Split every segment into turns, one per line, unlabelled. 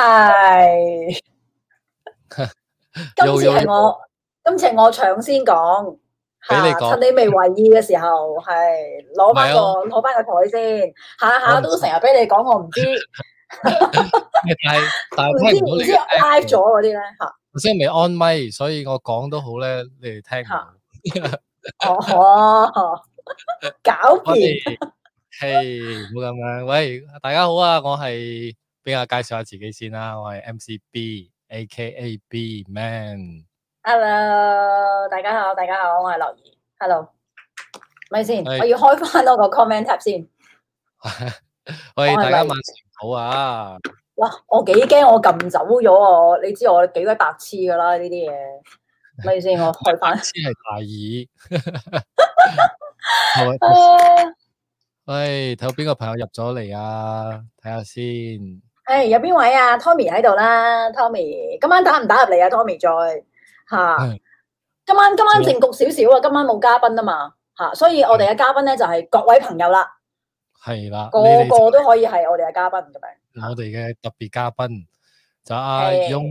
係。今
又
次
又
係我，今次係我搶先講，
俾你
嚇
講
趁你未為意嘅時候，係攞翻個
咪
攞翻個台先，下下都成日俾你講，我 唔知唔
但係但係
知
聽唔
唔
到你
知
嘅
live 咗
echo，
嗰啲咧 嚇，
頭先未安咪，所以我講都好咧，你哋聽唔到。
哦，搞
我
掂，
哋係唔好咁樣。喂，大家好啊，我係俾我介紹下自己先啦，我係 MCB A.K.A. B Man。
Hello，大家好，大家好，我係樂怡，Hello，咪先，
係
我要開翻多個 comment tab 先。
喂，
我係
大家
黎
晚上好啊！
哇！我幾驚我撳走咗我，你知我幾鬼白痴噶啦呢啲嘢，咪先我開 翻。
先係 大 耳。喂，睇到邊個朋友入咗嚟啊？睇下先。
诶，有邊位啊？Tommy 喺度啦，Tommy，今晚打唔打入嚟啊？Tommy 再吓
係，
今晚今晚
好
正局少少啊，今晚冇嘉賓啊嘛吓，所以我哋嘅嘉賓咧就係各位朋友啦，
係啦，
個
你哋
個都可以係我哋嘅嘉賓咁樣。
我哋嘅特別嘉賓就啊阿
啊係
翁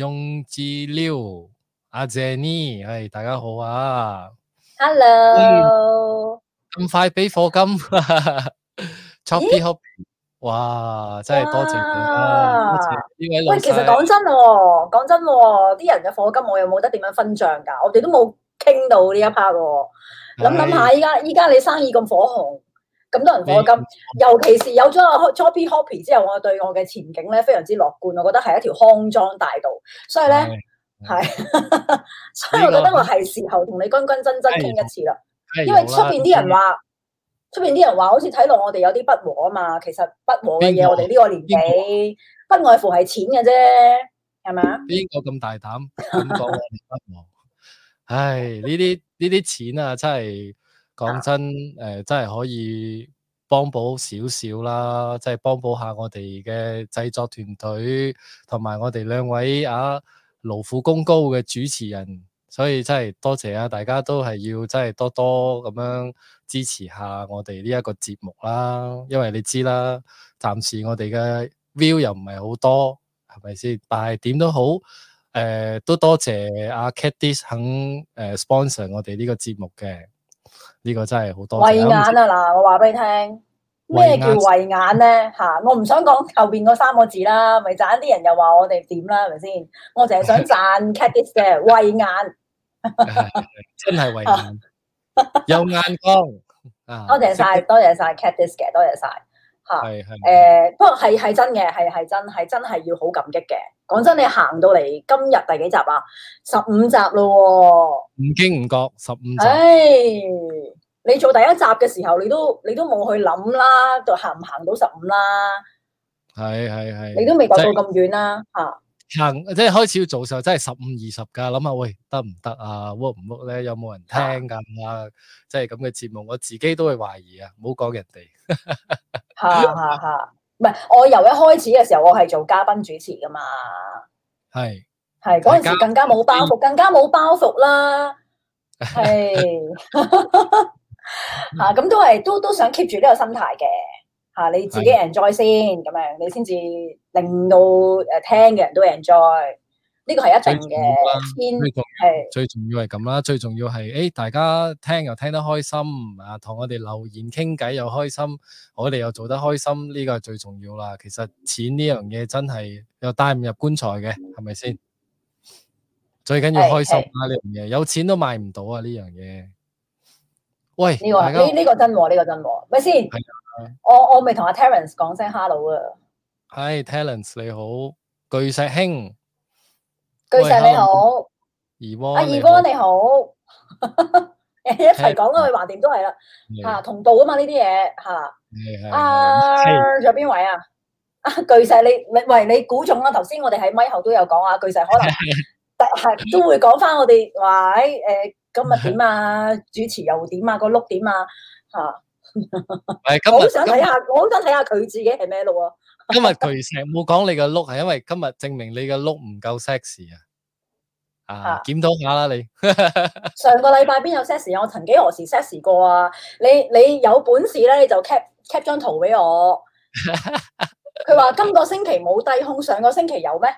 翁志撩阿 Jenny，係大家好啊！嗯
Hello，
咁快俾貨金 ，Choppy Hop，哇！真係多謝佢啦，
哇
多謝呢位老
喂，其實
細。
講真喎，講真喎，啲人嘅課金我又冇得點樣分账㗎，我哋都冇傾到呢一 part 喎。諗諗下，依家依家你生意咁火紅，咁多人
你
火金，尤其是有咗阿 Choppy Hoppy 之後，我對我嘅前景咧非常之樂觀，我覺得係一條康莊大道，所以咧
係
係， 所以我覺得我係時候同你君君真真傾一次啦，
梗係
因為
有
出
啦
邊啲人話。出邊啲人話好似睇落我哋有啲不和啊嘛，其實不和嘅
邊
嘢
個
我哋呢個年紀不外乎係錢嘅啫，係咪啊？
邊個咁大膽咁講我哋不和？唉，呢啲呢啲錢啊，真係講真，誒、真係可以幫補少少啦，即係幫補下我哋嘅製作團隊同埋我哋兩位啊勞苦功高嘅主持人，所以真係多謝啊！大家都係要真係多多咁樣支持下我哋呢一個節目啦，因為你知啦，暫時我哋嘅 view 又唔係好多，係咪先？但係點都好，誒、都多謝阿 c a t d i s 肯誒、sponsor 我哋呢個節目嘅，呢、個真係好多謝。
慧眼啊嗱，我話俾你聽，咩叫慧眼咧？吓，我唔想講後边嗰三個字啦，咪賺啲人又話我哋點啦，係咪先？我淨係想 讚 cat dis 嘅慧眼，
真係 慧眼，有眼光啊！
多謝晒，多謝晒 cat dis 嘅，多謝晒吓。
係，係係
诶、不過係係真嘅，係係真係真係要好感激嘅。講真，你行到嚟今日第幾集啊？十五集咯
唔經唔覺十五
喎、
集，
唉、你做第一集嘅時候，你都你都冇去諗啦，到行唔行到十五啦？
係係係，
你都未掘
即
到
係
咁遠啦，吓、
行即係開始要做嘅時候，真係十五二十㗎，諗下喂得唔得啊？work 唔 work 咧？有冇人聽㗎？
啊
即係咁嘅節目，我自己都會懷疑啊！唔好講人哋。
吓吓吓，唔係我由一開始嘅時候，我係做嘉賓主持噶嘛，
係
係嗯嗰陣
係嘉
時更加冇包袱，更加冇包袱 啦，係 吓咁都係都都想 keep 住呢個心態嘅吓，你自己 enjoy 先咁樣，你先至令到诶聽嘅人都 enjoy，呢個係一定
最重要啦
嘅，
最
先係
重最重要係咁啦，最重要係誒、大家聽又聽得開心啊，同我哋留言傾偈又開心，我哋又做得開心，呢、個係最重要啦。其實錢呢樣嘢真係又帶唔入棺材嘅，係咪先？最緊要
係
開心
係
啦呢樣嘢，有錢都買唔到啊呢樣嘢。喂，
呢個
大家
呢呢個真喎，呢個真喎，咪先
係，
啊我我未同阿 Terence 講聲 hello 啊。
係 Talents 你好，巨石兄，
巨
喂
石你好，
怡
阿
汪
二
你
哥
好，
你好， 一齊講啦，去橫掂都係啦，
係
吓同步啊嘛呢啲嘢吓。
係
啊，
係
仲有邊位啊？啊，巨石你你喂你估中啦，頭先我哋喺咪後都有講啊，巨石 可能係都會講翻我哋話誒誒今日點啊，主持又點啊，個碌點啊吓，
係
我
今
好
日
想
今
睇下，我好想睇下佢自己係咩路啊！
今日巨石冇講你個 look，係因為今日證明你個 look 唔夠 sexy 啊！啊
啊，
檢討下啦你，
上個禮拜邊有 sexy 啊？我曾幾何時 sexy 過啊？你你有本事咧，你就 cap cap 張圖俾我。佢話今個星期冇低空，上個星期有咩？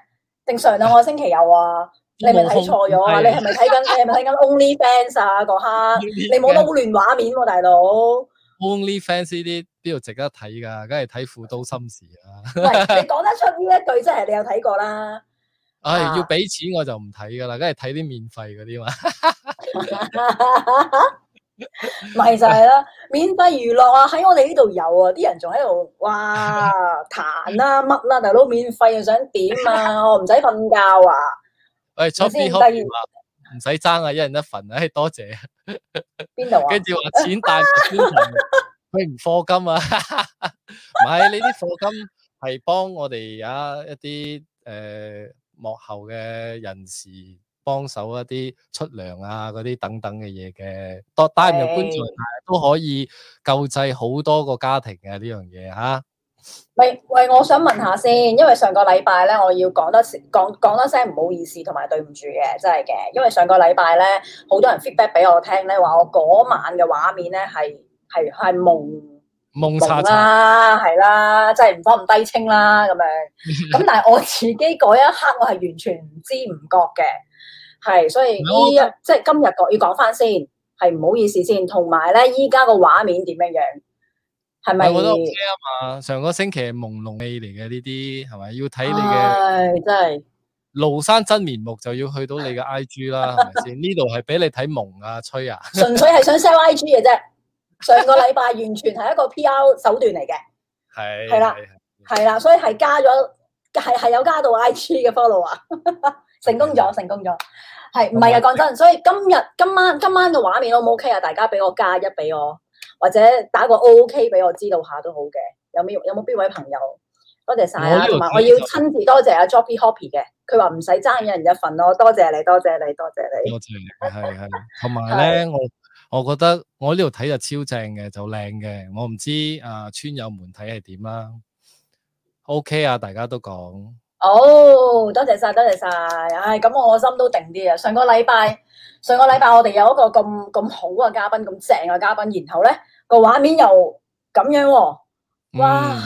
定上兩個星期有啊？你咪睇錯咗啊！你係咪睇緊？你係咪睇緊 OnlyFans 啊？嗰 刻你冇撈亂畫面喎，大佬。
OnlyFans 呢啲邊度值得睇㗎？梗係睇富都心事啊啦。
喂，你講得出呢一句，真係你有睇過啦。
唉，
啊
要俾錢我就唔睇㗎啦，梗係睇啲免費嗰啲嘛。
咪就係啦，免費娛樂啊，喺我哋呢度有啊，啲人仲喺度哇彈 啦乜啦，大佬免費又想點啊？我唔使瞓覺啊！
喂
先
，Choppy Hoppy 話唔使爭啊，一人一份，唉，多謝。
邊度啊？
跟住話錢大過天堂，佢唔課金啊， 唔係呢啲課金係幫我哋而家一啲诶、呃幕後嘅人士幫手一啲出糧啊嗰啲等等嘅嘢嘅，多擔任觀眾啊都可以救濟好多個家庭嘅呢樣嘢吓。
喂喂，我想問下先，因為上個禮拜咧，我要講多講講多聲唔好意思同埋對唔住嘅，真係嘅。因為上個禮拜咧，好多人 feedback 俾我聽咧，話我嗰晚嘅畫面咧係係係蒙
蒙
蒙
查查，
啦，係啦，即係唔方唔低清啦咁 樣。咁但係我自己嗰一刻，我係完全唔知唔覺嘅，係所以
唔係我
呢一即係今日講要講翻先，係唔好意思先，同埋咧依家個畫面點樣樣，係咪？
我覺得 OK 啊嘛。上個星期係朦朧味嚟嘅呢啲係咪？要睇你嘅
唉真係。
庐山真面目，就要去
啊
到你嘅 IG 啦，係咪 先？呢度係俾你睇蒙啊、吹啊。
純粹係想 sell IG 嘅啫。上個禮拜完全係一個 PR 手段嚟嘅，
系
係啦，
嗯
係啦，所以係加咗，係係有加到 IG 嘅 follow 啊， 成功
嗯
咗，成功咗，係唔係啊？講真，所以今日今晚今晚嘅畫面 O 唔 OK 啊？大家俾我加一俾我，或者打個 OK 俾我知道下都好嘅。有冇有冇邊位朋友？多謝晒
我
啊！
呢度
同埋
睇
我要
就
親自多謝阿 Joby Hoppy 嘅，佢話唔使爭一人一份咯，多謝你，多謝你，多謝你。
多謝你，係係。同埋咧，我我覺得我呢度睇就超正嘅，就靚嘅。我唔知啊，村友們睇係點啦。OK 啊，大家都講。
哦，多謝晒，多謝晒。唉，咁我個心都定啲啊！上個禮拜，上個禮拜我哋有一個咁咁好嘅嘉賓，咁正嘅嘉賓，然後咧個畫面又咁樣喎，哇
嗯，！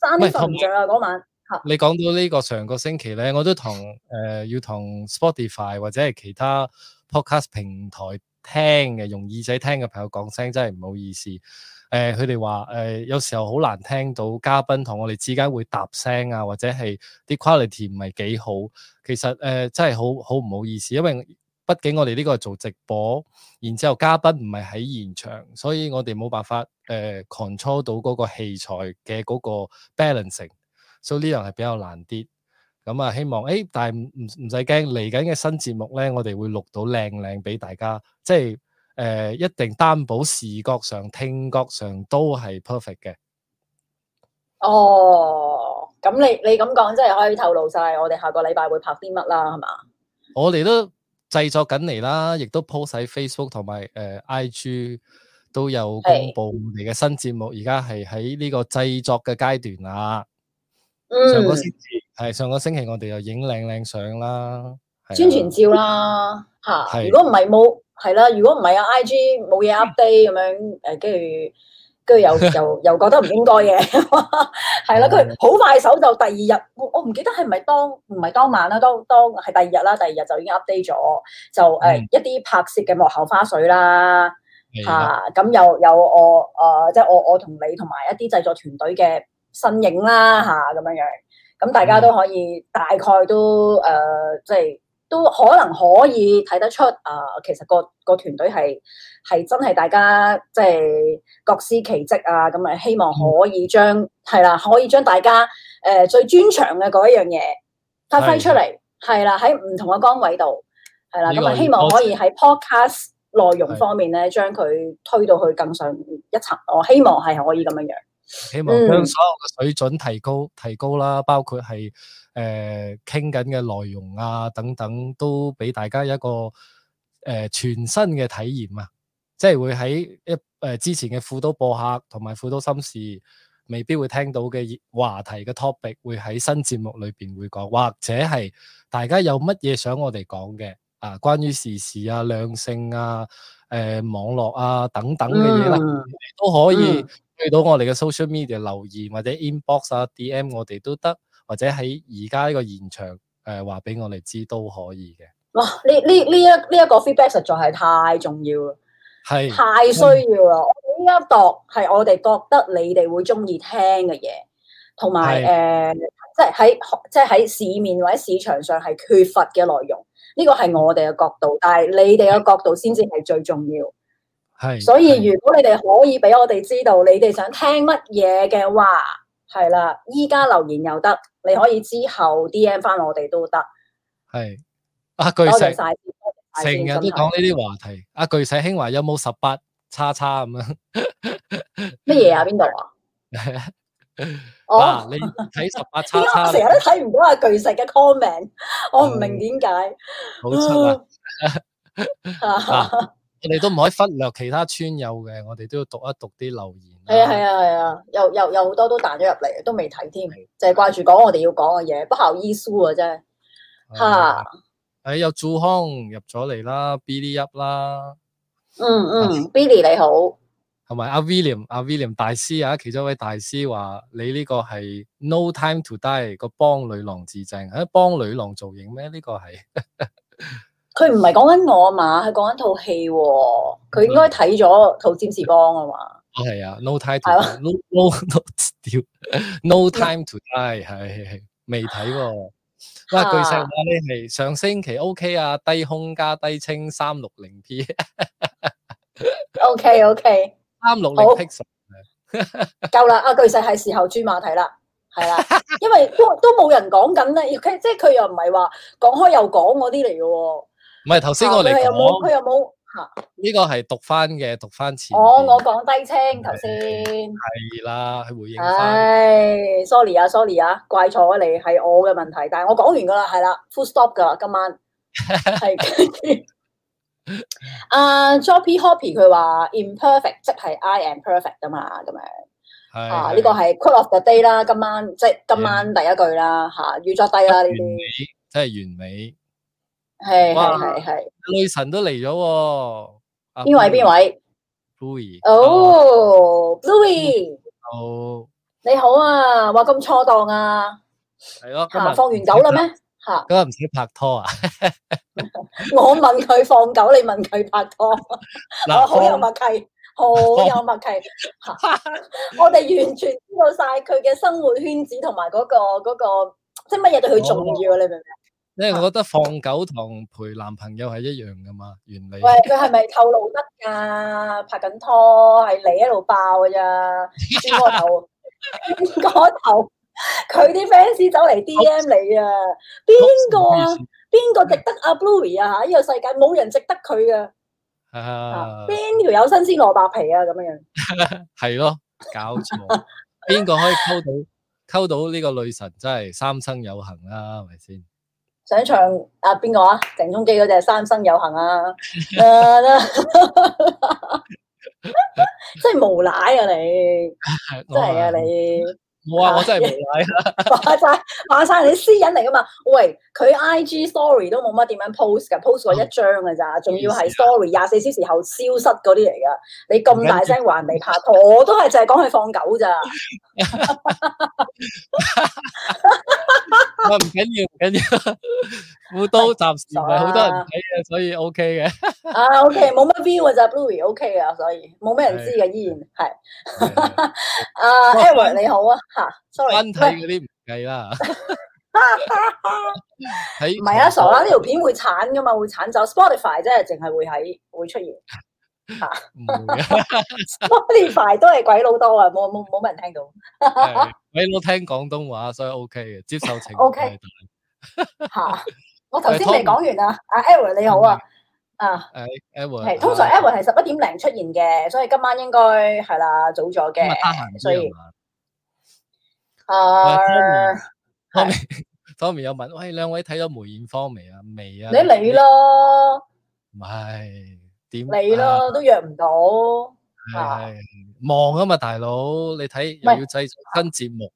爭
喂
啲瞓唔着啊嗰晚。
你講到呢個上個星期咧，我都同誒、呃要同 Spotify 或者係其他 podcast 平台聽嘅用耳仔聽嘅朋友講聲，真係唔好意思。誒佢哋話誒有時候好難聽到嘉賓同我哋之間會搭聲啊，或者係啲 quality 唔係幾好。其實誒、呃真係好好唔好意思，因為畢竟我哋呢個係做直播，然之後嘉賓唔係喺現場，所以我哋冇辦法誒、呃 control 到嗰個器材嘅嗰個 balancing。所以呢樣係比較難啲。咁啊，希望誒、哎但係唔唔唔使驚，嚟緊嘅新節目咧，我哋會錄到靚靚俾大家，即係誒、呃一定擔保視覺上、聽覺上都係 perfect 嘅。
哦，咁你你咁講真係可以透露晒我哋下個禮拜會拍啲乜啦，係嘛？
我哋都製作緊嚟啦，亦都 post 喺 Facebook 同埋誒 IG 都有公
係
佈我哋嘅新節目，而家係喺呢個製作嘅階段啦。上
嗯
個，星期係上個星期我哋又影靚靚相啦，係啊
宣傳照啦嚇。
係
如果唔係冇係啦，如果唔係啊，IG 冇嘢 update 咁樣誒，跟住跟住 又又又覺得唔應該嘅，係啦。
哦
佢好快手就第二日，我我唔記得係咪當唔係當晚啦，當當係第二日啦，第二日就已經 update 咗，就誒、
嗯
一啲拍攝嘅幕後花絮啦。
係啦
嚇，啊咁又有我誒，即係我我同你同埋一啲製作團隊嘅身影啦嚇，咁樣樣，咁大
嗯
家都可以大概都誒，呃即係都可能可以睇得出啊，其實個個團隊係係真係大家即係各司其職啊，咁啊希望
嗯
可以將係啦，可以將大家誒最專長嘅嗰一樣嘢發揮出嚟，係啦，喺唔同嘅崗位度。係啦，
呢
咁啊
個
希望
要
可以喺 podcast 內容
係
方面咧，將佢推到去更上一層。我希望係可以咁樣樣。
希望
嗯
將所有嘅水準提高提高啦，包括係誒傾緊嘅內容啊等等，都俾大家一個誒、呃全新嘅體驗啊！即係會喺一誒、呃之前嘅富都播客同埋富都心事，未必會聽到嘅話題嘅 topic，會喺新節目裏邊會講，或者係大家有乜嘢想我哋講嘅啊，關於時事呃啊、兩性啊、誒、網絡啊等等嘅嘢啦。
嗯
都可以
嗯
去到我哋嘅 social media 留言或者 inbox 啊 DM 我哋都得，或者喺而家呢個現場誒話俾我哋知都可以嘅。
哇！呢呢呢一呢一個 feedback 實在係太重要啦，
係
太需要啦。我哋呢一度係我哋覺得你哋會中意聽嘅嘢，同埋誒，即係喺即係喺市面或者市場上係缺乏嘅內容。呢個係我哋嘅角度，但係你哋嘅角度先至係最重要。
係，
所以如果你哋可以俾我哋知道你哋想聽乜嘢嘅話，係啦，依家留言又得，你可以之後 D M 翻我哋都得。
係阿
多
巨
謝晒，
石
多謝晒
成
先
日都
真係
講呢啲話題。阿巨石興話有冇十八叉叉咁樣？
乜嘢啊？邊度 啊？
哇！
哦，
你睇十八叉
點解我
叉
成日都睇唔到阿巨石嘅 comment？我唔明點解。
嗯好出啊！
啊
我哋都唔可以忽略其他村友嘅，我哋都要讀一讀啲留言。
係啊係啊係啊，又又有好多都彈咗入嚟，都未睇添，就係掛住講我哋要講嘅嘢，不孝依書啊真
哦
係嚇。
誒、啊有祖康入咗嚟啦，Billy Up 啦，
嗯嗯，Billy 你好，
同埋阿 William 阿 William 大師啊，其中一位大師話：你呢個係 No Time to Die 個幫女郎自證，誒幫女郎造型咩？呢、個係
佢唔係講緊我啊嘛，佢講緊套戲喎，佢應該
嗯
睇咗套占士邦啊嘛。
哦係啊，No Time
係
to Die，No No No 屌 No Time to Die 係係未睇喎。哇！
啊
巨石話你係上星期 OK 啊，低空加低清三六零 P。
O K O K，
三六零
好
pixel
夠啦，阿啊巨石係時候轉馬蹄啦。係 啦，因為都都冇人講緊咧，佢即係佢又唔係話講開又講嗰啲嚟嘅喎。啊
唔係頭先我嚟
佢又冇，
講
佢又冇嚇。
呢個係讀翻嘅，讀翻前
我哦我
邊
講低清頭先，
係啦，去回應翻
唉，sorry 啊，sorry 啊，怪錯咗你係我嘅問題，但係我講完噶啦，係啦，full stop 噶啦，今晚係。阿 Joppy Hoppy 佢話 imperfect 即係 I am perfect 啊嘛，咁樣
係
啊呢個係 quote of the day 啦，今晚即係今晚第一句啦嚇，要作低啦呢
完美
啲，，
真係完美。
係
嗯哇
係係係，
女神都嚟咗喎，阿
邊位邊位？
Bluey？
哦，Bluey
哦，
你好啊，話咁錯檔啊！
係咯，今
吓
日
放完狗啦？咩？吓，
今日唔使拍拖 啊！
我問佢放狗，你問佢拍拖，我
嗱，
哦好有
放
默契，好有默契。吓，我哋完全知道晒佢嘅生活圈子同埋嗰個嗰個，即係乜嘢對佢重要，啊你明唔明？
因為我覺得放狗同陪男朋友係一樣噶嘛，原理
喂，佢係咪透露得㗎？拍緊拖係你喺度爆㗎咋？轉個頭，轉個頭，佢啲 fans 走嚟 DM 你啊！邊個啊？邊個值得阿 Bluey 啊？呢個世界冇人值得佢㗎。
啊？
邊條友新鮮蘿蔔皮啊？咁樣樣
係咯，搞錯，邊個可以溝到 溝到呢個女神真係三生有幸啦，係咪先？
想唱啊邊個啊？鄭中基嗰隻三生有幸 啊！啦啦真係無賴啊你！真係啊你！
我啊，我真係冇奶啦。
話晒 話晒你私隱嚟噶嘛？喂，佢 I G story 都冇乜點樣 post 噶，post 過一張噶咋，仲要係 story 廿四小時後消失嗰啲嚟噶。你咁大聲話人哋拍拖，我都係就係講佢放狗咋。
唔緊要，唔緊 要。副都暫時唔係好多人睇嘅，所以 ờ, OK 嘅。
啊，OK，冇 乜 view 噶咋，Bluey OK 啊，所以冇咩人知嘅，依然係。啊
哇
e v e r 你好啊，吓，sorry，
單
唔
睇
係
嗰啲唔計啦。睇
唔係啊，傻啦，呢條片會鏟噶嘛，會鏟走 Spotify 啫，淨係會喺會出現
唔會嘅。
Spotify 都係鬼佬多啊，冇冇冇乜人聽到
係鬼佬聽廣東話，所以 OK 嘅，接受程度
OK
係大
吓。我頭先未講完啊，阿 e v e r 你好啊，啊，
嘅。Ever
係通常 e v e r 係十一點零出現嘅，所以今晚應該係啦，早咗
今日
嘅
得，閒
所
啲
以
係嘛
啊，
？Tommy Tommy 有問：喂，兩位睇咗梅艷芳未啊？未啊？
你嚟，咯，
唔係點
你
啊？
咯，都約唔到。啊
系忙啊嘛，大佬，你睇又
係
要製作新節目，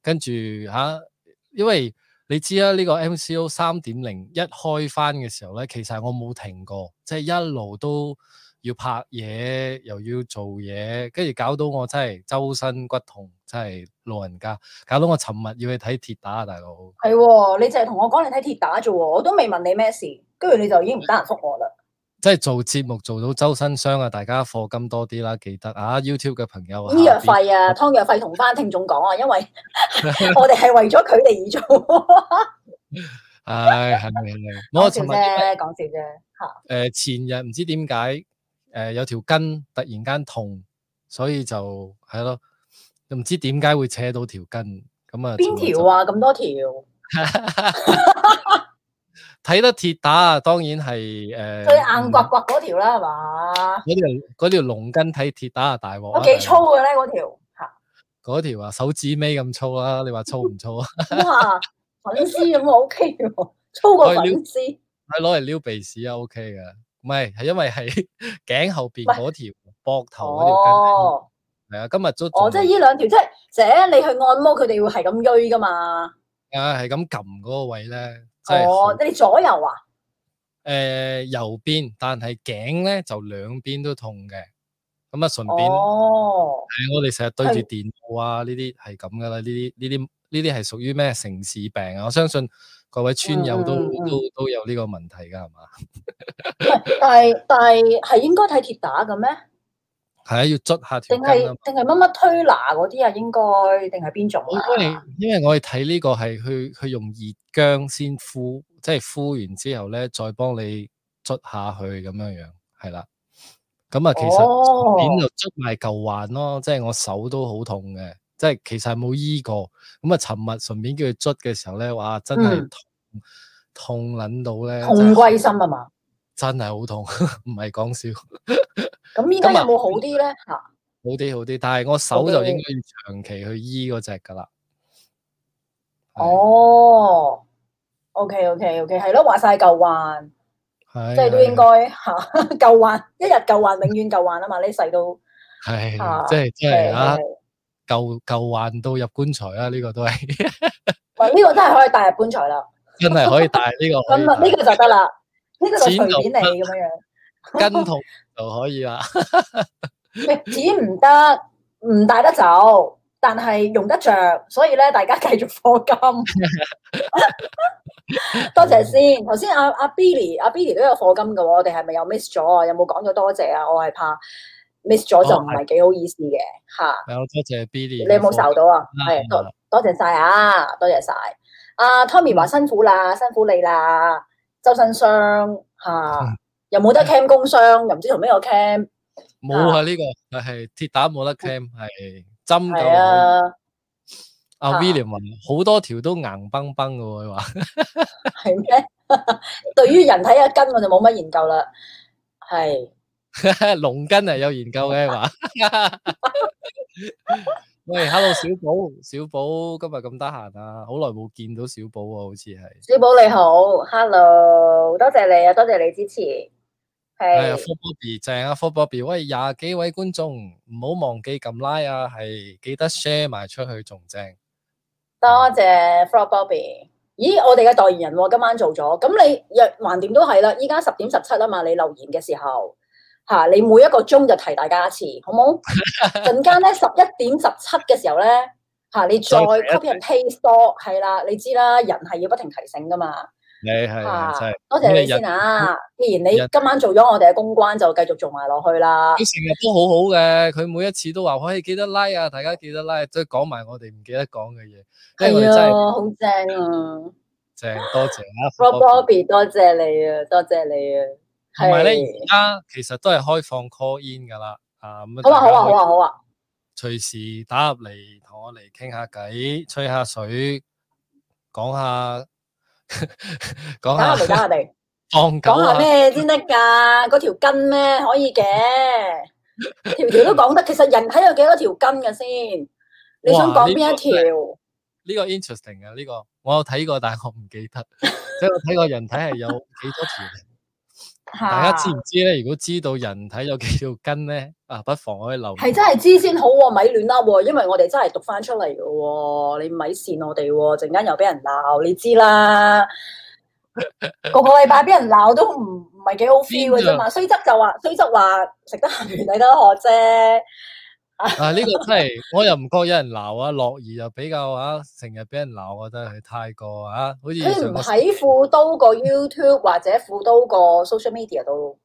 跟住吓，因為你知啦，呢、個 MCO 三點零一開翻嘅時候咧，其實我冇停過，即係一路都要拍嘢，又要做嘢，跟住搞到我真係周身骨痛，真係老人家，搞到我尋日要去睇鐵打啊，大佬。
系喎，你淨係同我講你睇鐵打啫喎，我都未問你咩事，跟住你就已經唔得閒覆我啦。
即係做節目做到周身傷啊！大家課金多啲啦，記得啊！YouTube 嘅朋友啊，
醫藥
下邊
費啊，湯藥費同翻聽眾講啊，因 為 我哋係為咗佢哋而做，
唉，係係係，
講
我
笑
尋
啫，
日
講笑啫，吓，
诶呃前日唔知點解诶有條筋突然間痛，所以就係咯，唔知點解會扯到條筋咁啊？
邊條啊？咁多條，
睇得鐵打啊，當然係诶
最硬刮刮嗰條啦，係嘛？
嗰條嗰條龍筋睇鐵打啊，大鑊
有
啊！
幾粗嘅咧？嗰條吓，
嗰條啊，手指尾咁粗啦，你話粗唔粗啊？
哇，粉絲咁啊 OK 喎，粗過粉絲，
係攞嚟撩鼻屎啊，OK 嘅，唔係係因為係 頸後边嗰條膊頭嗰
哦，
條筋，係啊，今日都
哦，即係
仲
呢兩條，即係姐你去按摩，佢哋會係咁鋥噶嘛？
啊係咁撳嗰個位咧，即
哦
係，
你哋左右啊？
诶呃右邊，但係頸咧就兩邊都痛嘅，咁啊順便
哦，
係我哋成日對住電腦啊，呢啲係咁噶啦，呢啲呢啲呢啲係屬於咩城市病啊？我相信各位村友都
嗯嗯嗯
都都有呢個問題㗎，係嘛？
但係但係係應該睇鐵打嘅咩？
係啊，要捽下
定
條筋啊
係。定係乜乜推拿嗰啲啊？應該定係邊種
我
啊？
因為因為我哋睇呢個係佢佢用熱姜先敷，即係敷完之後咧，再幫你捽下去咁樣樣，係啦。咁啊，其實
哦
順便就捽埋舊患咯，即係我手都好痛嘅，即係其實係冇醫過。咁啊，尋日順便叫佢捽嘅時候咧，哇，真係
嗯
痛、痛撚到咧，
痛
真係
歸心啊嘛。
真係好痛， 唔係講笑。
咁依家
今日
有冇好啲咧？嚇，
好啲好啲，但係我手就
OK
應該要長期去醫嗰只㗎啦。係，
哦，OK OK OK，係咯，話晒舊患，
係
即係都
係
應該嚇 舊患，一日舊患，永遠舊患啊嘛。呢世都
系，
啊
即系即系
係
啊
係，
舊舊患到入棺材啊啦，呢個都係
喂，呢個真係可以帶入棺材啦。
真係可以帶呢個可以
咁啊，呢個就得啦，呢個就
錢就
隨便你咁樣樣。
帶跟痛就可以啦。
錢唔得，唔帶得走，但係用得着，所以咧大家繼續課 金。多謝先，頭先阿阿 Billy 阿 Billy 都有課金嘅喎，我哋係咪有 miss 咗啊？有冇講咗多謝啊？我係怕 miss 咗就唔哦係幾好意思嘅嚇。
係我多謝 Billy，
你有冇受
受
到啊？
啦
係多多謝晒啊，多謝晒。阿 Tommy 話辛苦啦，辛苦你啦，周身傷嚇，又冇得 cam 工傷，又唔知同邊個 cam，
冇啊？呢個係鐵打冇得 cam，係針
嗯
灸
係
又好。
啊。
阿
啊
William 話好多條都硬崩崩嘅喎，佢話
系咩？ 對於人體嘅筋，我就冇乜研究啦。係，
龍筋啊係有研究嘅，佢話。 喂，Hello 小寶，小寶今日咁得閒啊，好耐冇見到小寶啊，好似係。
小寶你好，Hello，多謝你啊，多謝你支持。
系啊
係，
，Four Bobby 正啊，Four Bobby，喂，廿幾位觀眾唔好忘記撳 like 啊，係記得 share 埋出去仲正。
多謝 Frog Bobby。咦，我哋嘅代言人喎，今晚做咗，咁你若橫掂都係啦，依家十點十七啊嘛，你留言嘅時候吓、你每一個鐘就提大家一次，好 冇？陣間咧十一點十七嘅時候咧吓、你再
再提
copy
一
and paste 多，係啦，你知啦，人係要不停提醒噶嘛。
你係係真係，
多謝你先啊！既然你
日
今晚做咗我哋嘅公關，就繼續做埋落去啦。
佢成日都好好嘅，佢每一次都話喂記得 like 啊，大家記得 like，都講埋我哋唔記得講嘅嘢，因為
係
我哋真係
啊，好正啊
正，多謝啊
！Rob
Four Bobby。
Bobby，多謝你啊，多謝你啊！
同埋咧，
係
而家其實都係開放 call in 㗎啦，啊咁
好啊，好啊，好啊，好啊！
隨時打入嚟同我嚟傾下偈，吹下水，講下 講
打
下
下嚟，打下 嚟，
放狗
講下
啊。
咩先得㗎？嗰條筋咩可以 嘅？條條都講得。其實人體有幾多條筋嘅先？你想
哇
講邊一
呢
條？
呢個 interesting 啊！呢、個我有睇過，但係我唔記得。即係我睇過人體係有幾多條。 大家知
啊
唔知咧？如果知道人體有幾條筋咧，啊，不妨可以留
係
言。
真係知先好喎、咪亂啦喎，因為我哋真係讀翻出嚟嘅喎，你咪跣我哋喎、 陣間又俾人鬧，你知啦。個個禮拜俾人鬧都唔唔唔係幾好 feel 嘅啫嘛。雖則就話，雖則話食得鹹魚抵得渴啫。
啊！呢、個真係我又唔覺有人鬧啊，樂兒又比較啊，成日俾人鬧，我覺得佢太過啊，好似
佢
上
唔
個
喺副都個 YouTube 或者副都個 social media 度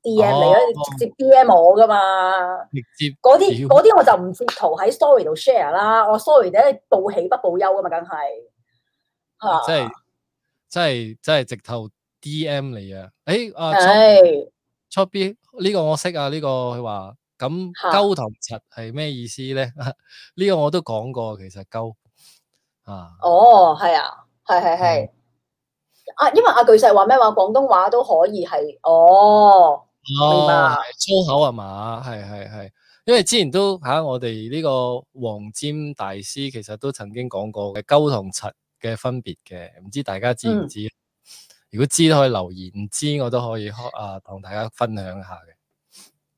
D M 你，
哦
佢直接 D M 我噶嘛。
直接
嗰啲
屌
嗰啲我就唔截圖喺 story 度 share 啦，我 story 咧報喜不報憂噶嘛，梗係嚇
即係即係即係直頭 D M 你啊！诶、啊，
係
c h o B 呢個我識啊，呢、個佢話咁
嚇
鳩同柒係咩意思咧？呢 個我都講過，其實鳩啊，
哦，係啊，係係係啊，因為阿巨細話咩話廣東話都可以係哦。明白
哦，粗口係嘛？係係係，因為之前都吓、我哋呢個黃沾大師其實都曾經講過嘅鳩同柒嘅分別嘅，唔知大家知
嗯
唔知？如果知都可以留言，唔知我都可以開啊同大家分享下嘅。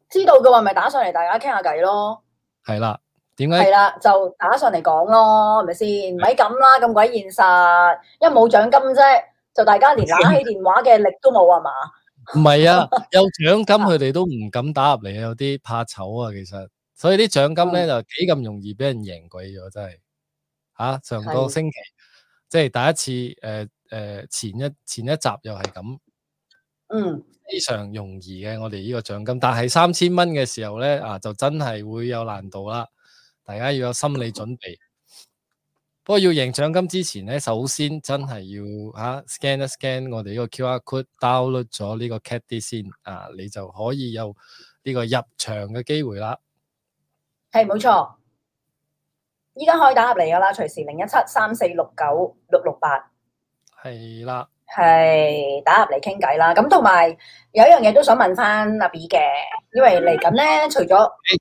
知道嘅話，咪打上嚟大家傾下偈咯。
係啦，點解
係啊啦，就打上嚟講咯，係咪先？唔係咁啦，咁鬼現實，一冇獎金啫，就大家連揦起電話嘅力都冇啊嘛。
唔係啊，有獎金佢哋都唔敢打入嚟啊，有啲怕醜啊，其實，所以啲獎金咧就幾咁容易俾人贏鬼咗，真係吓、啊上個
係
星期即係第一次诶诶、呃前一前一集又係咁，
嗯，
非常容易嘅我哋呢個獎金，但係三千蚊嘅時候咧啊，就真係會有難度啦，大家要有心理準備。不過要贏獎金之前咧，首先真係要吓、啊 scan 一 scan 我哋呢個 QR code download 咗呢個 cat D 先啊，你就可以有呢個入場嘅機會啦。
係冇錯。依家可以打入嚟噶啦，隨時零一七三四六九六六八。
係啦，
係打入嚟傾偈啦，咁同埋有一樣嘢都想問翻阿 B 嘅，因為嚟緊咧，除咗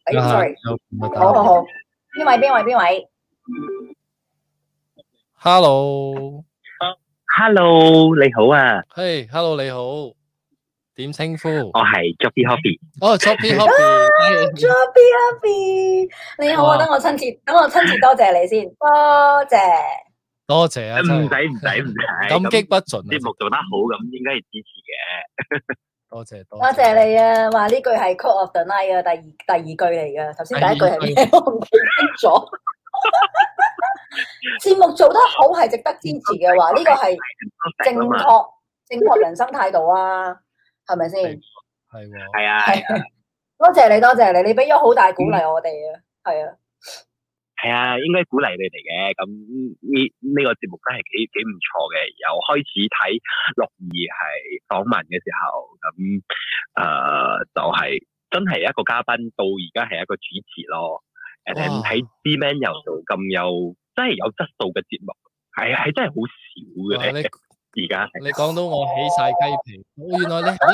哎
啊
sorry
有唔係打
好好好，邊位邊位邊位，
Hello，
Hello，你 à. 好啊，
嘿、hey,，Hello 你好，點稱呼？
我係 Jobby Hobby，
哦，Choppy Hobby，
Joby 阿 B，你好啊，
哇
等我親切，等我親切多謝你先，多謝，
多謝啊，真
唔
係
使唔使唔使，
感激不
節
盡啊，
目做得好，咁應該要支持嘅。
多謝多
多謝你啊！話呢句係 Code of the Night 啊，第二第二句嚟噶，頭先第一句係咩？ 我唔記得 咗。節目做得好係值得支持嘅話，呢個係正
啊 嘛，
確正確人生態度啊，係咪先？
係喎。
係啊
係多謝你，多謝你，你俾咗好大鼓勵我哋啊，係啊，
係啊，應該鼓勵你哋嘅。咁呢呢個節目真係幾幾唔錯嘅。由開始睇樂兒係訪問嘅時候，咁誒、ờ, 呃就係、真係一個嘉賓，到而家係一個主持咯。誒
哇
睇 B Man 又做咁有真係有質素嘅節目，係係真係好少
哇
嘅
你
咧。而家
你講到我起晒雞皮，我原來 你係一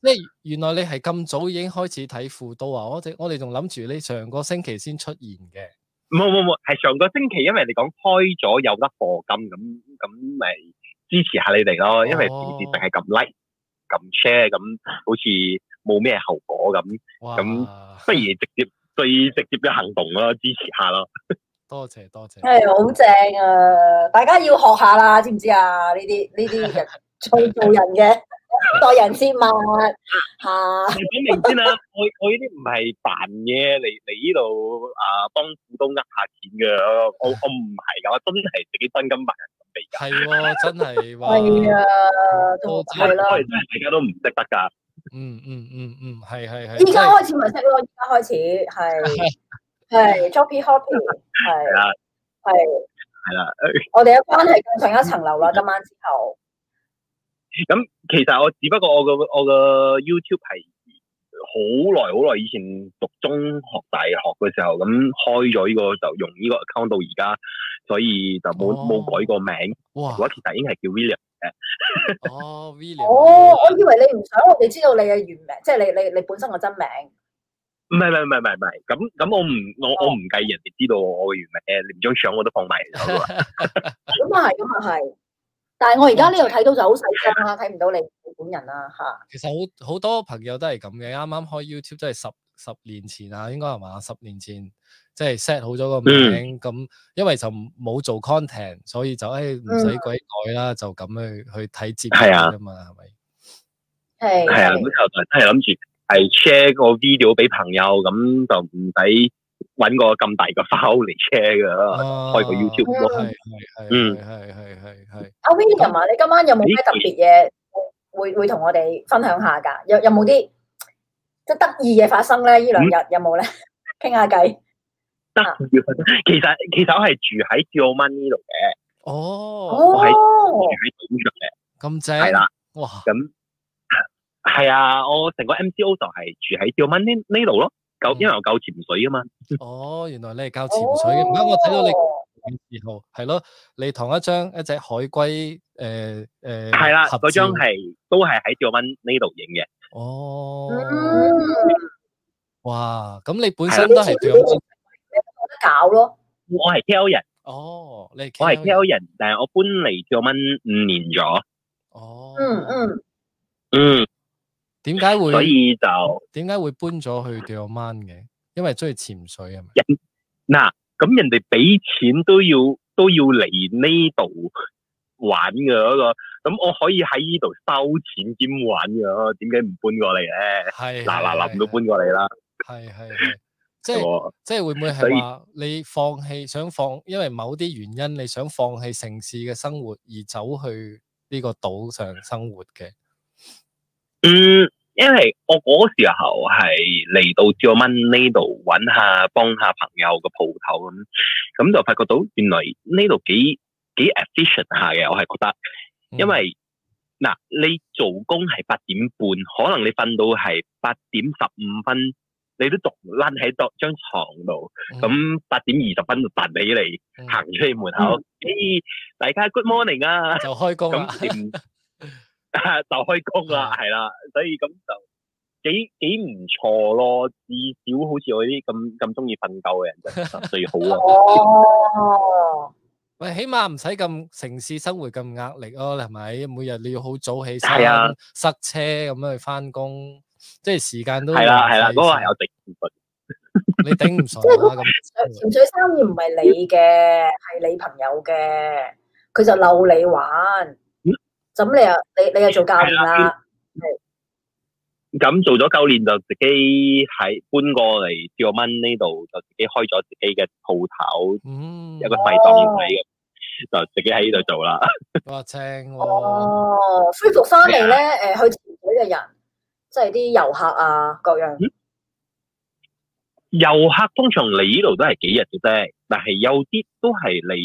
即係原來你係咁早已經開始睇副都啊！我哋我哋仲諗住你上個星期先出現嘅，
冇冇冇，係上個星期，因為你講開咗有得課金，咁咁咪支持下你哋咯。因為平時淨係撳 like、撳 share，咁好似冇咩後果咁，
哇！
咁不如直接最直接嘅行動咯，支持下咯。
多謝多謝，
係好正啊！大家要學下啦，知唔知啊？呢啲呢啲人做做人 嘅待人接物嚇，
你講明先啦，我我呢啲唔係扮嘢嚟嚟呢度啊幫股東呃下錢嘅，我我唔係㗎，我真係自己真金白銀準備㗎。
係喎，真係哇！
係啊，都係啦
我，哋真係大家都唔識得㗎。
嗯嗯嗯嗯，係係係，
依
真
家
係
開始咪識咯，依家開始係係 choppy hoppy 係
係啊
係，
係啦，
我哋嘅關係更上一層樓啦，今晚之後
咁其實我只不過我個我個 YouTube 係好耐好耐以前讀中學大學嘅時候咁開咗呢個就用呢個 account 到而家，所以就冇
哦
冇、改過名。
哇
如果其實已經係叫 William，
哦
哦，
，William，
我以為你唔想我哋知道你嘅原名，即係你你你本身個真名。
唔係唔係唔係唔係唔係，咁咁我唔我我唔計人哋知道我嘅原名，連張相我都放埋手㗎 啦
咁啊係，咁啊係。嗯但係我而家呢度睇到就好細聲啦，睇唔到你本人啦嚇。
其實好好多朋友都係咁嘅，啱啱開 YouTube 都係十十年前啊，應該係嘛？十年前即係 set 好咗個
嗯
名，咁、因為就冇做 content，所以就誒唔使鬼改啦，就咁去去睇節目
嗯係啊
啫嘛，係咪？
係
係啊，咁
係
後來真係諗住係 share 個 video 俾朋友，咁就唔使揾個咁大個 file 嚟 share
哦
噶。啊
啊
開個 YouTube
咯
系系
嗯
系系系系。
阿 William 啊，你今晚有冇咩特別嘢會會同我哋分享下㗎？有有冇啲即係得意嘢發生咧？呢兩 日有冇咧？傾下偈。
得意嘅其實其實我係住喺 g e o m a n 呢度嘅，
哦，
我喺
哦
住，喺島上嘅，
咁正，
係啦，
哇，
咁係啊，我成個 MCO 就係住喺 g e o m a n 呢呢度咯。
嗯
夠，因為我夠潛水啊嘛，
哦，原來你係教潛
哦
水嘅，唔啱我睇到
哦
你嘅時候，係咯，你同一張一隻海龜诶诶，
係啦，
嗯合
嗰張
照
係都係喺 g e o m a n 呢度影嘅，
哦，
嗯，
哇，咁你本
係啦
身都係
你
做
冇得搞咯。
我係 KL 人，
哦，你係
我係
KL 人
KL 人，但係我搬嚟 g e o m a n 五年咗，
哦，
嗯嗯，
嗯，
點解會
所以就。
點解會搬咗去 d i o m a n 嘅？因為中意潛水啊係咪？
嗱，咁人哋俾錢都要都要嚟呢度玩嘅嗰、個，咁我可以喺呢度收錢兼玩嘅嗰個，點解唔搬過嚟咧？
係
嗱嗱臨都
搬
搬過嚟啦，，
係係係，即係。
喎
即係會唔會
所以
係話你放棄想放，因為某啲原因你想放棄城市嘅生活而走去呢個島上生活嘅？
嗯，因為我嗰時候係嚟到照蚊呢度揾下幫下朋友個鋪頭咁，咁就發覺到原來呢度幾幾 efficient 下嘅，我係覺得。
嗯
因為嗱，你做工係八點半，可能你瞓到係八點十五分，你都仲躝喺度張床度，
嗯
咁八點二十分就彈起嚟
嗯
行出去門口，咦，大家 Good morning 啊，
就開工啦，
咁 點就開工啦，係啦，所以咁就幾幾唔錯咯，至少好似我呢啲咁咁中意瞓覺嘅人就最好 啊啦。
哦，
喂，起碼唔使咁城市生活咁壓力咯，係咪？每日你要好早起身，
係啊
塞車咁樣去翻工，即係時間都
係啦係
浪
啦，嗰
費
個
晒
係我直
你頂唔
即係
順
嗰
啦咁。
潛水生意唔係你嘅，係你朋友嘅，佢就溜你玩
嗯。
咁你又你你又做教練啦，
咁做咗九年就自己喺搬過嚟兆蚊呢度，就自己開咗自己嘅鋪頭，
嗯，
有個細檔仔嘅，就自己喺呢度做啦。
哇正喎，
哦，恢復翻嚟
係
咧，誒去潛水嘅人，即係啲遊客啊，各樣。
遊客通常嚟呢度都係幾日嘅啫，但係有啲都係嚟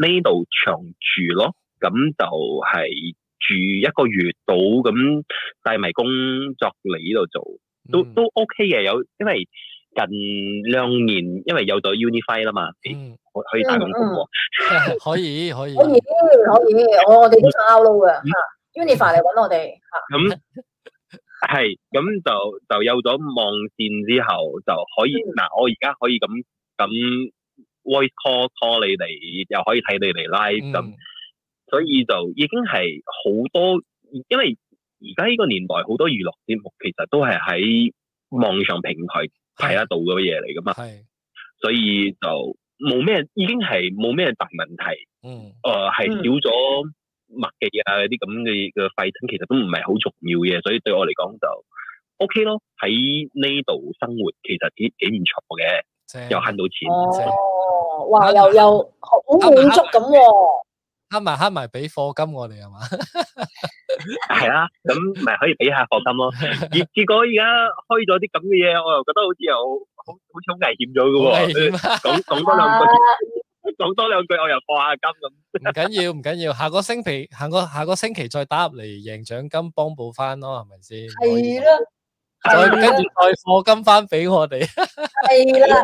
呢度長住咯，咁就係住一個月到咁，帶埋工作嚟呢度做。都
嗯
都 OK 嘅，有因為近兩年因為有咗 Unify 啦嘛，你
嗯
可以打廣告
嗯嗯
喎。
可以可以
可以可以，我我哋都想 out 撈嘅嚇，Unify 嚟揾我哋嚇，
咁
嗯
係咁就就有咗望線之後就可以
嗯
嗱、我而家可以咁咁 voice call call 你哋，又可以睇你哋 live 咁、
嗯
所以就已經係好多，因為而家呢個年代好多娛樂節目其實都係喺網上平台睇得到嘅嘢嚟噶嘛，
係
所以就冇咩已經係冇咩大問題。
嗯。
誒係
嗯
少咗麥記啊嗰啲咁嘅嘅廢青，其實都唔係好重要嘅，所以對我嚟講就 O K 咯。喺呢度生活其實幾幾唔錯嘅，
正
又慳到錢。
哦，哇，又又好滿足咁喎，
悭埋悭埋俾貨金我哋係嘛？
係啦，咁咪可以俾下課 金咯。而結果而家開咗啲咁嘅嘢，我又覺得好似又好好似好危險咗
好危
嘅
險
喎。
啊！
講講多兩句，講多兩句，我又課下金咁。
唔緊要，唔緊要，下個星期下個下個星期再打入嚟贏獎金幫補翻咯，係咪先？
係啦，
再
係啊
跟
啦
住，再課金翻俾我哋。
係啦，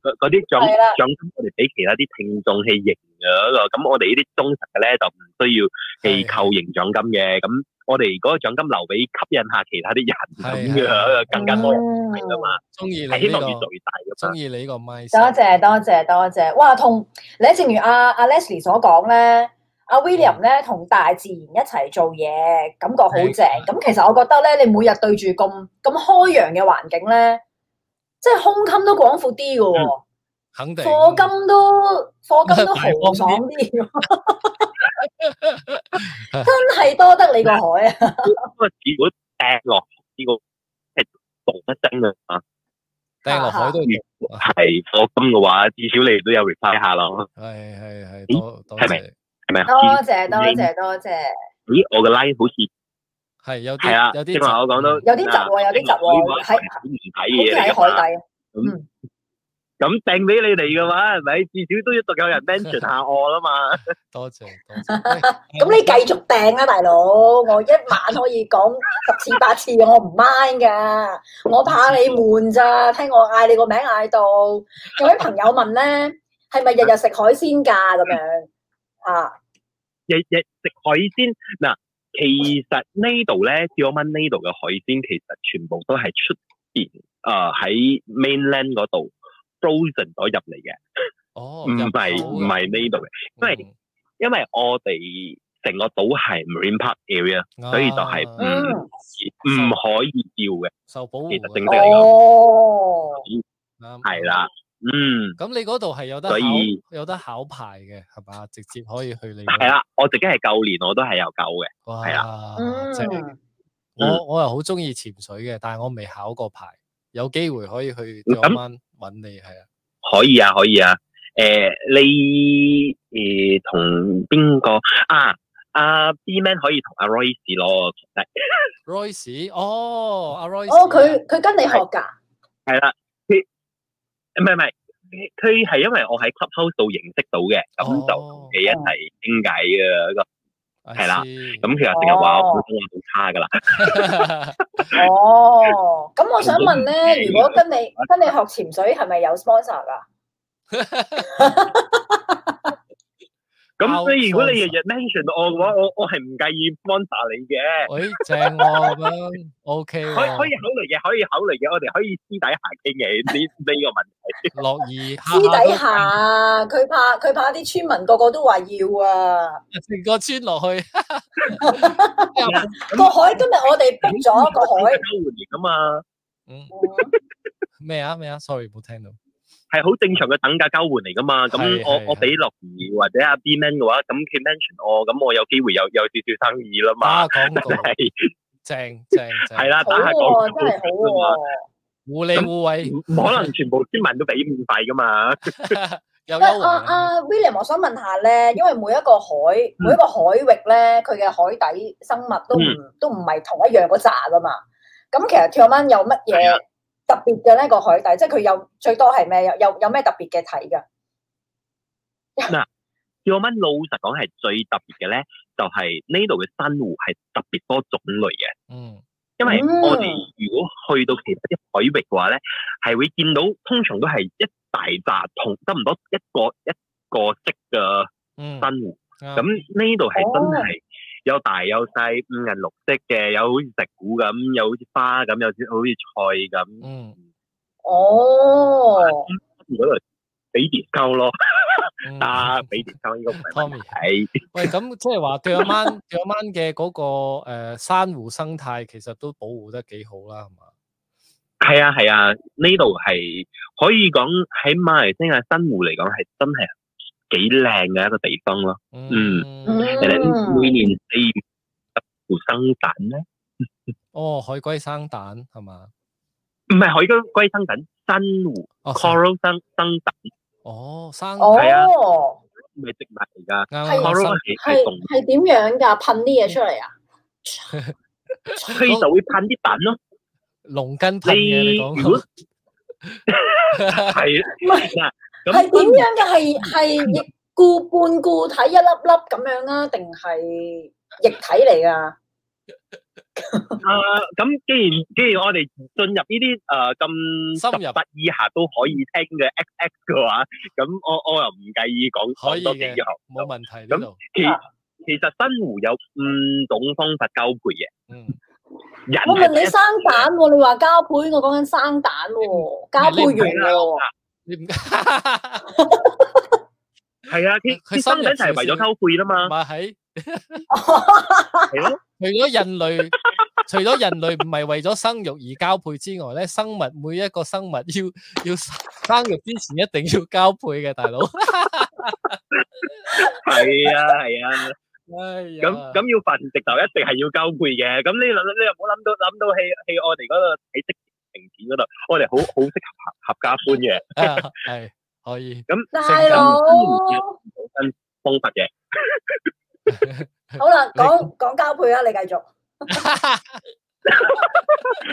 嗰嗰啲獎
係啦
獎金，我哋俾其他啲聽眾去贏嘅咯。咁我哋呢啲忠實嘅咧，就唔需要去扣型獎金嘅。咁我哋嗰個獎金留俾吸引下其他啲人咁
係係
嘅，更加多人
嗯
睇噶嘛。
中意你
係希
呢
望越
個
做，越大噶嘛
中。意你呢個咪。
多謝多謝多謝，哇！同你正如阿阿 Leslie 所講咧，阿 William 咧同大自然一齊做嘢，感覺好正。咁其實我覺得咧，你每日對住咁咁開揚嘅環境咧，即係胸襟都廣闊啲嘅喎，
肯定。
課金啊都課金都豪爽啲喎， 真係多得你個海啊！
不過似乎掟落呢個即係動一聲啊，
掟落海都
如果係貨金嘅話，至少你都有 reply 下咯，
係係係
咦
多多
係咪
謝，
係咪啊？
多謝多謝多謝，
咦，我嘅 line 好似
係有
係啊
啲有，啲嗯
正話我講到啊
有啲窒喎有啲窒喎喺
唔睇
好
嘅
似
嘢嚟
喺
㗎嘛
海底。啊
咁掟俾你哋嘅話，係咪至少都一度有人 mention 下我啦嘛？
多謝多 謝。喂
咁你繼續訂啊，大佬！我一晚可以講十次八次，我唔 mind 噶， 我怕你悶咋。聽我嗌你個名嗌到，有位朋友問咧，係咪日日食海鮮㗎咁樣啊？
日日食海鮮嗱，其實呢度咧，叫我蚊呢度嘅海鮮其實全部都係出邊啊喺 mainland 嗰度 frozen 咗入嚟嘅，
哦，
唔係唔係呢度嘅，
因
因為因為我哋成個島係 marine park area，所以就係
Ừ.
嗯，
唔可以要嘅，
啊受保護
其實正
嘅
正嚟講
哦，
啱
係啦，嗯。
咁你嗰度係有得考
所以
有得考牌嘅係嘛？直接可以去你嗰度
係，啦，我自己係舊年我都係有救嘅，係啊
哇！
Ừ.
正
嗯，
我我又好中意潛水嘅，但係我未考過牌，有機會可以去今
咁
晚揾你係啊。
可以啊，可以啊。诶、你诶同邊個啊？阿 B man 可以同阿 Royce 攞，
Royce，哦，阿 Royce，
哦，佢佢跟你學㗎，
係啦，佢唔係唔係，佢係因為我喺 Clubhouse 度認識到嘅，咁就同佢一齊傾偈嘅個。係啦咁啊佢又成日話我普通話好差㗎啦，
咁
哦，咁我想問咧，如果跟你跟你學潛水係咪有 sponsor à? 㗎？
咁所以如果你日日 mention 我嘅話，我我係唔介意 sponsor 你嘅，
喂正喎咁樣，OK
可以可以
喎，
考慮嘅，可以考慮嘅，我哋可以私底下傾 嘅呢呢個問題。
樂意
私底下佢怕佢怕啲村民個個都話要啊。
成個村落去，
個海今日我哋 book 咗個海
交換嚟噶嘛。
嗯咩啊咩啊，sorry 冇聽到，
係好正常嘅等價交換嚟噶嘛。咁
係係
我我
係
俾樂兒或者阿 B man 嘅話，咁佢 mention 我，咁我有機會有有少少生意啦嘛。
打啊廣 告
係
正正正，
係啦，
好
啊打下
喎，
廣
真係
告
好
互利互惠
唔唔可能全部村民都俾免費噶嘛。
有
喎。
優
喂，阿
惠啊，
阿 William，我想問下咧，因為每一個海
嗯
每一個海域咧，佢嘅海底生物都
嗯
唔都唔係同一樣嗰扎噶嘛。咁其實跳蚊有乜
係啊
嘢特別嘅呢個海底，即係佢有最多係咩？有有有咩特別嘅睇㗎？
要我蚊老實講係最特別嘅咧，就係呢度嘅珊瑚係特別多種類嘅。
嗯
因為
嗯
我哋如果去到其他啲海域嘅話咧，係會見到通常都係一大扎同得唔多一個一個色嘅
嗯，
珊瑚。咁
咁
呢度係真
哦
係有大有細，五顏六色嘅，有好似石鼓咁，有好似花咁，有好似菜咁。
嗯
哦，
嗰度俾 discount 咯，
嗯
啊，俾 discount 應該唔係問
Tommy
題。
喂，咁即係話對阿灣 對阿灣嘅嗰個誒珊瑚生態其實都保護得幾好啦，係嘛？
係啊係啊，呢度係可以講喺馬來西亞珊瑚嚟講係真係幾靚嘅一個地方咯。嗯
嗯
你
Ờ.
哋每年四月珊瑚生蛋咧，
哦，海龜生蛋係嘛？
唔係海龜生蛋，珊瑚
哦，生
coral 生生蛋，
哦，生
哦
蛋
係啊唔係植物嚟㗎。
啱啱
，coral
生
係係動
係係點樣㗎？噴啲嘢出嚟啊？
佢就會噴啲蛋咯。
龍筋噴嘅，
你
你
如
講
果係 嗱，咁
係點樣嘅？係係液固半固體一粒粒咁樣啊？定係液體嚟㗎？
啊？咁既然既然我哋進入呢啲誒咁
深入
十八以下都可以聽嘅 X X 嘅話，咁我我又唔介意講
可以
講多幾
嘅
行。
冇問題呢度，
其
啊
其實珊瑚有五種方法交配嘅，
嗯，
人
我問你
係
生蛋喎，你話交配，我講緊生蛋喎，交配完㗎喎。
你唔
係啊，佢
佢
佢生
深入
仔就係為
少
咗
少
交配啦 嘛，
咪喺
係 咯。
除咗人類，除咗人類唔係為咗生育而交配之外咧，生物每一個生物要要生生育之前一定要交配嘅，大佬。
係啊，係啊，
咁
咁 咁要份直頭一定係要交配嘅。咁你諗你又冇諗到諗到戲戲我哋嗰度喺色情片嗰度，我哋好好適合合合家歡嘅
系可以，
大佬，
方法嘅。
好啦，講講交配啦，你繼續。
好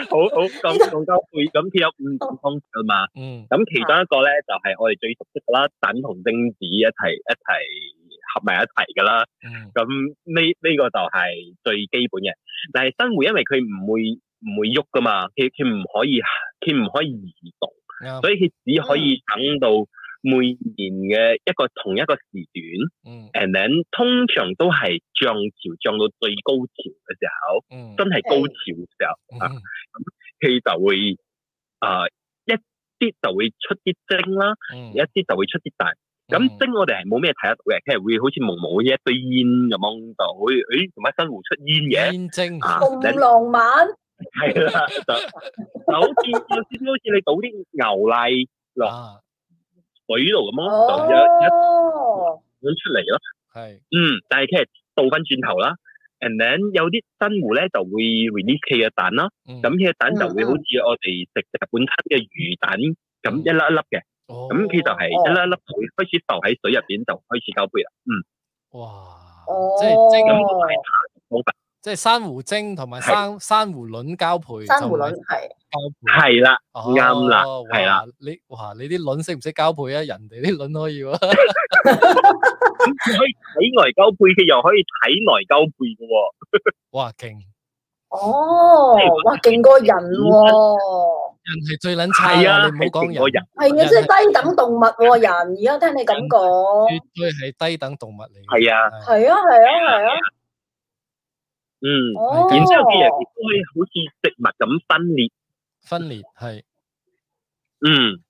好講講交配，咁佢有五種方法啊嘛。
嗯
咁其中一個咧就係、我哋最熟悉噶啦，蛋同精子一齊一齊合埋一齊噶啦。
嗯
咁呢呢個就係最基本嘅。但係生活因為佢唔會唔會喐噶嘛，佢佢唔可以佢唔可以移動，
啱，
所以佢只可以等到每年嘅一個同一個時段
嗯
，and then 通常都係漲潮漲到最高潮嘅時候，
嗯
真係高潮嘅時候。
嗯
佢就會啊、一啲就會出啲精啦，
嗯
一啲就會出啲蛋。咁
嗯
精我哋係冇咩睇得到嘅，佢係會好似蒙蒙一堆煙咁樣，就好似誒做乜新湖出煙嘅
煙精
啊？
咁浪漫，
係啦，就就好似有少少好似你倒啲牛奶落
啊，
水度咁樣，就一一
哦，
咁出嚟咯。
系
嗯，但係佢係倒翻轉頭啦。and then 有啲新湖咧就會 release 佢嘅蛋啦，
Ừ.
咁佢嘅蛋就會好似我哋食日本餐嘅魚蛋咁一粒一粒嘅。
咁
咁佢就係一粒一粒水開始浮喺水入邊，就開始交配啦。嗯，
哇，
哦，
即係精
方法
即係珊瑚精同埋
係
珊珊瑚卵交配，
珊瑚
就唔
卵
係
係
交
係啦，
配，
啱啦
哦
係啦
哇你哇你啲卵識唔識交配啊？人哋啲卵可以喎，
佢可以體外交配，佢又可以體內交配嘅喎。
哇勁！
哦，哇，勁過人喎，
人係最撚差
係啊，
你唔好講
我
人
人，
係啊，即係低等動物喎，人而家聽你咁講，
絕對係低等動物嚟嘅。
係啊，
係
係
啊，係啊，係啊，
嗯。
哦，
然之後佢又亦都可以好似植物咁分裂，
分裂係
嗯。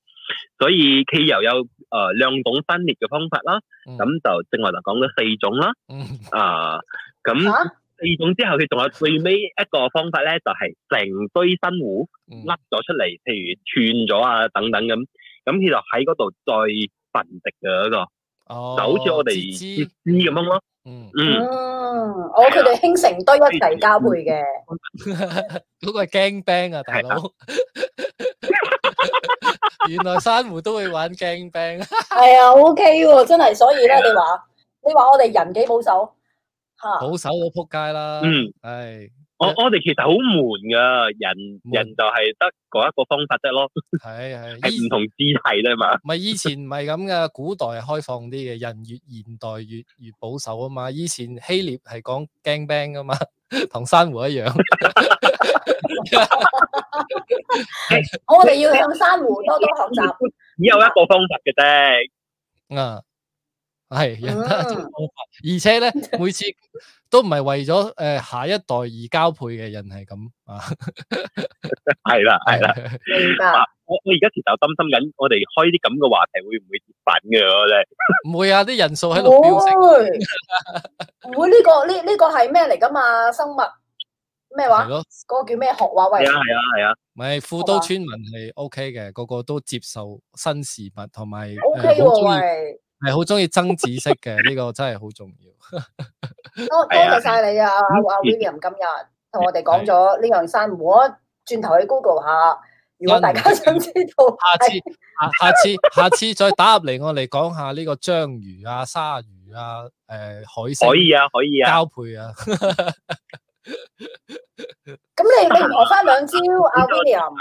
所以佢又有誒、呃、兩種分裂嘅方法啦。
嗯
咁就正話就講咗四種啦。
嗯
啊，咁
嚇
四種之後，佢仲有最尾一個方法咧，就係、成堆新糊。
嗯
甩咗出嚟，譬如斷咗啊等等咁，咁佢就喺嗰度再繁殖嘅嗰個，
哦，
就好似我哋
截
截
肢
肢咁樣咯。
嗯
嗯，
嗯，我佢哋興成堆一齊交配嘅，
嗯
嗰個係驚 bang 啊，大佬！ 原來珊瑚都會玩驚 bang，
係啊，OK 喎，真係，所以咧，
啊
你話你話我哋人幾保守嚇，
保守到撲街啦。
嗯，
係
我我哋其實好悶噶，人
悶
人就係得嗰一個方法啫咯，
係係，
係
以
唔同姿態啫嘛。
唔係以前唔係咁嘅，古代係開放啲嘅，人越現代越越保守啊嘛。以前希臘係講驚 bang 噶嘛， 同珊瑚一樣。
我哋要向珊瑚多多學習。
只有一個方法嘅啫，
啊，系人得一種
嗯
方法，而且咧每次都唔係為咗诶、呃下一代而交配嘅人係咁啊，
係啦係啦。
啦，
明白，
我我而家其實擔心緊，我哋開啲咁嘅話題會唔會跌粉嘅我 哋？
唔會啊，啲人數喺度
唔
飆升，
會，唔會呢個呢呢個係咩嚟噶嘛？生物咩
係
話？
咯，
嗰個叫咩學話？喂
係，啊係啊係啊，
咪富都村民係 O K 嘅，個個都接受新事物，同埋
O
诶
K
好中
喎，
意
喂，
系好中意增紫色嘅，呢個真係好重要。
多多
係啊
謝晒你啊，阿阿
嗯
William 今日同我哋講咗呢樣珊瑚，我轉頭去 Google 下，如果大家想知道，
下次下下次下次再打入嚟，我哋講下呢個章魚啊、鯊魚啊、诶、海星
可以啊可以啊，
交配啊。
咁你你唔學翻兩招，
嗯
阿 William，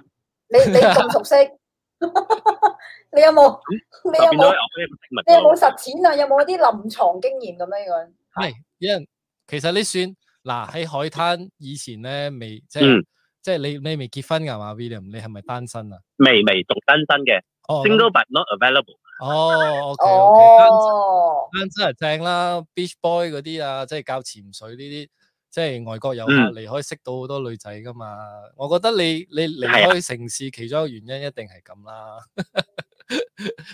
你你咁熟悉， 你有冇你
就
有
嗯變咗
冇
有咩食物
你有冇
喎？
實踐啊？有冇啲臨床經驗咁樣樣？
系，因為其實你算嗱喺海灘以前咧未即係
嗯
即係你你未結婚噶嘛，William，你係咪單身啊？
未未仲單身嘅
哦咁
，single but not available。
哦，OK
啊
OK，
哦，
單單身係正啦，beach boy 嗰啲啊，即係教潛水呢啲，即係外國遊客
嗯
嚟可以識到好多女仔噶嘛。我覺得你你離
係啊
開城市其中一個原因一定係咁啦。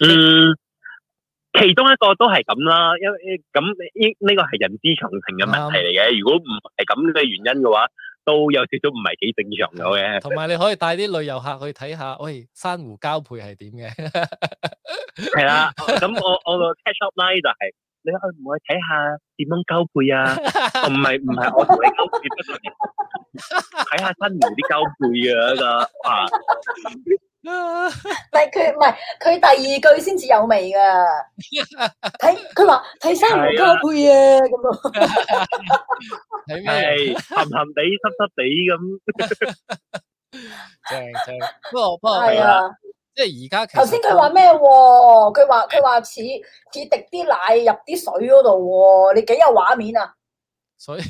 嗯，其中一個都係咁啦，因為咁呢呢個係人之常情嘅問題嚟嘅。如果唔係咁嘅原因嘅話，都有少少唔係幾正常咗嘅。
同埋你可以帶啲旅遊客去睇下，喂，珊瑚交配係點嘅？
係啦，咁我我個 catch up line 就係、你可唔可以睇下點樣交配啊？唔係唔係，我同你交配，不過你睇下新苗啲交配嘅㗎啊！
唔係佢唔係佢第二句先至有味 噶，睇佢話睇生唔交配啊咁啊，
睇咩
係鹹鹹地、濕濕地咁。
正正？不過不過
係
係啦，
啊。
即係而家其實
頭先佢話咩喎？佢話佢話似似滴啲奶入啲水嗰度喎，你幾有畫面啊？
所以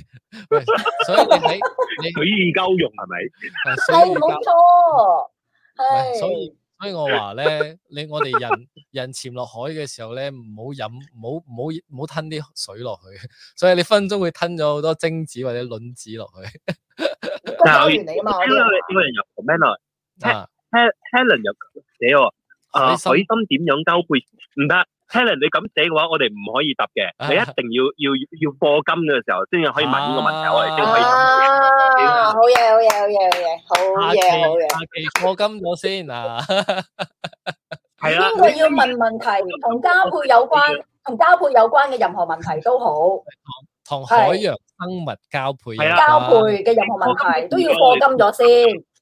喂所以你睇你
水乳交融係咪？
啊所以
係
而家
冇錯，
喂
係
所以所以我話咧，你我哋人人潛落海嘅時候咧，唔好飲，唔好唔好唔好吞啲水落去，所以你分鐘會吞咗好多精子或者卵子落 去
個膠原嚟噶嘛？我
聽到
哋
呢個人入 comment 啊
啊！
，Hel-，Helen 又寫喎，啊，
海
海
參
參點樣交配？唔得，Helen 你咁寫嘅話，我哋唔可以答嘅。你一定要要要課金嘅時候先至可以問呢個問題，我哋先
À.
可以答。
啊，好嘢好嘢好嘢好嘢好
下期
嘢好嘢！
下期課金咗先啊！
係啦
邊，個要問問題同交配有關，同交配有關嘅任何問題都好，
同海洋生物交配
係啊
交配 嘅任何問題都要課金咗先。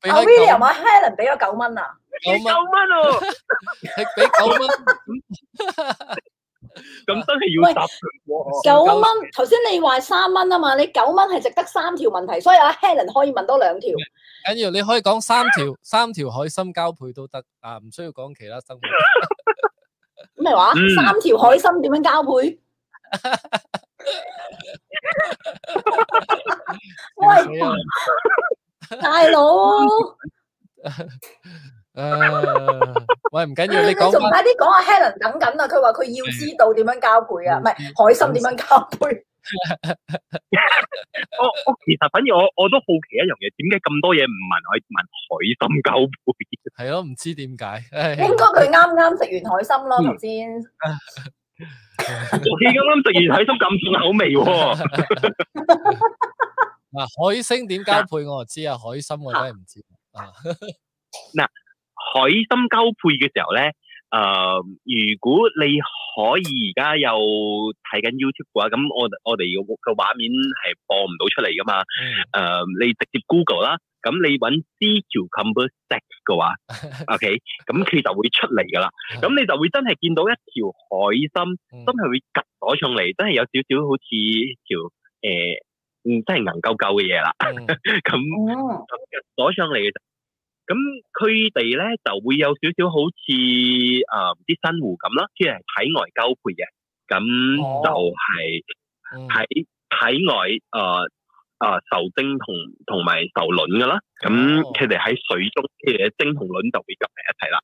俾
阿
開
William 阿 Helen 俾咗九蚊啊！
九
九蚊
蚊，
喎，
你俾九蚊
咁真係要答佢喎。
哦九蚊，頭先你話三蚊啊嘛，你九蚊係值得三條問題，所以阿 Helen 可以問多兩條。
緊要，你可以講三條 三條海參交配都得啊，唔需要講其他 生物。
咩話？
嗯
三條海參點樣交配？ 喂，
係啊
大佬，
诶，喂，唔緊要，你
你
講
仲
翻
快啲講阿 Helen 等緊啊！佢話佢要知道點樣交配啊，唔係海參點樣交配。
我我其實反而我我都好奇一樣嘢，點解咁多嘢唔問海問海參交配？
係咯，唔知點解，唉
應該佢啱啱食完海參咯，
嗯
頭先。
我啱啱食完海參咁重口味喎，
嗱，海星點交配我就知啊，海參我真係唔知啊。
海參交配嘅時候咧，誒、如果你可以而家有睇緊 YouTube 嘅話，咁我我哋嘅嘅畫面係播唔到出嚟噶嘛。
嗯
誒、呃你直接 Google 啦，咁你揾 sea cucumber sex 嘅話，OK，咁佢就會出嚟噶啦。咁你就會真係見到一條海參，
嗯
真係會趌咗上嚟，真係有少少好似條誒，嗯、真係硬鳩鳩嘅嘢啦。
嗯
咁
嗯，
攞上嚟嘅時候。咁佢哋咧就會有少少好似誒啲珊瑚咁啦，即係體外交配嘅。咁
哦
就係
嗯
喺體外誒誒、呃呃受精同同埋受卵噶啦。咁
哦
佢哋喺水中，佢哋嘅精同卵就會夾埋一齊啦。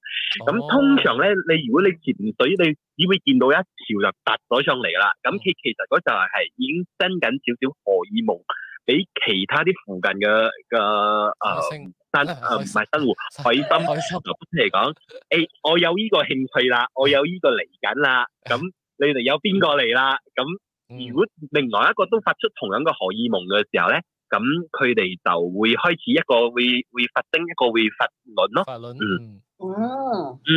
咁
哦
通常咧，你如果你潛水，你只會見到一條就突咗上嚟啦。
嗯
咁佢其實嗰就係已經 send 緊少少荷爾蒙俾其他啲附近嘅嘅
海
誒
星
珊
啊
誒
海
唔
參
係 珊瑚海參
海參
嚟講，誒我有呢個興趣啦，我有呢個嚟緊啦， 咁你哋有邊個嚟啦？咁
嗯
如果另外一個都發出同樣嘅荷爾蒙嘅時候咧，咁佢哋就會開始一個會會發精，一個會發卵咯。
法輪，
嗯
嗯，
嗯，
嗯，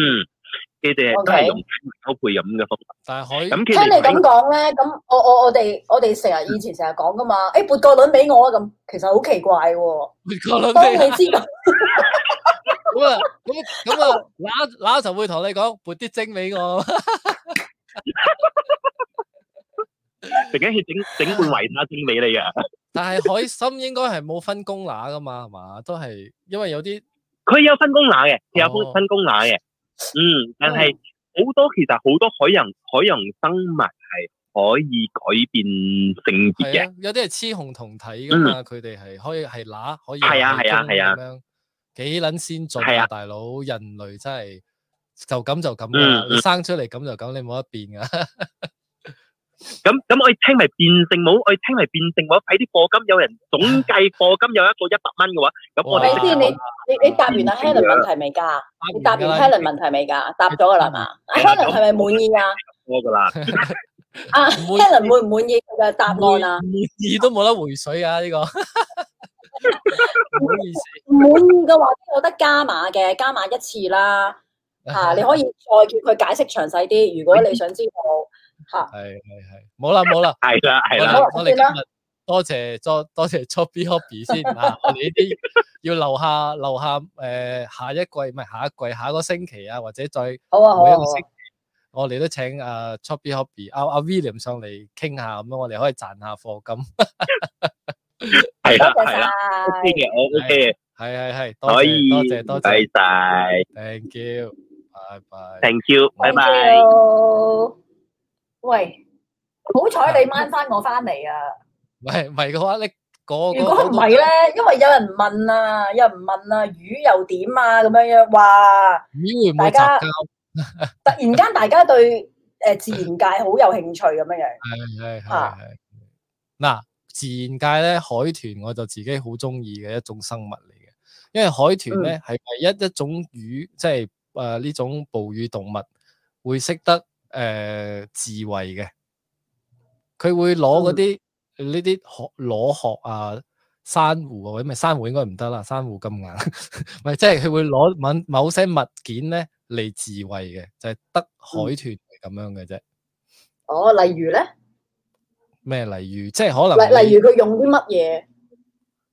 佢哋係
OK
都係用交配咁嘅方法。
但係海
咁佢
聽你
哋
咁講咧，咁我我我哋我哋成日以前成日講噶嘛，誒撥個輪俾我啊咁，其實好奇怪喎。
每 個輪
當
都
你
有
知道，
咁啊，咁咁啊，乸乸就會同你講撥啲精俾我，
突然間佢整整罐維他精俾你啊！
但係海參應該係冇分公乸噶嘛，係嘛，都係因為 有啲
佢有分公乸嘅，佢有
哦
分分公乸嘅。嗯，但係好多其實好多海洋海洋生物係可以改變性別
係
嘅。
啊，有啲係雌雄同體噶嘛，佢哋係可以係乸，可以
係啊
係
係啊
公
係啊
咁樣，幾撚先進
係
啊，
啊
大佬，人類真係就咁就咁噶啦，
嗯
你生出嚟咁就咁，你冇得變噶，
咁咁我哋聽埋變性冇，我哋聽埋變性冇，睇啲課金有人總計課金有一個一百蚊嘅話，咁我哋
咪先，你你你答完阿 Helen 問題未㗎？你答完 Helen 問題未㗎？答咗㗎啦係嘛？阿 Helen 係咪滿意啊？
我噶啦，
啊
唔會
，Helen 滿唔滿意佢嘅答案啊？
滿意都冇得回水啊！呢、個 唔好意思
唔滿意嘅話，有得加碼嘅，加碼一次啦。嚇、你可以再叫佢解釋詳細啲，如果你想知道嚇。
係係係，冇啦冇啦，
係啦係
我
啦，
哋我哋今日多謝多多謝 Chubby Hobby 先啊！我哋呢啲要留下留下诶、呃下一季唔係下一季下一個星期啊，或者再
好啊好
每
啊
一
好
個
啊
星期，我哋都請阿 Chubby Hobby 阿阿 William 上嚟傾下，咁樣我哋可以賺下課金。
係啦
多謝
係啦，OK
晒。
嘅，我 OK 嘅，
係係係，多
可以，
謝多謝多
唔該
謝
晒
，Thank you，拜拜。
，thank you，拜
Thank
拜。
you。喂，好彩你掹翻我翻嚟啊！
唔係唔係嘅話，你個個
如果唔係咧，因為有人問啊，有人問啊，魚又點啊咁樣樣，哇！
魚會唔
大
會雜
家
交？
突然間大家對誒自然界好有興趣咁樣樣。
系系系
啊
系。嗱，自然界咧，海豚我就自己好中意嘅一種生物嚟嘅，因為海豚
嗯
咧係唯一一種魚，即係诶呢種哺乳動物會識得诶、呃自卫嘅，佢會
嗯
攞嗰啲呢啲殼攞殼啊。珊瑚啊，或者咪珊瑚應該唔得啦，珊瑚咁硬， 咪即係佢會攞某某些物件咧嚟自衛嘅，就係得海
嗯
豚係咁樣嘅啫。
哦，例如咧，
咩例如，即係可能
例
你
例如佢用啲乜嘢？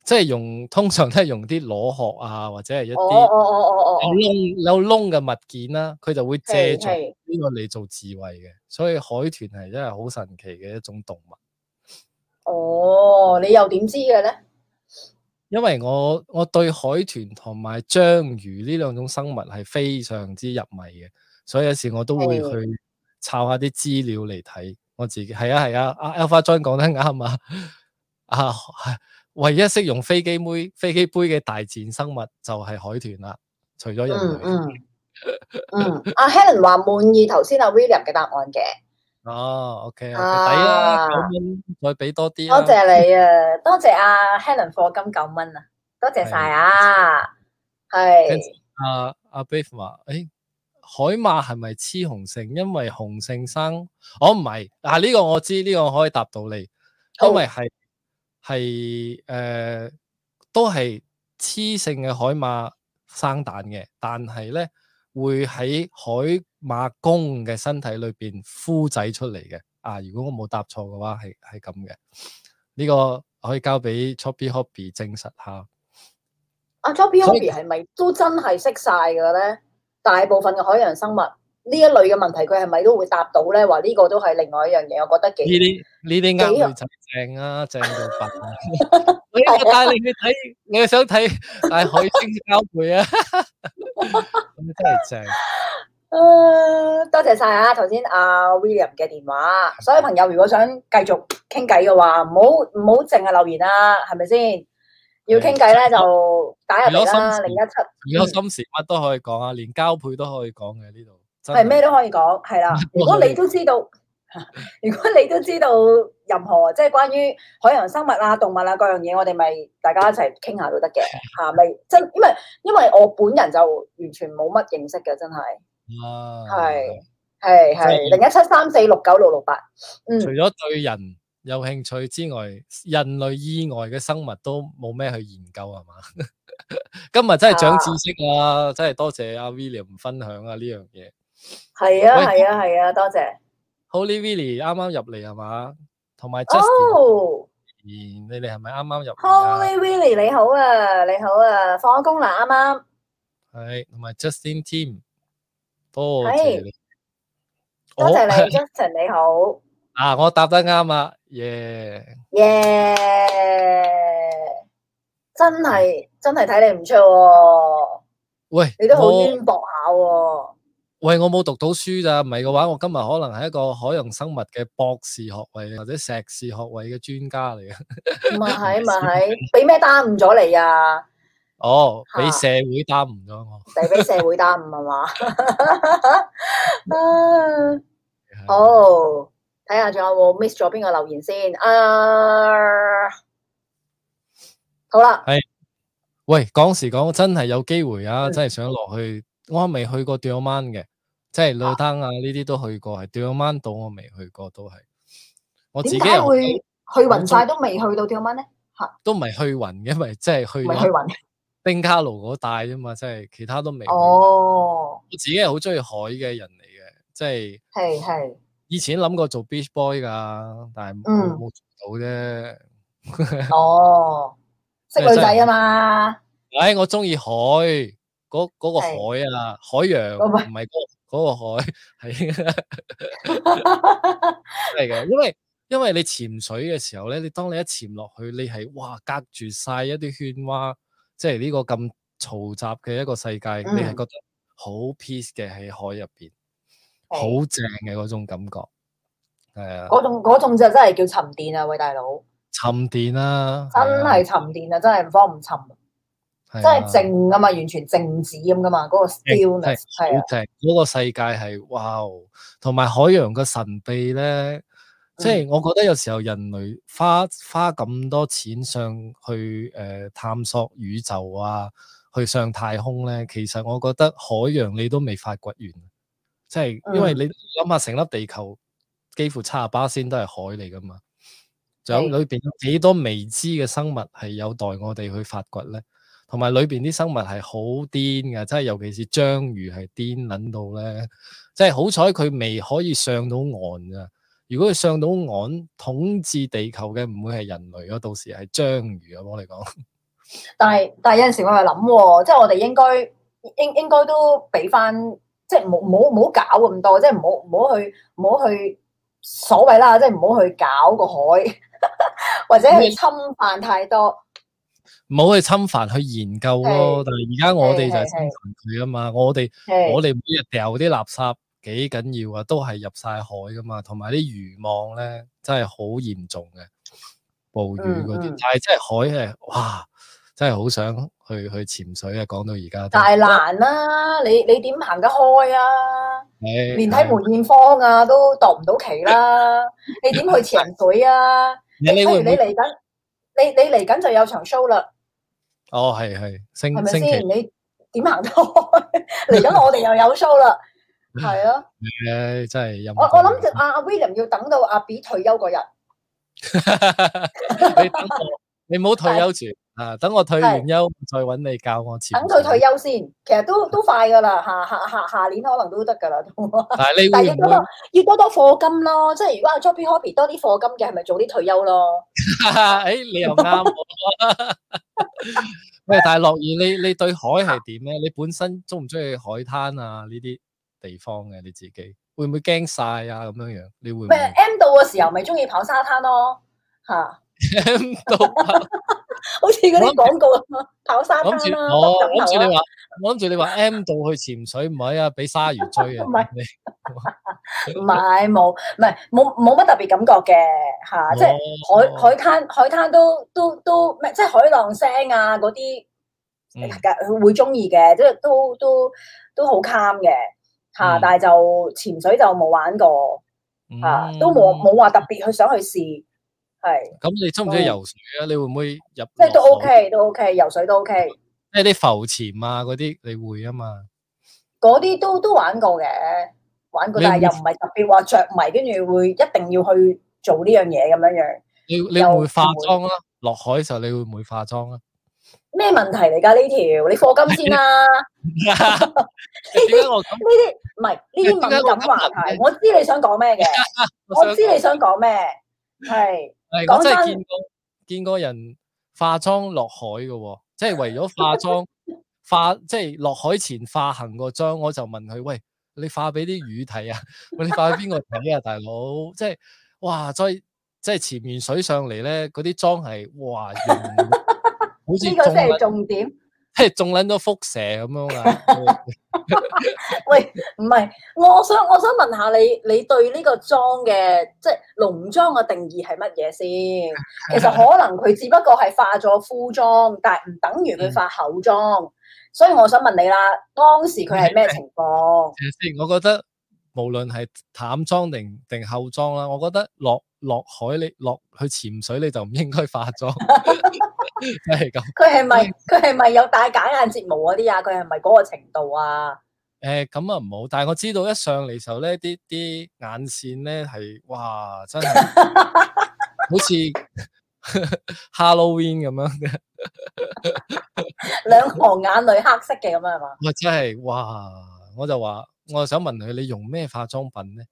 即係用通常都係用啲螺殼啊，或者係一
哦
啲
哦哦哦哦
有
哦，
窿有窿嘅物件啦、佢就會
係
借助
係
呢個嚟做智慧嘅。所以海豚係真係好神奇嘅一種動物。
哦，你又點知嘅咧？
因為我我對海豚同埋章魚呢兩種生物係非常之入迷嘅，所以有時我都會
係
去抄下啲資料嚟睇。我自己係啊係啊，阿 Alpha John 講得啱啊！啊，唯一識用飛機妹飛機杯嘅大自然生物就係海豚啦，除咗人
嗯
類。
嗯嗯，阿 ừ. À, Helen 話滿意頭先阿 William 嘅答案嘅，
哦，OK，抵
啊
啦，九蚊再俾多啲
多
啦。
謝你啊，多謝阿 à, Helen 課金九蚊啊，多謝晒啊，係
跟阿阿 Beef 啊話：，诶、海馬係咪雌雄性？因為雄性生，我唔係。啊，呢、個我知，呢、個我可以答到你，
好
因為係係诶，都係雌性嘅海馬生蛋嘅，但係咧會喺海馬公嘅身體裏边孵仔出嚟嘅。啊，如果我冇答錯嘅話，係係咁嘅。呢、個可以交俾 Choppy Hobby 證實下。
阿 Joby
所以
Hobby 係咪都真係識晒嘅咧？大部分嘅海洋生物呢一類嘅問題，佢係咪都會答到咧？話呢個都係另外一樣嘢，我覺得幾
呢啲呢啲
幾
呃
啊
女仔正啊，正到笨 啊！我一
啊
帶你去睇，你想睇大海星交 配啊？咁真係正，
Ờ, 啊多謝晒啊！頭先阿 à, William 嘅電話，所有朋友如果想繼續傾偈嘅話，唔好唔好淨係留言啦，係咪先？要傾偈咧就打入嚟啦，
如
零一
果
七
如果心時乜都可以講啊，連交配都可以講嘅呢度，真
係咩都可以講，係 啦。如果你都知道， 如果你都知道任何即係關於海洋生物啊、動物啊各樣嘢，我哋咪大家一齊傾下都得嘅嚇，咪真因為因為我本人就完全冇乜認識嘅，真係
啊！
係係係零一七三四六九六六八，嗯
除。咗對人有興趣之外，人類以外嘅生物都冇咩去研究啊係嘛？ 今日真係長知識啊！真係多謝阿 William 分享啊呢樣嘢。
系啊
喂
系啊系啊，多谢。
Holy Willy 啱啱入嚟係嘛？同埋 Justin，、
哦
你哋係咪啱啱入嚟啊？
，Holy Willy 你好啊，你好啊，放咗工啦，啱啱。
係同埋 Justin Team，多謝
係
你。
多謝
我
你，Justin 你好，
啊！我答得啱啊！耶、
耶！真係真係睇你唔出喎，
喂，
你都好
我
淵博下喎。
喂，我冇讀到書咋，唔係嘅話，我今日可能係一個海洋生物嘅博士學位或者碩士學位嘅專家嚟嘅。
咪啊係咪係，俾咩耽誤咗你啊？
哦，俾
嚇
社會耽誤咗我。
就係俾社會啊 耽誤係嘛？啊！好，啊睇下仲有冇 miss 咗邊個留言先。啊，好啦，
喂，講時講真係有機會啊！
嗯
真係想落去，我未去過 d i o m a n 嘅，即係老丹啊呢啲都去過，係 d i o m a n 島我未去過，都係我自己
點解
又
會去暈晒都未去到吊蚊咧？
都唔係去雲嘅， 咪即係去
未去
咗
暈。
冰卡路嗰帶啫嘛，即係其他都未去。
哦，
我自己係好中意海嘅人嚟嘅，即係
係係，
以前諗過做 beach boy 㗎，但係
嗯
冇冇做到啫。
哦，識女仔啊嘛，
唉，我中意海，嗰嗰、個海
係
啊，海洋
嗰個
唔係嗰 嗰個海，係真係嘅，因為因為你潛水嘅時候咧，你當你一潛落去，你係哇隔住晒一啲喧哗，即係呢個咁嘈雜嘅一個世界，你係
嗯
覺得好 peace 嘅喺海入邊，
係
好正嘅嗰種感覺，係啊，
哦嗰種嗰種就真係叫沉澱啊！喂，大佬，
沉澱啊啦、
真係沉澱啊！真係唔慌唔沉，真
真
係靜啊嘛，完全靜止咁噶嘛，嗰個 stillness 係啊
好，正，嗰個世界係哇哦，同埋海洋嘅神秘咧，即
嗯
係我覺得有時候人類花花咁多錢上去誒、呃探索宇宙啊，去上太空咧，其實我覺得海洋你都未發掘完，即係因為
嗯
你諗下成粒地球幾乎七十巴仙都係海嚟噶嘛，仲有
係
裏邊有幾多未知嘅生物係有待我哋去發掘咧？同埋裏邊啲生物係好癲嘅，即係尤其是章魚係癲撚到咧，即係好彩佢未可以上到岸咋。如果佢上到岸，統治地球嘅唔會係人類咯，到時係章魚啊！我嚟講，
但係但係有陣時我又諗喎，即係我哋應該應應該都俾翻，即係唔好唔好唔好搞咁多，即係唔好唔好去唔好去所謂啦，即係唔好去搞個海， 或者去侵犯太多。
唔好去侵犯去研究
係
咯。但係而家我哋就係
係
侵犯佢啊嘛，我哋我
係
哋每日掉啲垃圾幾緊要啊，都係入晒海噶嘛，同埋啲漁網咧真係好嚴重嘅暴雨嗰啲，
嗯嗯
但係真係海係哇，真係好想去去潛水啊！講到而家都
但係難啦，你你點行得開啊？
係
連睇
嗯係
梅艷芳啊都度唔到期 啦，你點去潛水啊？
你你
不如
會唔
你
會
嚟緊，你你嚟緊就有場 show 啦，
哦係係星
係咪
星期
先？你點行得開？ 嚟緊我哋又有 show 啦，係
嗯
咯。
嘅啊真係啊有
我我諗住啊阿阿 William 要等到阿 B 退休嗰日，
你等我，你唔好 退休住啊！等我退完休再揾你教我潛。
等佢退，休先。其實都都快噶啦，下下下下年可能都得噶啦。都
但係你
但係
會
要
唔
多
會
多要多多課金咯，即係如果阿 Joby Hobby 多啲課金嘅，係咪早啲退休咯？
诶，哎你又啱喎。喂，但系樂意，你你对海係點咧？你本身中唔中意海灘啊？呢啲地方嘅你自己會唔會驚晒啊？咁樣樣，你會唔
咩
會
M 到嘅時候咪中意跑沙灘咯？嚇、
驚到？
好似嗰啲廣告咁啊，跑沙
我諗
灘
住
啦，
我
耷枕
諗住
頭
你
啊
話，我諗住你話 M 度去潛水唔係啊？俾鯊魚追啊！
唔係
你
唔係冇，唔係冇冇乜特別感覺嘅嚇、
哦
即係海海灘海灘都都都咩，即係海浪聲啊嗰啲。
嗯
佢會中意嘅，即係都都都好 calm 嘅嚇，
嗯
但係就潛水就冇玩過
嗯
嚇，啊都冇冇話特別去想去試，係
咁你中唔中意游水啊？你會唔會入
即係都
落海
OK 都 OK，游水都 OK，
即係啲浮潛啊嗰啲，你會啊嘛？
嗰啲都都玩過嘅，玩過，
你
但係
會
又唔係特別話着迷，跟住會一定要去做呢樣嘢咁樣樣，
你你會唔會化妝啦？落海嘅時候你會唔會化妝啊？
咩問題嚟㗎呢條？你課金先 啦，呢
點解我 咁？
啲唔係呢啲
點解
敏
我
感
咁
話
問
題，我知你想講咩嘅，
我
我
想
知你想講咩，係。
係我真係
講真
見過見過人化妝落海嘅喎，即係為咗化妝 化，即係落海前化行個妝，我就問佢：喂，你化俾啲魚睇啊？ 喂，你化俾邊個睇啊，大佬？即係哇，再即係潛完水上嚟咧，嗰啲妝係哇，型 到好似
呢個
中
先係
撚
重點，
即係中撚 咗輻射咁樣 啊！
唔係，我想我想問下你，你對呢個妝嘅即係濃妝嘅定義係乜嘢先？其實可能佢只不過係化咗敷妝，但係唔等於佢化厚妝。所以我想問你啦，當時佢係咩情況？
其實我覺得無論係淡妝定定厚妝啦，我覺得落落海你落去潛水你就唔應該化妝，係咁。
佢係咪佢係咪有戴假眼睫毛嗰啲啊？佢係咪嗰個程度啊？
誒咁啊唔好，但係我知道一上嚟時候咧，啲啲眼線咧係哇真係好似 Halloween 咁樣嘅，
兩行眼淚黑色嘅咁樣係嘛？
我真係哇！我就話，我就想問佢你用咩化妝品咧？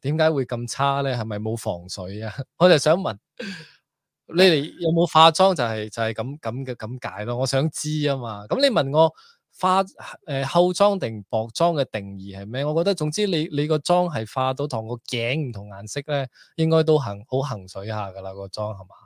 點解會咁差咧？係咪冇防水啊？ 我就想問你哋有冇化妝就係、就係咁咁嘅咁解咯。我想知啊嘛。咁你問我化誒、呃厚妝定薄妝嘅定義係咩？我覺得總之你你個妝係化到同個頸唔同顏色咧，應該都行好行水下噶啦個妝係嘛？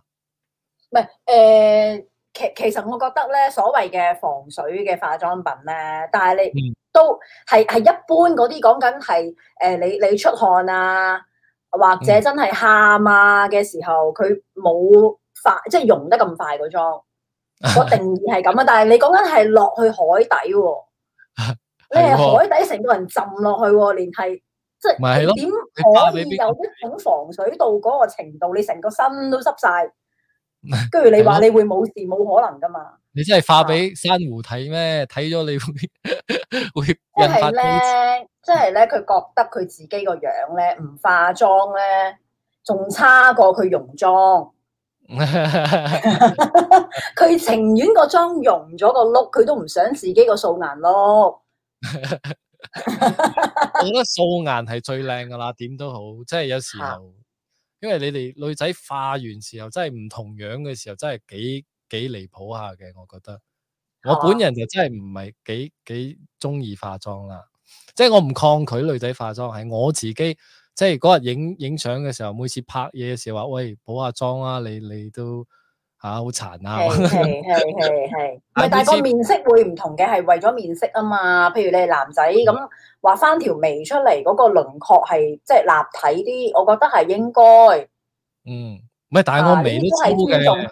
唔係誒，其其實我覺得咧，所謂嘅防水嘅化妝品咧，但係你
嗯
都係係一般嗰啲講緊係誒，你你出汗啊，或
嗯
者真係喊啊嘅時候，佢冇快即係溶得咁快個妝。個定義係 咁啊，但係你講緊係落去海底喎，你
係喎
係海底成個人浸落去喎，連係即
咪係
係
咯
你點
你
可
俾
以
邊
有一種防水到嗰個程度，你成個身都濕晒，跟住你話你會冇事，冇可能噶嘛？
你真係化俾珊瑚睇咩？睇咗你會 會
即
引
係
發到
咧，即係咧，佢覺得佢自己個樣咧唔化妝咧，仲差過佢溶妝。佢情願個妝溶咗個碌，佢都唔想自己個素顏碌。
我覺得素顏係最靚噶啦，點都好，即係有時候，因為你哋女仔化完時候真係唔同樣嘅時候，真係幾幾離譜下嘅，我覺得。我
係嘛
本人就真係唔係幾幾中意化妝啦，即係我唔抗拒女仔化妝，係我自己即係嗰日影影相嘅時候，每次拍嘢嘅時候話，喂補下妝啦，你你都吓好殘啊
係，係係係 係，唔係
但係
但係
知
個面色會唔同嘅，係為咗面色啊嘛。譬如你係男仔
嗯
咁畫翻條眉出嚟，嗰、個輪廓係即係立體啲，我覺得係應該。
嗯，唔係，但係
啊
我眉
呢
都
啲都
粗
係尊重
嘅，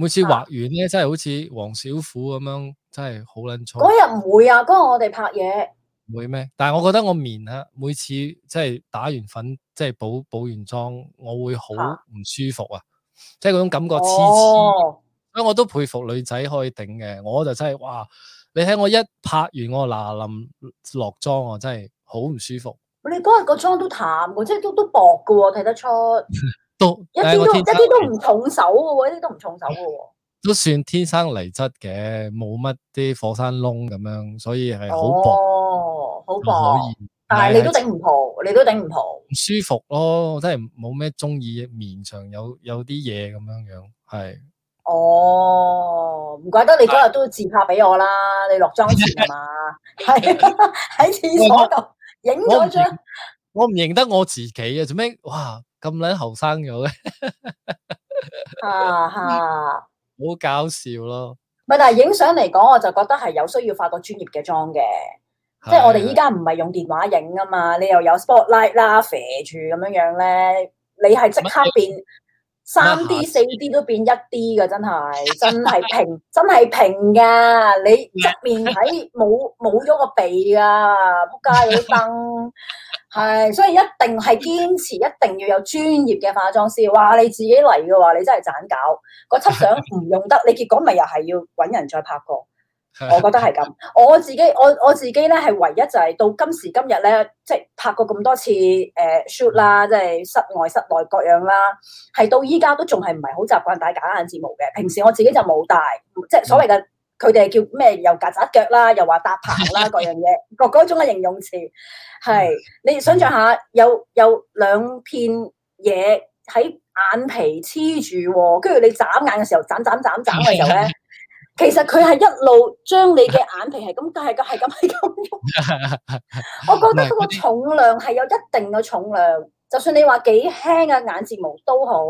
每次
啊
畫完咧，真係好似黃小虎咁樣，真係好撚粗。
嗰日唔會啊，嗰日我哋拍嘢，
會咩？但係我覺得我面啊，每次即係打完粉，即係補補完妝，我會好
啊
唔舒服啊！即係嗰種感覺黐黐，
哦，
所以我都佩服女仔可以頂嘅。我就真係哇！你睇我一拍完我嗱臨落妝，我真係好唔舒服。
你嗰日個妝都淡嘅，即係都都薄嘅喎，睇得出，
都
一
唉
啲
我
都一
天生
啲都唔重手嘅喎，一啲都唔重手嘅喎。
都算天生麗質嘅，冇乜啲火山窿咁樣，所以係好薄。
哦，好
可
薄，
以，
但係你都
係
頂唔蒲，你都頂唔蒲。
唔舒服咯，我真係冇咩中意面上有有啲嘢咁樣樣，係
哦，唔怪得你嗰日都自拍俾我啦，你落妝前啊 係嘛？係喺廁所度影
我唔
咗張
認，我唔認得我自己啊，做咩哇咁撚後生咗嘅，
啊哈！
好搞笑咯，
咪但係影相嚟講，我就覺得係有需要化個專業嘅妝嘅，即係我啊哋依 家唔係用電話影啊嘛，你又有 spotlight 啦，肥住咁樣樣咧，你係即刻變三 D 啊四 D 都變一 D 嘅，真係真係平， 真係平噶，你側面睇冇冇咗個鼻噶，仆街嗰啲 燈。係，所以一定係堅持，一定要有專業嘅化妝師。哇，你自己嚟嘅話，你真係盞搞。嗰輯相唔用得，你結果咪又係要揾人再拍過。 我覺得係咁。我自己我我自己咧係唯一就係到今時今日咧，即係拍過咁多次誒、呃 shoot 啦，即係室外室內各樣啦，係到依家都仲係唔係好習慣戴假眼睫毛嘅。平時我自己就冇戴，即係所謂嘅佢哋叫咩又曱甴腳啦，又話搭棚啦，各樣嘢，各嗰種嘅形容詞係。你想象下，有有兩片嘢喺眼皮黐住喎，跟住你眨眼嘅時候，眨眨眨眨嘅時候咧，其實佢係一路將你嘅眼皮係咁，係咁，係咁，係咁喐。 我覺得嗰個重量係有一定嘅重量，就算你話幾輕嘅眼睫毛都好，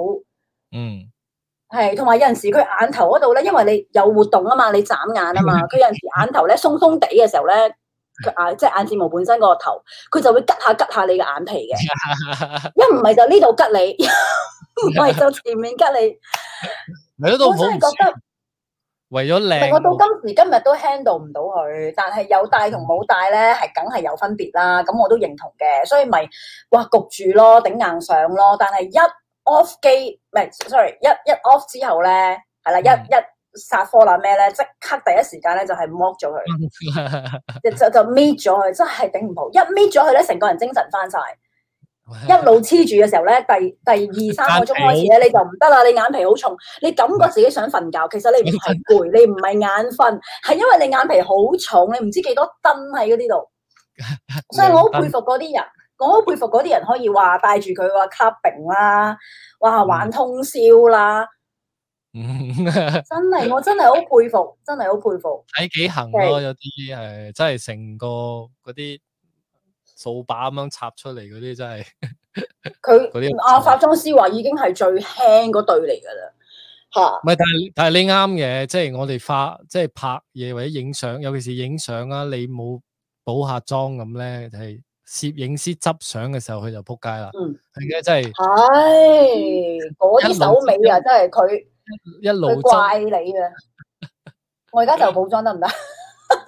嗯
係同埋有陣時佢眼頭嗰度咧，因為你有活動啊嘛，你眨眼啊 嘛，佢有陣時眼頭咧鬆鬆地嘅時候咧，佢啊眼即係眼睫毛本身個頭，佢就會拮下拮下你嘅眼皮嘅。 一唔係就呢度吉你， 一唔係就前面吉你。
係咯，都
我
好
真係
唔
覺
舒
得
為咗
但我到
靚，
今時今日都 handle 唔到佢，但係有戴同冇戴咧，係梗係有分別啦。咁我都認同嘅，所以咪哇焗住咯，頂硬上咯。但係一 off 機，唔係 sorry，一一 off 之後咧，係啦，一
嗯
一殺科啦咩咧，即刻第一時間咧就係剝咗佢， 就就就搣咗佢，真係頂唔好。一搣咗佢咧，成個人精神翻晒。一路黐住嘅時候咧，第第二三個鐘開始咧，你就唔得啦，你眼皮好重，你感覺自己想瞓覺，其實你唔係攰，你唔係眼瞓，係因為你眼皮好重，你唔知幾多燈喺嗰啲度，所以我好佩服嗰啲人，我好佩服嗰啲人可以話帶住佢話 clubbing 啦，哇玩通宵啦，
嗯
真係我真係好佩服，真係好佩服，
睇幾行咯，有啲誒真係成個嗰啲掃把咁樣插出嚟嗰啲真係
佢
嗰啲
阿化妝師話已經係最輕嗰對嚟㗎啦，嚇
唔係，但係但係你啱嘅，即係我哋化即係拍嘢或者影相，尤其是影相啊，你冇補下妝咁咧，就係攝影師執相嘅時候佢就撲街啦。
嗯，
係嘅，真係
唉，嗰啲手尾啊，真係佢。
一路
佢
執
怪你啊！我而家就補妝得唔得？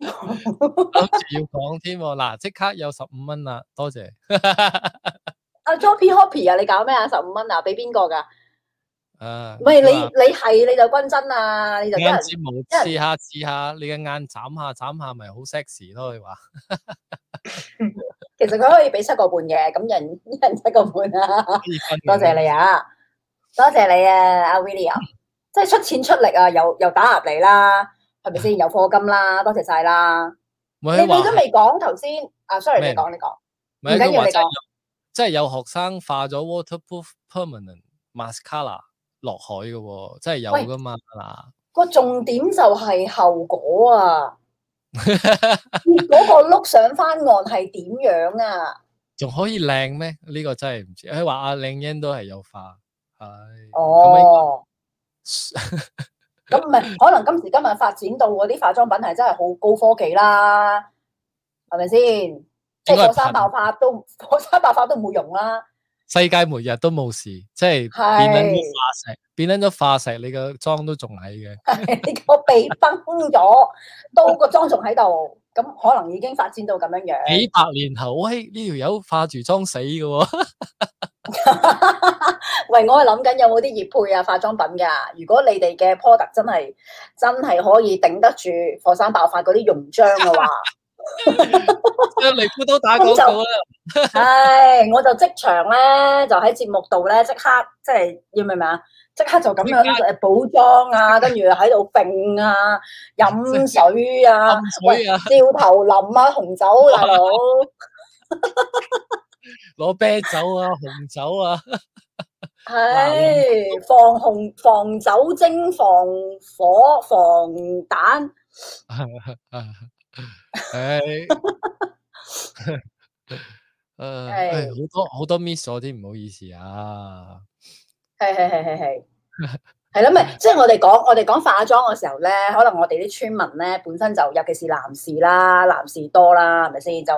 谂住要講添喎，嗱，即刻有十五蚊啦，多謝。
阿 Joppy Hoppy 啊，你搞咩啊？十五蚊啊，俾邊個㗎？
啊，
唔係你
佢話
你係你就均真啊，你就真
眼
係
睫毛刺下刺下，你嘅眼眨下眨下，咪好 sexy 咯？佢話
其實佢可以俾七個半嘅，咁人 人七個半啊！
可以分
多謝你啊，多謝你啊，阿 William，即係出錢出力啊，又又打入嚟啦，係咪先？有課金啦，多謝晒啦。
你。佢
你你
話
都未講頭先啊，sorry，
咩
你講你講，
唔係
唔緊
佢
要
話
你
真係
講
有真係有學生化咗 waterproof permanent mascara 落海嘅喎，真係有
喂
噶嘛 嗱。
個重點就係後果啊！嗰個碌上翻岸係點樣啊？
仲可以靚咩？呢、個真係唔知。佢話阿靚英都係有化，係
哦，
咁應
咁唔係可能今時今日發展到嗰啲化妝品係真係好高科技啦，係咪先？即
該
係
係
火山
貧
爆發都唔 火山爆發都冇用啦，
世界末日都冇事，即係
係
變撚咗化石，變撚咗化石，你個妝都仲喺嘅。
你個鼻崩咗，都個妝仲喺度，咁可能已經發展到咁樣樣。
幾百年後，喂呢條友化住妝死 嘅喎，
喂，我係諗緊有冇啲熱配啊化妝品㗎？如果你哋嘅 product 真係真係可以頂得住火山爆發嗰啲溶漿嘅話，
將尼姑都打廣告啦。啊
唉，我就即場咧就喺節目度咧即刻即係要明唔明啊？即刻就咁樣
即
誒補妝啊，跟住喺度揈啊、飲水 啊、
飲水啊，
照頭淋啊、紅酒大佬，
攞啤酒啊，紅酒啊，
唉，防紅、防酒精、防火、防彈。
啊唉，誒呃唉，好多好多 miss 咗啲，唔好意思啊。
係係係係係，係啦，咪即係我哋講我哋講化妝嘅時候咧，可能我哋啲村民咧本身就尤其是男士啦，男士多啦，係咪先？就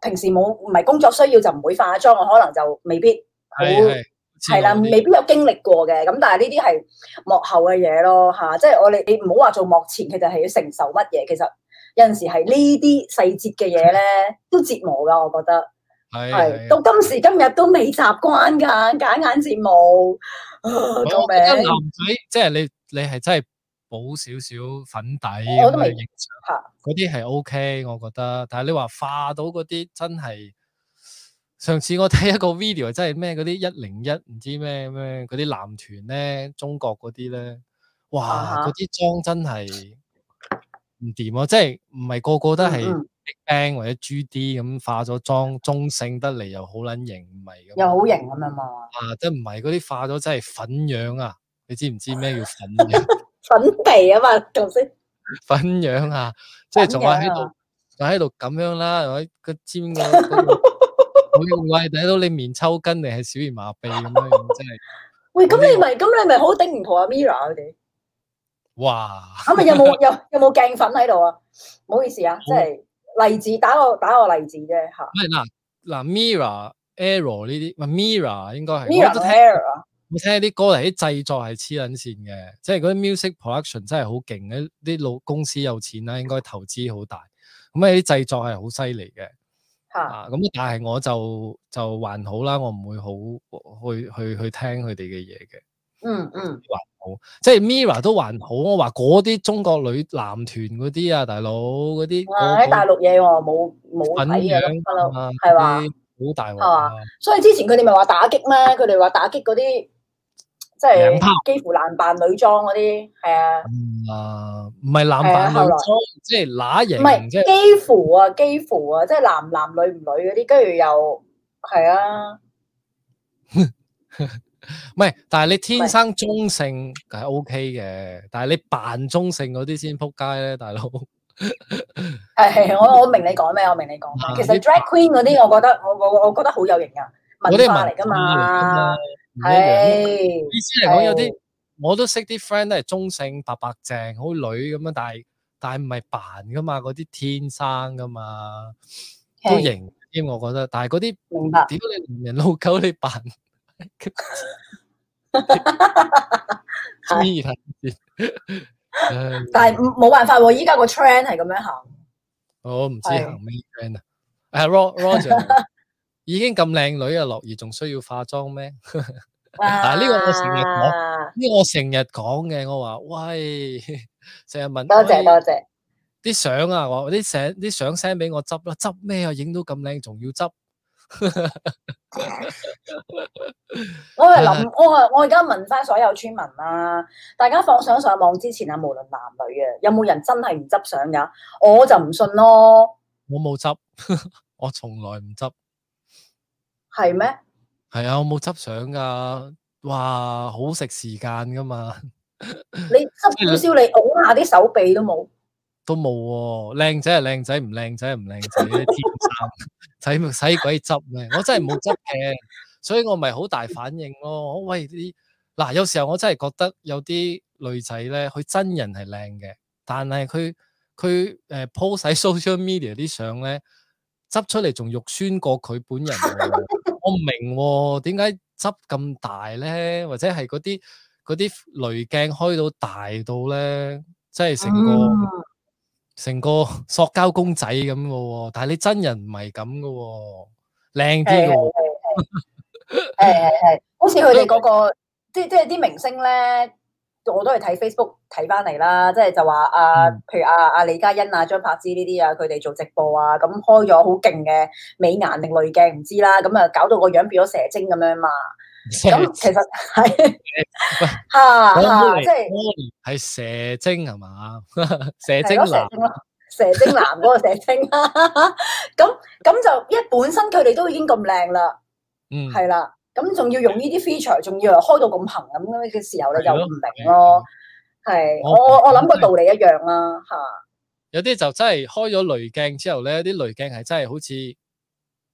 平時冇唔係工作需要就唔會化妝，我可能就未必好
係係
係啦，未必有經歷過嘅。咁但係呢啲係幕後嘅嘢咯吓，即係我哋你唔好話做幕前，其實係要承受乜嘢？其實有陣時係呢啲細節嘅嘢咧，都折磨㗎，我覺得。
係
系
係啊
到今時今日都未習慣㗎，假眼睫毛，啊
我
救
覺得男
命！
仔即係你你係真係補少少粉底
我都
咁
未
去影
嚇
相，嗰啲係 OK，我覺得。但係你話化到嗰啲真係，上次我睇一個 video 真係咩嗰啲一零一唔知咩咩嗰啲男團咧，中國嗰啲咧，
啊
哇
哈
嗰啲妝真係唔掂啊！即係唔係個個都係
嗯嗯
Big Bang 或者 GD 咁化咗妝，中性得嚟又好撚型，唔係咁。
又好型咁樣嘛，
啊，即係唔係嗰啲化咗真係粉樣啊？你知唔知咩叫粉 樣？
粉鼻啊嘛，頭先
粉樣啊，即係仲話喺
粉樣
度就喺度咁樣啦，係咪？個尖嗰嗰個我用位睇到你面抽筋定係小兒麻痹咁樣，真係
喂，咁你咪咁你咪好頂唔同阿 Mira 佢哋，
哇！
咁咪有 冇有有冇鏡粉喺度啊？唔好意思啊，即係例子打個打個例子啫吓
唔係嗱嗱 Mira、Error 呢啲，唔 Mira 應該係我
Mira
都
同
聽
Hair 啊，
我聽啲歌嚟啲製作係黐撚線嘅，即係嗰啲 music production 真係好勁嘅，啲老公司有錢啦，應該投資好大，咁啊啲製作係好犀利嘅。
吓
啊，咁但係我就就還好啦，我唔會好去去去聽佢哋嘅嘢嘅，
嗯嗯
即係 Mira 都還好。我話嗰啲中國女男團嗰啲啊，大佬嗰啲
哇啊喺大陸嘢我冇冇
粉
睇嘅
樣
不嬲。
啊，
係嘛
嗰啲好大鑊
係
啊，
所以之前佢哋咪話打擊咩？佢哋話打擊嗰啲即
娘炮
係幾乎難扮女裝嗰啲，係啊，
嗯啊唔係男扮女
係啊後來
裝，即係乸
唔
型，
係
即係
幾乎啊，幾乎啊，即係男唔男女唔女嗰啲，跟住又係啊，
唔係？但係你天生中性係 OK 嘅，但係你扮中性嗰啲先撲街咧，大佬。
係我我明你講咩，我明你講
啊
咩。其實
呢
drag queen 嗰啲，我覺得我我我覺得好有型啊，
嗰啲
文
係
化
文
嚟㗎
化
嘛，
嚟㗎嘛唔一樣
係
意思嚟講，有
係
啲我都識啲 friend 都係中性、白白淨、好女咁樣，但係但係唔係扮噶嘛，嗰啲天生噶嘛，都
係
型添，我覺得。但係嗰啲
明白。
屌你男人老狗，你 扮黐線唉
但係冇辦法喎，依家個 trend 係咁樣 行，
我唔知
係
行咩 friend 啊？誒，Ro- Roger 已經咁靚女啊，樂兒仲需要化妝咩？
啊
嗱呢個我成日講呢個我成日講嘅，我話喂，成日問
多謝
喂
多謝。
啲相啊，我啲相啲相 send 俾我執啦，執咩啊？影到咁靚，仲要執？
我係
啊
諗，我係我而家問翻所有村民啦、大家放相上網之前啊，無論男女啊，有冇人真係唔執相噶？我就唔信咯，
我冇執， 我從來唔執。
係咩？
係啊，我冇執相噶。哇，好食時間噶嘛，
你執少少，你拱下啲手臂都冇，
都冇喎、靚仔係靚仔，唔靚仔係唔靚仔，天生使使鬼執咩？我真係冇執嘅，所以我咪好大反應咯。我喂啲嗱，有時候我真係覺得有啲女仔咧，佢真人係靚嘅，但係佢佢誒 po 喺 social media 啲相咧，執出嚟仲肉酸過佢本人喎。我唔明喎、點解執咁大咧？或者係嗰啲嗰啲濾鏡開到大到咧，即係成個。
嗯
成個 塑膠公仔咁嘅喎，但係你真人唔係咁嘅喎，靚啲
係
嘅
係
喎，
係係係，好似佢哋嗰個，即即係啲明星咧，我都係睇 Facebook 睇翻嚟啦，即係就話啊，
嗯
譬如啊啊李嘉欣啊、張柏芝呢啲啊，佢哋做直播啊，咁開咗好勁嘅美顏定濾鏡唔知啦，咁啊搞到個樣變咗蛇精咁樣嘛。咁其實 係 嚇嚇，啊即係
係蛇精係嘛？ 蛇
係
精
咯
男啊
蛇精咯，蛇精男嗰個蛇精 啦。咁咁就一本身佢哋都已經咁靚啦，
嗯
係啦，咁仲要用呢啲 feature，仲要開到咁行咁嘅時候，你就
係咯
唔明咯。係，
我
我我我諗個道理一樣啦，嚇。
有啲就真係開咗濾鏡之後咧，啲濾鏡係真係好似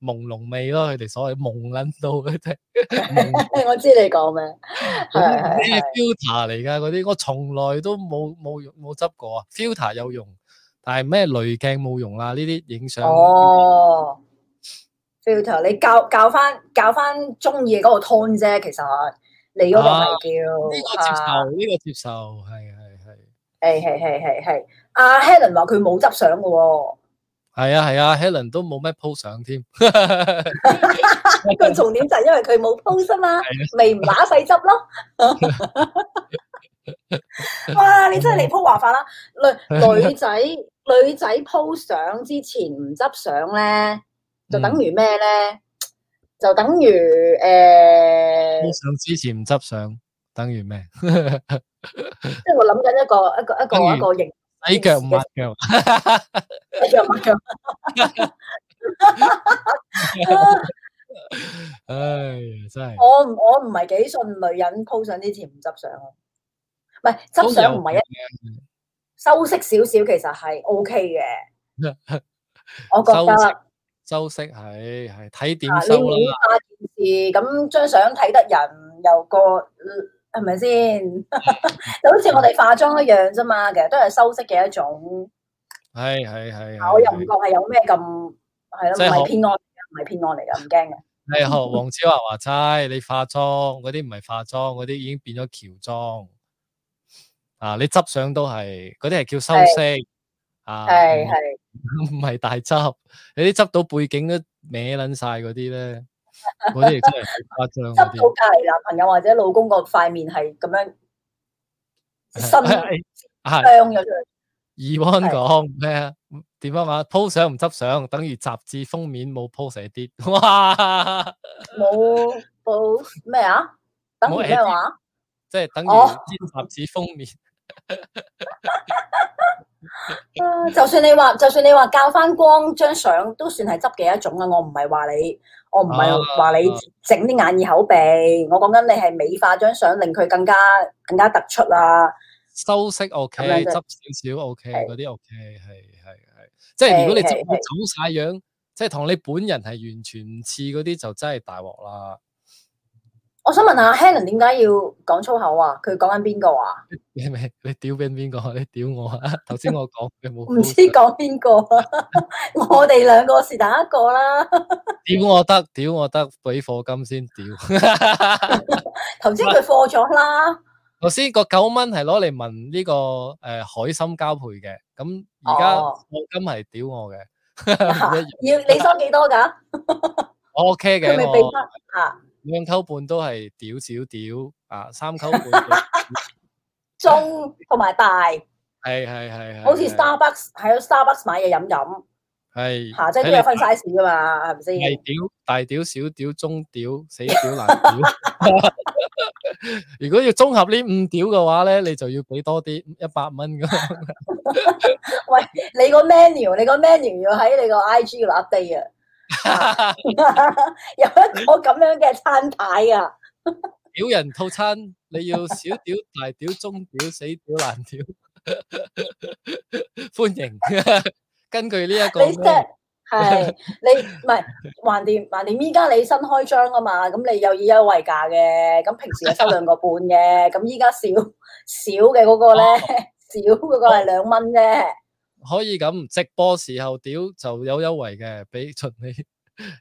朦朧味咯，佢哋所謂朦撚到嘅 啫，朦
我知你講咩，係
嗰
係
啲咩
係
filter 嚟㗎嗰啲，我從來都冇冇用冇執過啊，filter 有用，但係咩濾鏡冇用啦，呢啲影相。
哦。filter，你教教翻教翻中意嗰個 tone 啫，其實你嗰個咪
啊呢
叫
個接
啊
受，呢個接受，係
係
係係，
係係係係。阿 Helen 話佢冇執相嘅喎，
係啊係啊，Helen 都冇咩 po 相添，
個重點就係因為佢冇 post 啊嘛，咪唔揦細執咯。哇！你真係離譜話法啦，女女仔女仔 post 相之前唔執相咧，就等於咩咧？就等於誒。呃
po 相之前唔執相，等於咩？
即係我諗緊一個一個一個一個形
洗腳抹腳，
一樣咁樣。
唉，真係
我唔我唔係幾信女人 po 相之前唔執相咯，唔係執相唔係一
一
修飾少少，其實係 O K 嘅。我覺
收息
得。
收息係係睇點
啊，你
收
演
啦，
化件事，咁張相睇得人又個，係咪 先？就好似我哋化妝一樣啫嘛，其實都係修飾嘅一種。
係係係
我又唔
係
覺係有咩咁係
嗯即
咯，唔
係
係
好
偏安嚟嘅，唔係偏安嚟嘅，唔驚嘅。
係學黃子華話齋，你化妝嗰啲唔係化妝，嗰啲已經變咗喬裝啊！你執相都係嗰啲係叫修飾啊，
係
唔
係
唔係大執，你啲執到背景都歪撚晒嗰啲咧，嗰啲亦真係好誇張
執
嗰
到隔離男朋友或者老公個塊面係咁 樣伸
啲。係
張咗出嚟，
二安講咩啊？點啊嘛？po 相唔執相，等於雜誌封面冇 po 寫啲。 哇！
冇冇咩啊？等於
冇
咩
edit
話？
即係等於
哦
啲雜誌封面。
啊就算你話，就算你話教翻光張相，都算係執嘅一種啊！我唔係話你，我唔係話你
啊
整啲眼耳口鼻，我講緊你係美化張相，令佢更加更加突出啊！
修飾 O
咁樣
K，
啫
執少少 O K，
係
嗰啲 O K，係係係，即係如果你
係
執
係
到走晒樣，即係同你本人係完全唔似嗰啲，就真係大鑊啦。
我想問下 Helen 點解要講粗口啊？佢講緊邊個啊？
你咪你屌緊邊個？你屌我啊！頭先我講你冇
唔知講邊個啊？ 我哋兩個是但一個啦。
屌我得，屌我得，俾課金先 屌。
頭先佢貨咗啦，
頭先個九蚊係攞嚟問呢個誒海參交配嘅，咁而家
哦
課金係屌我嘅，
要你收幾多㗎？
我 OK
佢咪
嘅
俾
我。
翻啊？
兩溝半都係屌少屌啊，三 溝半都
中同埋大，
係係係係，
好似
係
Starbucks 喺 Starbucks 買嘢飲飲。
係
嚇，即係都有分 size 噶嘛，係咪
係
先？
屌大屌小屌中屌死屌難屌。 如果要綜合呢五屌嘅話咧，你就要俾多啲一百蚊 咁。
你個 menu，你個 menu 要喺你個 IG 度 update 啊！ 有一個咁樣嘅餐牌啊！
屌人套餐你要小屌大屌中屌死屌難屌。 歡迎， 根據呢一個
你即係係你唔係橫掂橫掂？依家你新開張啊嘛，咁你又要優惠價嘅，咁平時就收兩個半嘅，咁依家少少嘅嗰個咧，少嗰個係兩蚊啫。
可以咁直播時候屌就有優惠嘅，俾 盡你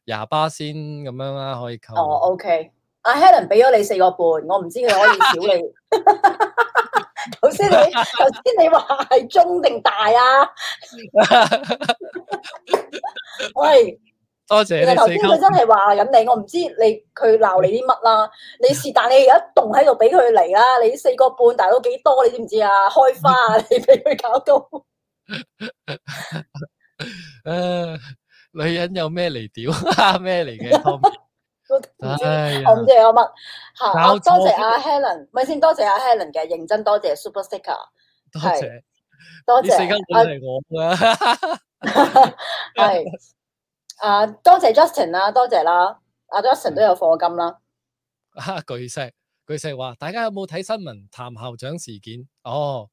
廿巴仙咁樣啦，可以扣。
哦，OK，阿 Helen 俾咗你四個半，我唔知佢可以少 你。頭先你頭先你話係中定大 啊？喂，
多謝
其實
你
頭
四
先佢
級，
真係話緊你，我唔知你佢鬧你啲乜啦。你是但你而家棟喺度俾佢嚟啦，你四個半大佬幾多你知唔知啊？開花 啊！你俾佢搞到，
唉女人有咩嚟屌？ 咩嚟嘅？Tommy？
我唔知
唉呀
我唔知有乜嚇。啊
搞
多謝
錯
阿 Helen，咪先多謝阿 Helen 嘅認真，多謝 Super Sticker，
多
係
謝
多
呢四級
謝
本嚟我啊噶，
系 啊，多謝 Justin 啦，多謝啦，阿
嗯
Justin 都有課金啦，
啊 巨石巨石話：大家有冇睇新聞譚校長事件？哦，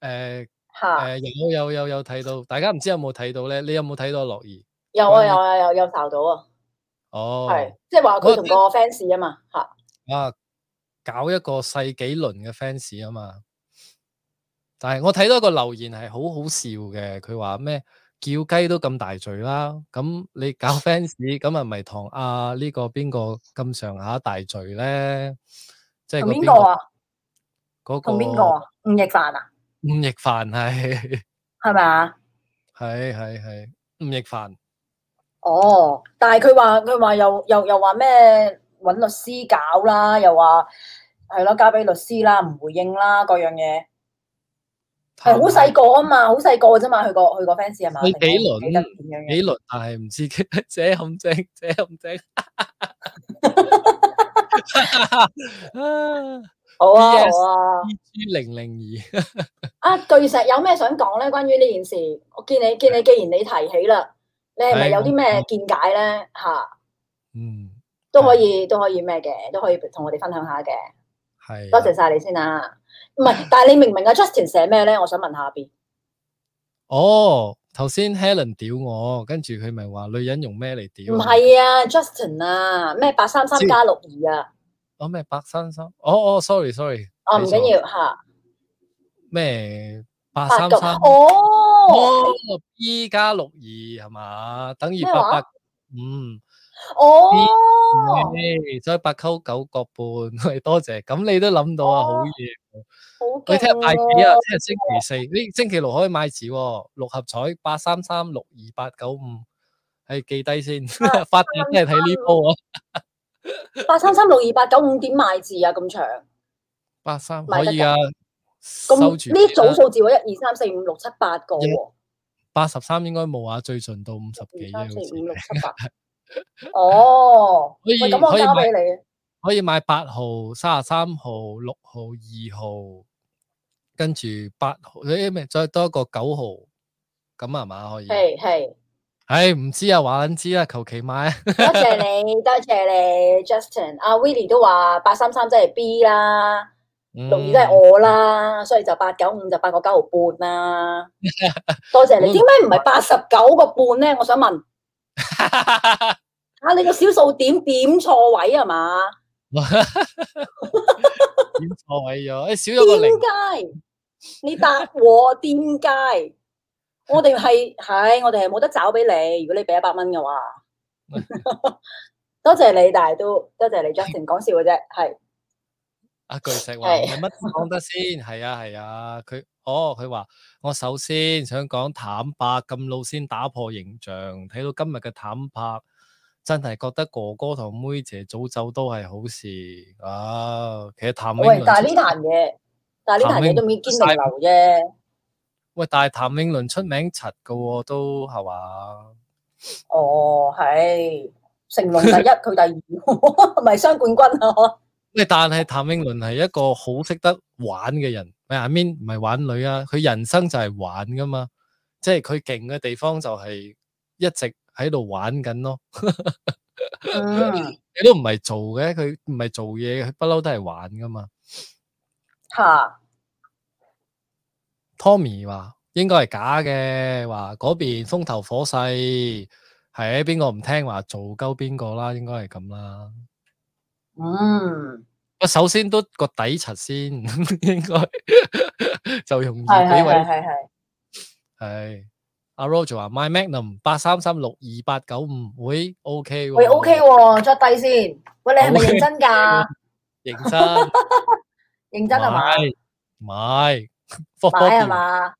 誒
吓
誒有有有有睇到，大家唔知有冇睇到咧？你有冇睇到樂兒？
有啊有啊有有受到啊，
哦，
係即係話佢同個 fans 啊嘛吓，
啊，搞一個世紀輪嘅 fans 啊嘛。但係我睇到一個留言係好好笑嘅，佢話咩叫雞都咁大罪啦，咁你 搞 fans 咁係咪同啊呢、個邊個咁上下大罪咧？即係
同
個
邊
邊
個
個
啊？
嗰個
同邊個啊？吳亦凡啊？
吳亦凡係
係咪啊？
係係係吳亦凡
哦，但係佢話佢話又又又話咩搵律師搞啦，又話係咯交俾律師啦，唔回應啦，各樣嘢係好細個啊嘛，好細個啫嘛，佢個佢個 fans 係嘛？
佢幾輪
定係幾得點樣嘅
幾 輪，但係唔知這陷阱，這陷 阱。啊
好啊
PS
好啊。
E.G. ，E 零零二，
啊，巨石有咩想講咧？關於呢件事，我見你見你，既然你提起啦，你係咪
係嗯
有啲咩
我
見解咧？吓、
嗯，
都可以都可以咩嘅，都可以同我哋分享下嘅。
系
多謝晒你先啦。唔係，但係你明唔明啊？Justin 寫咩咧？我想問下邊。
哦，頭先 Helen 屌我，跟住佢咪話女人用咩嚟屌？
唔，係啊，Justin 啊，咩八三三
知
加六二啊，
我咩白衫衫？哦哦，sorry sorry，
哦唔
睇錯
緊要吓，
咩八
八
三
九
三
哦
哦，B 加六二係嘛？等於
咩
八
話
八嗯五。
哦，
誒所以八溝九個半， 喂，多謝。咁你都諗到啊，好
哦
嘢。
好
你
勁
聽日買幾啊
喎？
聽日星期四，呢星期六可以買字喎，六合彩八三三六二八九五，係記低先。 發達真係睇呢波啊！
八三三六二八九五點買字啊，咁長，
八三
買
可
得
以啊，
咁
收住
呢組數字喎，一二三四五六七八個喎，
八十三應該冇啊，最盡到五十
二
幾啊，好
三四
似
五六七八，哦，
可以
喂，咁我
可以
交
買
俾你啊，
可以買八號、三十三號、六號、二號，跟住八號，誒咪再多一個九號，咁係嘛可以？
係係。
唉，唔知啊，話撚知啦，求其買啊。
多謝你，多謝你，Justin。阿 À, Willie 都話八三三即係 B 啦，六二
嗯
即 係我啦，所以就八九五就八個九毫半啦。多謝你，點解唔係八十九個半咧？我想問下你個小數點點錯位係嘛？
點錯位咗？誒、少咗個零
點，解？你答我點解？我哋係係，我哋係冇得找俾你。如果你俾一百蚊嘅話，多謝你，但係都多謝你，Justin 講笑嘅啫，係。
阿啊巨石話唔係乜都講得先，係啊係啊，佢哦佢話我首先想講坦白，咁老先打破形象，睇到今日嘅坦白，真係覺得哥哥同妹姐早走都係好事啊！其實譚詠
喂
麟，
但係
出
呢壇嘢，但係呢壇嘢都唔堅定流啫。
喂，但係譚詠麟出名柒噶喎，都係嘛？
哦，係成龍第一，佢 第二，咪雙冠軍啊！
喂，但係譚詠麟係一個好識得玩嘅人，咪 I mean 唔係玩女啊，佢人生就係玩噶嘛，即係佢勁嘅地方就係一直喺度玩緊咯，
嗯，
佢都唔係做嘅，佢唔係做嘢，佢不嬲都係玩噶嘛。
吓
Tommy 話應該係假嘅，話嗰邊風頭火勢係邊個唔聽話做鳩邊個啦，應該係咁啦。
嗯，
我首先都個底柒先， 應該 就容易
係
俾
係
位
係係係，
系阿 à, Roger 話 My Magnum 八三三六二八九五，喂 OK 喎，
喂 OK 喎，着低先。喂，你係咪
OK
認真㗎？
認真
認真係嘛？
買買 four
買係嘛？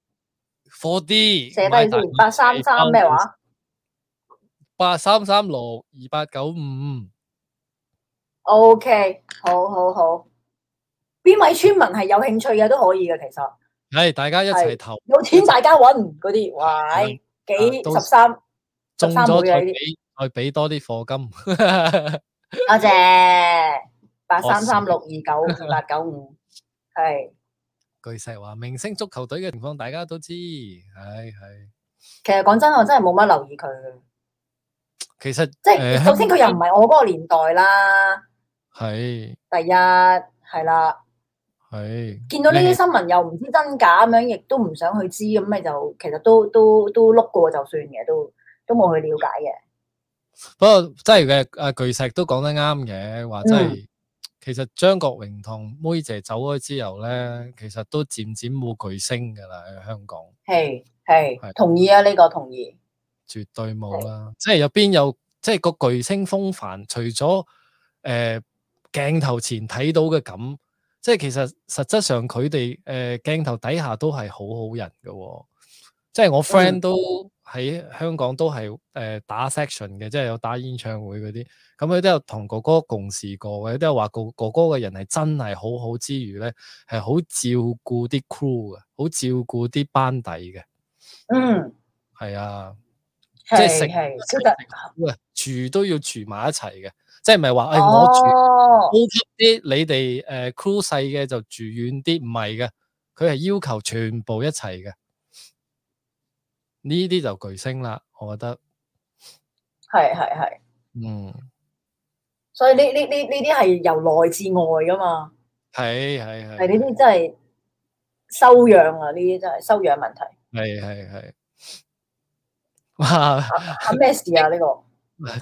four D
寫低先，八三三咩話？
八三三六二八九五
O K，好好好。邊位村民係有興趣嘅都可以嘅，其實
係大家一齊投
有錢大家揾嗰啲，喂，幾
到
十三。
中
13
咗
冇
再
嘢
俾
呢
再俾多啲課金，
多謝八三三六二九二八九五，係
巨石話明星足球隊嘅情況大家都知，係係
其實講真，我真係冇乜留意佢嘅，
其實
即
誒
係首先佢又唔係我嗰個年代啦，
係
第一係啦，
係
見到呢
你
啲
係
新聞又唔知真假咁樣，亦都唔想去知，咁咪就其實都都都碌過就算嘅，都都冇去了解嘅。
不過真係嘅，阿巨石都講得啱嘅，話真係、其實張國榮同妹姐走咗之後咧，其實都漸漸冇巨星噶啦喺香港，
係
係
係同意啊，呢個同意。
絕對冇啦。即係入邊有即係個巨星風範，除咗誒鏡頭前睇到嘅咁，即係其實實質上佢哋誒鏡頭底下都係好好人嘅喎。即係我 friend 都喺香港都係誒、呃打 section 嘅，即係有打演唱會嗰啲。咁佢都有同哥哥共事過嘅，都有話哥哥哥嘅人係真係好好之餘咧，係好照顧啲 crew 嘅，好照顧啲班底嘅，
嗯，
係啊，即係
係
食
係
食
超得
喂住都要住埋一齊嘅，即係唔係話誒我哎住
哦
高，級啲，你哋誒 crew 細嘅就住遠啲，唔係嘅，佢係要求全部一齊嘅，呢啲就巨星啦，我覺得，
係係係，
嗯，
所以呢呢呢呢啲係由內至外噶嘛。
係係係
係呢啲真係修養啊！呢啲真係修養問題。
係係係，哇！
啊咩事 啊？呢個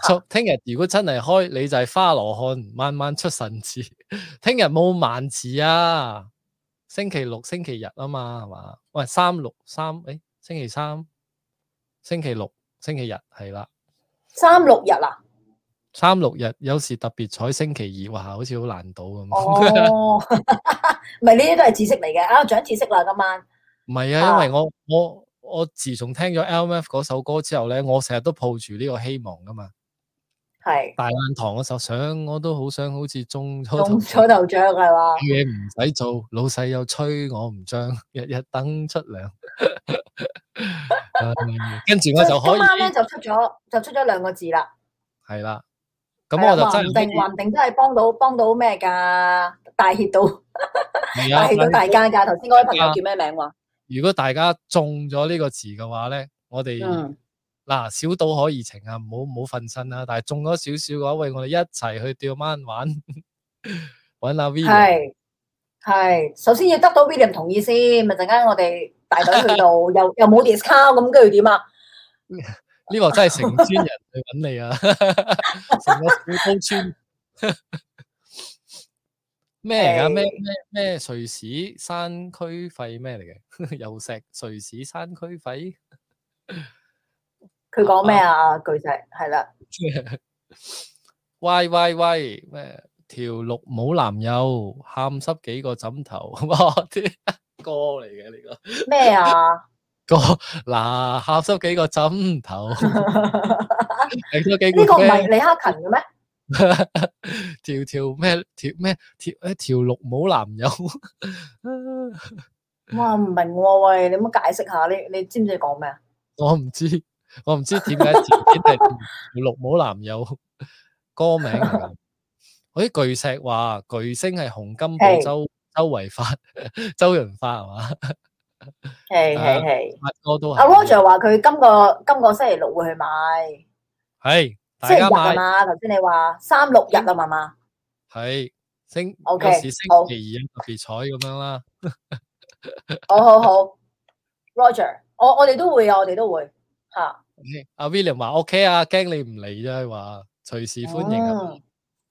祝聽日如果真係開，你就係花羅漢，晚晚出神字。 聽日冇萬字啊，星期六、星期日啊嘛，係嘛？喂，三六三，誒，星期三、星期六、星期日係啦，
三六日啊？
三六日有時特別彩星期二，哇，好似好難到咁。
哦， 唔係呢啲都係知識嚟嘅啊！長知識啦，今晚
唔係啊，因為我我我自從聽咗 LMF 嗰首歌之後咧，我成日都抱住呢個希望噶嘛。
係
大雁堂嗰首想，我都好想好似中咗
中
頭
咗頭獎係嘛？
有嘢唔使做，老細又催我唔張，日日等 出糧。唉跟住我就可
今晚咧
以
就出咗就出咗兩個字啦。
係啦，
係
咁
啊
我就
話
真
唔
係
定話唔定真係幫到幫到咩㗎？大協到
係
大協到
啊！
大家㗎。頭先嗰位朋友叫咩名話？
如果大家中咗呢個字嘅話咧，我哋
嗯，
嗱小賭可怡情啊，唔好唔好瞓身啦。但係中咗少少嘅話，喂，我哋一齊去釣灣玩， 揾阿 V
係係。首先要得到 William 同意先，咪陣間我哋大隊去 到又又冇 discount，咁跟住點啊？
呢個真係成村人去揾 你啊！成個小高村咩嚟噶？
係
咩咩咩瑞士山區費咩嚟嘅？ 又石瑞士山區費
佢講咩啊？巨石係啦，
喂喂喂咩？條綠帽男友喊濕幾個枕頭， 哇！啲歌嚟嘅呢
咩啊？
個歌嗱，喊濕幾個枕 頭，
呢
食咗幾
個
罐
唔係
friend
李克勤嘅咩？
條條咩條咩條一條綠帽男 友。
哇，唔明喎喂，你有冇解釋下？你你知唔知你講咩啊？
我唔知，我唔知點解條件係綠帽男友歌名嚟 㗎。嗰啲巨石話巨星係洪金寶
係
周周圍 發，周潤發係嘛？
係
啊
係係。
發哥都係。
阿 Roger 話佢今個今個星期六會去買，
係大
星期日
家
啊
買
嘛？頭先你話三六日啊嘛嘛？
係星
OK，
有時星
好
期二特別彩咁樣啦。
好好好，Roger，我我哋都會啊，我哋都會吓。
阿 à, William 話 OK 啊，驚你唔嚟啫，話隨時歡迎啊。
嗯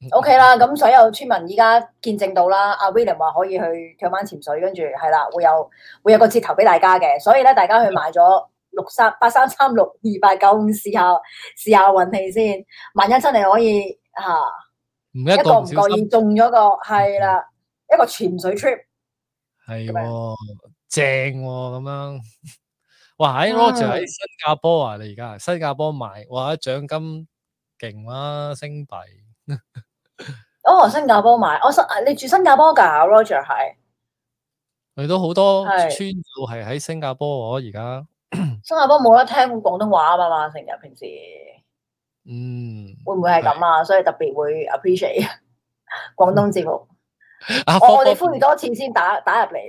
À, OK 啦，咁所有村民依家見證到啦，阿 William 話可以去跳灣潛水，跟住係啦，會有會有個折頭俾大家嘅，所以咧大家去買咗六三八三三六二八九五試下試下運氣先，萬一真係可以吓、啊
唔
一
一
個
個
唔
唔
覺
小
意
心
中咗個係啦，一個潛水 trip。
係
咁樣
喎，正喎咁樣。哇！喺 Roger 喺新加坡啊，你而家新加坡買，哇！獎金勁啦，星幣
哦，新加坡買，我新啊你住新加坡㗎，Roger 係
嗯去到好多
係
村就係喺新加坡喎，而家
新加坡冇得聽廣東話啊嘛，成日平時
嗯，
會唔會係咁啊？所以特別會 appreciate 廣東節目。
啊，
我
科
我哋
科
呼籲多次先打打入嚟，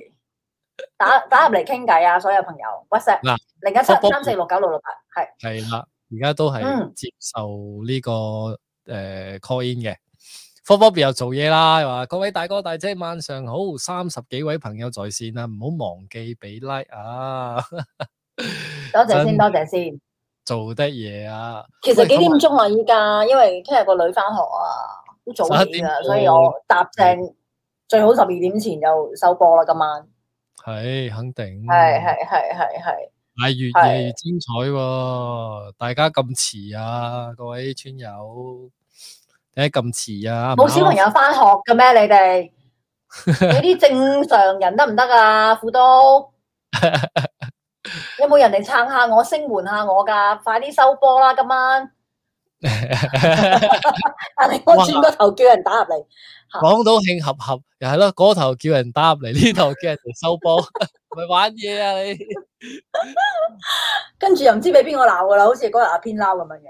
打打入嚟傾偈啊！所有朋友 WhatsApp
嗱
零一七
波波
三四六九六六八係
係啦，而家都係
嗯
接受呢、個誒、呃 call in 嘅。科科 b 又做嘢啦，又話各位大哥大姐晚上好，三十幾位朋友在線啊，唔好忘記俾 like 啊，
多謝
真
先，多謝先。
做得嘢啊，
其
喂
實幾
咁
點鐘啊？依家因為聽日個女翻學啊，都早
11
啲
點哦
啊，
嗯半
所以我搭正最好十二點前就收波啦。今晚
嗯係肯定
係係係係係，
但係越夜越精彩喎、大家咁遲啊，各位村友，點解咁遲啊？
冇小朋友翻學嘅咩？你 哋你啲正常人得唔得啊？副 都有冇人嚟撐下我、聲援下我㗎？快啲收波啦！今晚。但係我轉個頭叫人打入嚟，
講到慶合合，又係咯，嗰頭叫人打入嚟，呢頭叫人哋收 波，咪玩嘢啊你！
跟住又唔知俾邊個鬧噶啦，好似嗰日阿偏撈咁樣樣。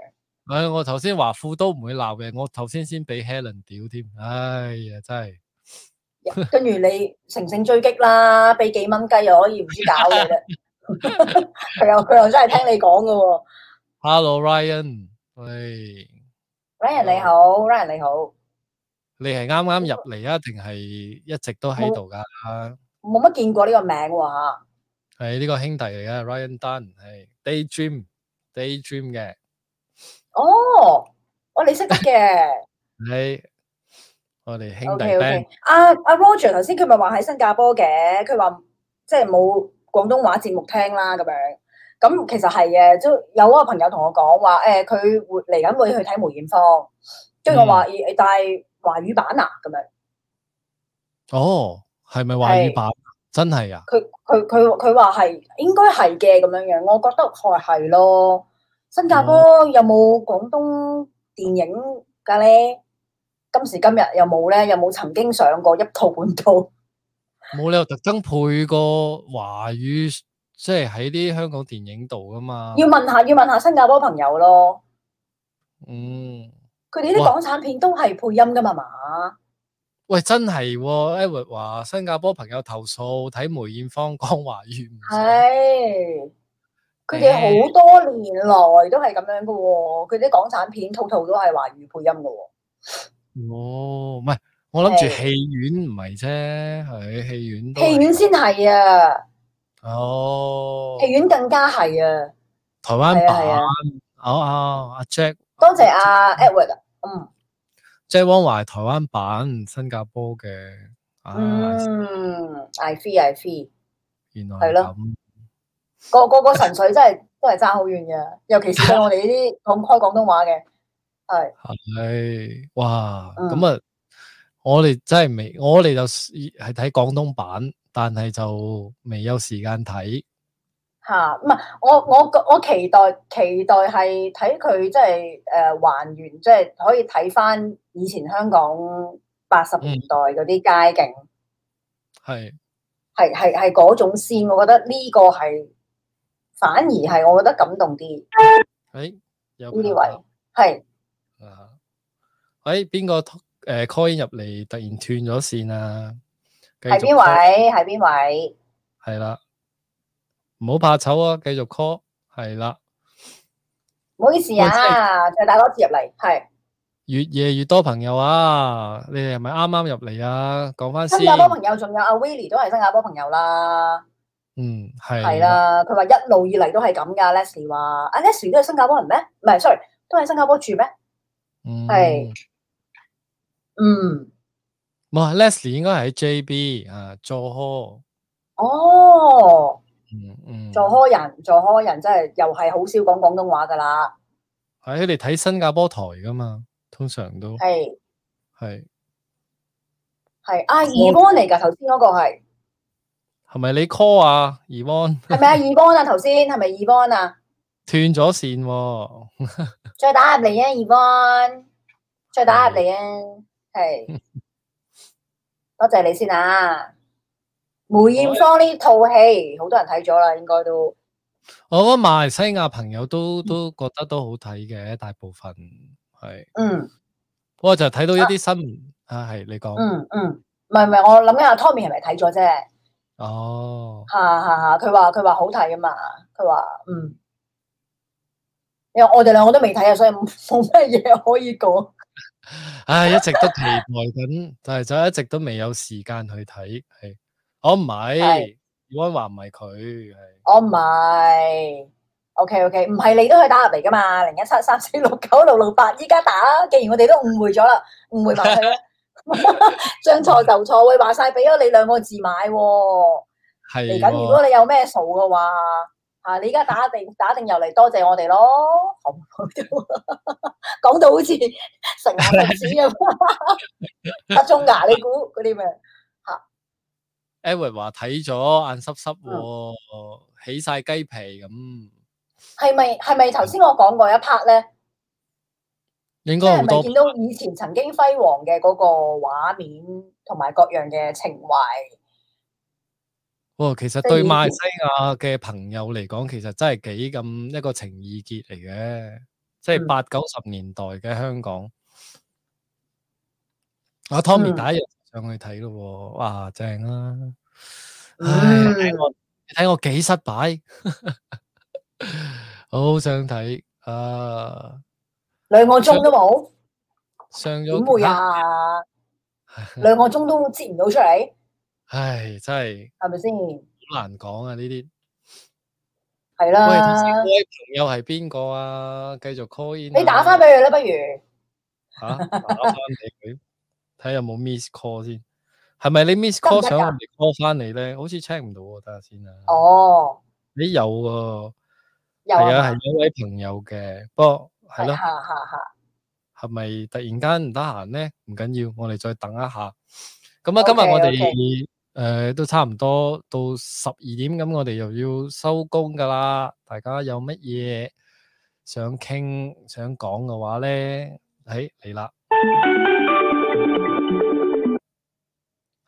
唉、我頭先華富都唔會鬧嘅，我頭先先俾 Helen 屌添，唉呀真係，
跟住你乘勝追擊啦，俾幾蚊雞又可以唔知搞你 啦。佢又佢又真係聽你講噶喎。
Hello Ryan，喂，
Ryan 你好，Ryan 你好，
你係啱啱入嚟啊，定係一直都喺度噶？
冇乜見過呢個名喎嚇。
係呢個兄弟嚟嘅，Ryan Dunn，係 Daydream daydream 嘅，
哦，我你識得嘅
喺我哋兄弟
，OK
band
OK。阿阿啊 Roger 頭先佢咪話喺新加坡嘅，佢話即係冇廣東話節目聽啦咁樣。咁其實係嘅，即係有個朋友同我講話，誒、佢會嚟緊會去睇梅艷芳，跟住我
嗯
話，咦但係華語版啊咁樣。
哦，係咪華語
係
版？真係啊！
佢佢佢佢話係應該係嘅咁樣樣，我覺得係係咯。新加
嗯
坡有冇廣東電影㗎咧？今時今日有冇咧？有冇曾經上過一套半套？
冇理由特登配個華語，即係喺啲香港電影度噶嘛。
要問下，要問下新加坡朋友咯。
嗯，
佢哋啲
哇
港產片都係配音㗎嘛嘛。
喂，真係喎，Edward 話新加坡朋友投訴睇梅艷芳講華語唔使，
係，佢哋好多年來都係咁樣㗎喎。佢啲港產片套套都係華語配音㗎喎。
哦，唔係，我諗住
係
戲院唔係啫，係戲院都係
戲院先係啊，
哦，
戲院更加係啊。
台灣
係啊係
版
啊
哦哦，阿 Jack
多謝阿
嗯
Edward 啊。
Jack Wong 話係台灣版新加坡嘅，啊，
嗯，I feel I feel，
原來
係
係
咯
咁。
個個個神水真係 都係爭好遠嘅，尤其是對我哋呢啲講 開廣東話嘅，係
系，哇，
嗯
咁啊，我哋真系未，我哋就系睇廣東版，但係就未有時間睇。
吓，唔係我我我期待期待係睇佢即係诶還原，即係可以睇翻以前香港八
嗯
十年代嗰啲街景，
係
係係係嗰種先，我覺得呢個係反而係我覺得感動啲
诶、哎有
呢啲
朋友
位，係
啊，哎诶，边个诶呃 call in 入嚟突然斷咗線啊？繼
係邊
續 call，
位係邊位？
係啦，唔好怕醜啊，繼續 call，係啦，
唔好意思
喂真
啊，再打多次入嚟，係。
越夜越多朋友啊！你哋係咪啱啱入嚟啊？講翻
新
先，
加坡朋友仲有阿 Willie 都係新加坡朋友啦，
嗯，
係
係，
啦，佢話一路以嚟都係咁噶。Leslie 話：阿 Leslie 都係新加坡人咩？唔係，sorry，都係新加坡住咩？
嗯，
係嗯，
冇啊，Leslie 應該係喺 JB 啊，做呵，
哦，
嗯嗯，
做開人，做開人真係又係好少講廣東話噶啦，
係佢哋睇新加坡台噶嘛，通常都
係
係
係阿 e v o n 嚟㗎，頭先嗰個係
係咪你 call 啊 e v o n
係咪阿 e v o n 啊？頭先係咪 e v o n 啊？
斷咗線喎，
再打入嚟啊 e v o n 再打入嚟啊，係多謝你先啊！梅艷芳呢套戲好多人睇咗啦，應該都。
我覺得馬來西亞朋友都
嗯
都覺得都好睇嘅，大部分係，
嗯
不過就睇到一啲新聞啊，係你講
嗯嗯，唔係唔係，我諗緊阿 Tommy 係咪睇咗啫？
哦，
嚇嚇嚇，佢話佢話好睇啊嘛，佢話嗯，因為我哋兩個都未睇啊，所以冇冇咩嘢可以講。
唉，一直都期待緊， 但係就一直都未有時間去睇，係，我唔係
係
e v o n 話唔係佢，係。
我哦唔係，OK OK，唔係你都可以打入嚟噶嘛，零一七三四六九六六八，依家打啊。既然我哋都誤會咗啦，誤會埋 佢啦，將錯就錯，喂話晒俾咗你兩個字買喎。
係
嚟緊，如
喎
果你有咩數嘅話，啊，你而家打定打定入嚟，多謝我哋咯，好唔好？ 講到好似成牙食屎 咁，阿中牙你估嗰啲咩？
Edward 話睇咗眼濕濕
嗯
喎，起晒雞皮咁，
係咪係咪頭先我講過一 part 咧？
應
即
該
係
好
咪
多
見到以前曾經輝煌嘅嗰個畫面同埋各樣嘅情懷？
喎。其實
即係
對
以
馬來西亞嘅朋友嚟講，其實真係幾咁一個情意結嚟嘅，即係
嗯
八九十年代嘅香港。阿 Tommy
嗯
第一日上去睇咯喎，哇，正啊啦！唉，
嗯
你睇我你睇我幾失敗， 好想睇啊！
兩個鐘都冇，
上咗
點會 啊？兩個鐘都擠唔到出嚟，
唉，真係〜
係咪先？
好难讲啊呢啲。
係
喂，
啦。
頭先嗰位朋友係邊個啊？繼續 call in 啊。
你打翻俾佢啦，不如。
吓，打翻俾佢，睇下有冇 miss call 先。係咪你 miss call
得唔得㗎
想我哋 call 翻你咧？好似 check 唔到喎，等下先啊。
哦，
咦有喎，
有
係啊，
啊，
係有位朋友嘅，不過係
係
咯
嚇，嚇嚇。
係咪突然間唔得閒咧？唔緊要，我哋再等一下。咁啊，今
OK，
日我哋诶都差唔多到十二點，咁我哋又要收工噶啦。大家有乜嘢想傾想講嘅話咧，喺嚟啦。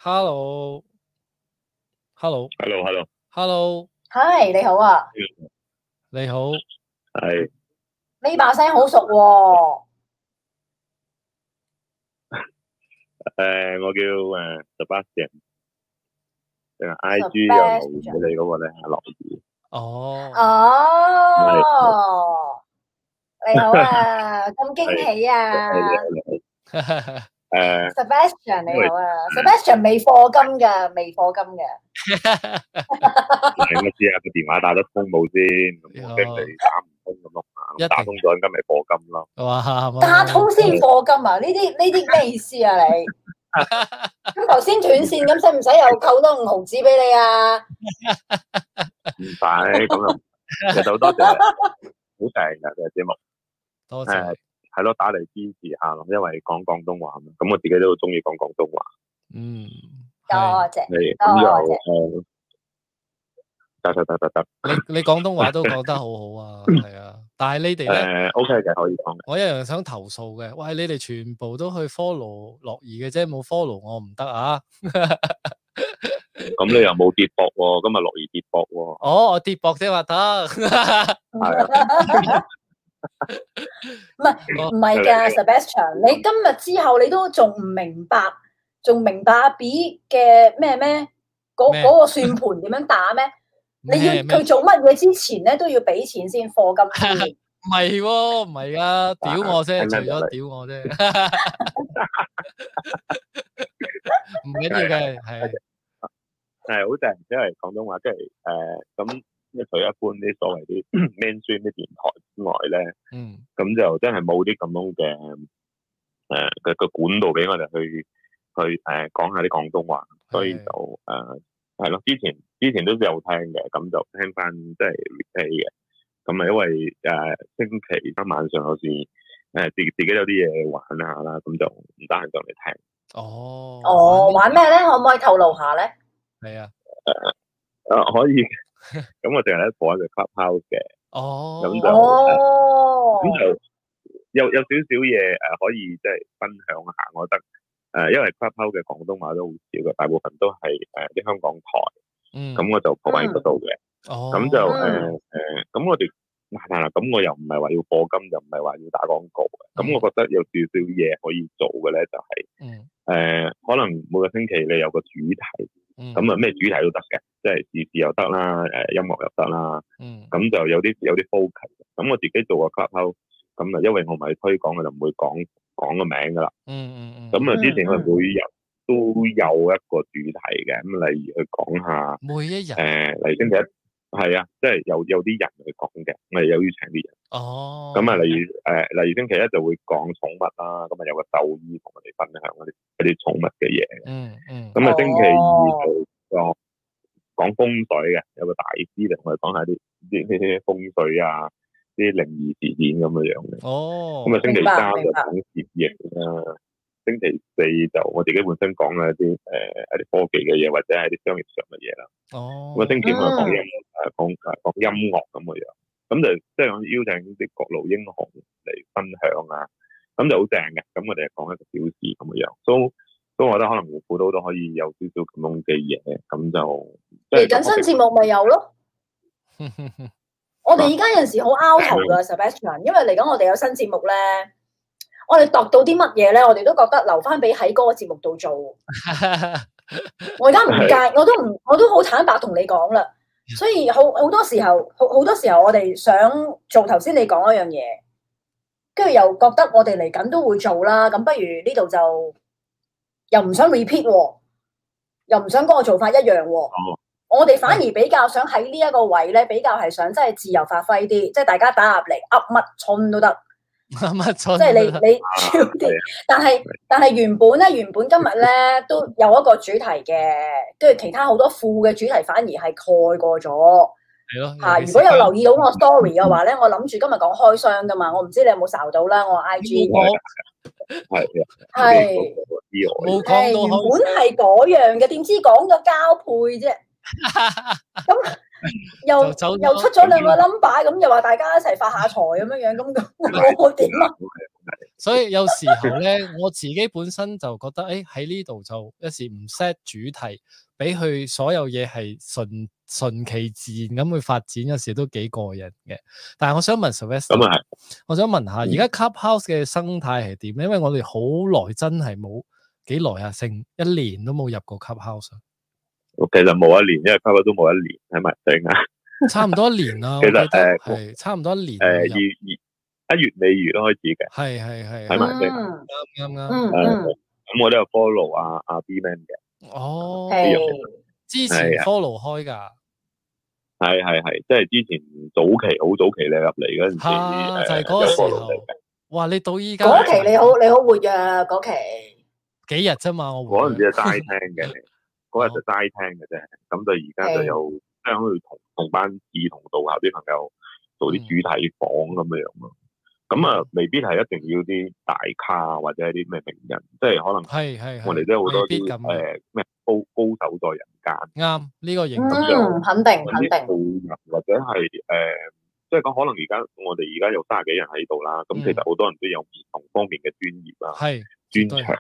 Hello，Hello，Hello，
Hello Hello，
係你好啊，
你好，
係
呢把聲好熟喎。
誒，我叫誒 ờ, Sebastian，定係 Ờ, IG 有
Sebastian
留言俾你嗰個咧，阿樂兒。
哦，
哦，你好 啊，咁驚喜啊
Ờ, 誒，
，Sebastian 你好啊，Sebastian 未課金㗎，未課金㗎。
你乜知啊？個電話打得通冇先，咁
Dạ.
我驚你打唔通咁碌
一定
打通咗，今咪課金咯。
哇，
打通先課金啊？呢啲呢啲咩意思啊？ 你咁頭先斷線咁，使唔使又扣多五毫子俾你啊？
唔使咁又，其實好多謝，好謝嘅嘅節目。
多謝你，
係咯，打嚟支持下咯，因為講廣東話嘛，咁我自己都好中意講廣東話。
嗯，
多
係
謝。
係
哦
咁又誒，得得得得得，
你你廣東 話都講得好好啊，係啊，但係你哋咧，
誒 OK 嘅，可以講嘅。
我一樣想投訴嘅，喂，你哋全部都去 follow 樂兒嘅啫，冇 follow 我唔得啊，
咁你又冇跌博喎，今日樂兒跌博喎，
哦，我跌博啫話得，
係啊，
哦
唔係㗎，Sebastian，你今日之後你都仲唔明白，仲明白阿 B 嘅咩咩嗰
咩
嗰個算盤點樣打咩？你要
咩咩
哎佢做乜嘢之前咧，都要俾錢先課金先。
唔係喎，唔係啊，屌我啫，
係
除
咪
咗屌我啫，唔緊要嘅，係
係好正，因為廣東話即係誒咁，因為除一般啲所謂啲 mainstream 啲電台之外咧，
嗯
咁就真係冇啲咁樣嘅誒嘅嘅管道俾我哋去去誒講下啲廣東話。所以就
係
誒係咯，之前之前都有聽嘅，咁就聽翻即係 replay 嘅。咁啊，因為誒、呃星期三晚上有時誒、呃自自己有啲嘢玩下啦，咁就唔得閒上嚟聽。
哦
哦，玩咩咧？可唔可以透露下咧？
係啊，
誒、啊可以，咁我淨係喺播一隻 clubhouse 嘅，
哦
咁就
哦，
咁就有有少少嘢誒、呃可以即係分享下，我覺得誒、呃因為 clubhouse 嘅廣東話都好少嘅，大部分都係誒啲香港台，
嗯
咁我就播喺嗰度嘅。
哦
咁就誒
嗯
誒，呃咁、我哋係啦，咁我又唔係話要課金，又唔係話要打廣告嘅。咁
嗯
我覺得有少少嘢可以做嘅咧，就係、
嗯
誒、可能每個星期你有個主題，
嗯
咁啊咩主題都得嘅，即係時事又得啦，誒、音樂又得啦，
嗯
咁就有啲有啲 focus 嘅。咁我自己做個 clubhouse，咁啊因為我唔係推廣，我就唔會講講個名噶啦。
嗯嗯嗯
咁啊之前
嗯
我
嗯
每日都有一個主題嘅，咁例如去講下。
每一日
誒、嚟呃星期一係啊，即係有有啲人去講嘅，我哋有邀請啲人。
哦
咁啊，例如誒、例如星期一就會講寵物啦，咁啊有個獸醫同我哋分享嗰啲嗰啲寵物嘅嘢。
嗯嗯
咁啊，星期
哦
二就講講風水嘅，有個大師嚟同我哋講下啲啲啲風水啊，啲靈異事件咁嘅樣嘅。
哦
咁啊，星期
明白
三就
明白
講攝影啦，星期四就我自己本身講嘅一啲誒呃一啲科技嘅嘢，或者係啲商業上嘅嘢啦。
哦
咁啊，星期五係講
嗯
音誒講誒講音樂咁嘅樣，咁就即係我邀請啲各路英雄嚟分享啊，咁就好正嘅。咁我哋係講一個小時咁嘅樣，所以所以我覺得可能胡虎都都可以有少少咁樣嘅嘢，咁就即
嚟
係
緊新節目咪有 咯。我哋而家有陣時好 out 頭
啊
噶 Sebastian，因為嚟緊我哋有新節目咧，我哋度到啲乜嘢咧，我哋都覺得留翻俾喺嗰個節目度做。我而家唔介，我都唔，我都好坦白同你講啦。所以好好多時候，好好多時候我哋想做頭先你講一樣嘢，跟住又覺得我哋嚟緊都會做啦。咁不如呢度就又唔想 repeat 喎，又唔想嗰個做法一樣喎。我哋反而比較想喺呢一個位咧，比較係想真係自由發揮啲，即係大家打入嚟噏乜春都得。
乜
即係
春
你你超啲，
啊
但係但係原本咧，原本今日咧都有一個主題嘅，跟住其他好多副嘅主題反而係蓋過咗
系咯，
嚇。
尤其
如
是
果有留意到我 story 嘅話咧，
嗯
我諗住今日講開箱噶嘛，我唔知你有冇睄到啦。我 IG
我
系
係
意外。
冇
誒
講
原
到
本係嗰樣嘅，點知講咗交配 啫，
開，
又
就啊走咗
又出咗兩個 number，咁又話大家一齊發下財咁樣樣，咁我點啊？
所以有時候咧，我自己本身就覺得，誒喺呢度就一時唔 set 主題，俾佢所有嘢係順順其自然咁去發展，有時都幾過癮嘅。但係我想問 s y l v e s t
咁啊係，
我想問下，而
嗯
家 Clubhouse 嘅生態係點咧？因為我哋好耐真係冇幾耐啊，成一年都冇入過 Clubhouse，啊
其實冇一年，因為差唔多都冇一年喺埋整啊。
差唔多一年啦。我
其
記
實
得
誒
係差唔多一年
誒，二
冇入。
二一月尾月開始嘅，
係係係啊
係咪
啱
埋先
嗯
啱啱。
嗯嗯，
咁我都有 follow à, 啊阿 B Man 嘅，
嗯
哦，
係。
之前
係啊
follow 開㗎。
係係係，即係之前早期好早期你入嚟嗰陣時，
啊就係
誒
嗰個
有
時候
follow 你嘅。
哇！你到依家
嗰期你好你好活躍，嗰期
幾日啫嘛？我
嗰陣時
會
就齋聽嘅，嗰日就齋聽嘅啫。咁就而家就有將佢同同班志同道合啲朋友做啲主題房咁樣樣咯。咁啊，未必係一定要啲大咖或者係啲咩名人，即係可能
係係係
我哋都有好多
未
啲
必咁嘅
誒咩高高手在人間。
啱呢個認同，
嗯，肯定
揾
肯
啲
定，
素人或者係誒、呃即係講可能而家我哋而家有三十幾人喺度啦，咁
嗯
其實好多人都有唔同方面嘅專業啦、
係
專
絕對
長，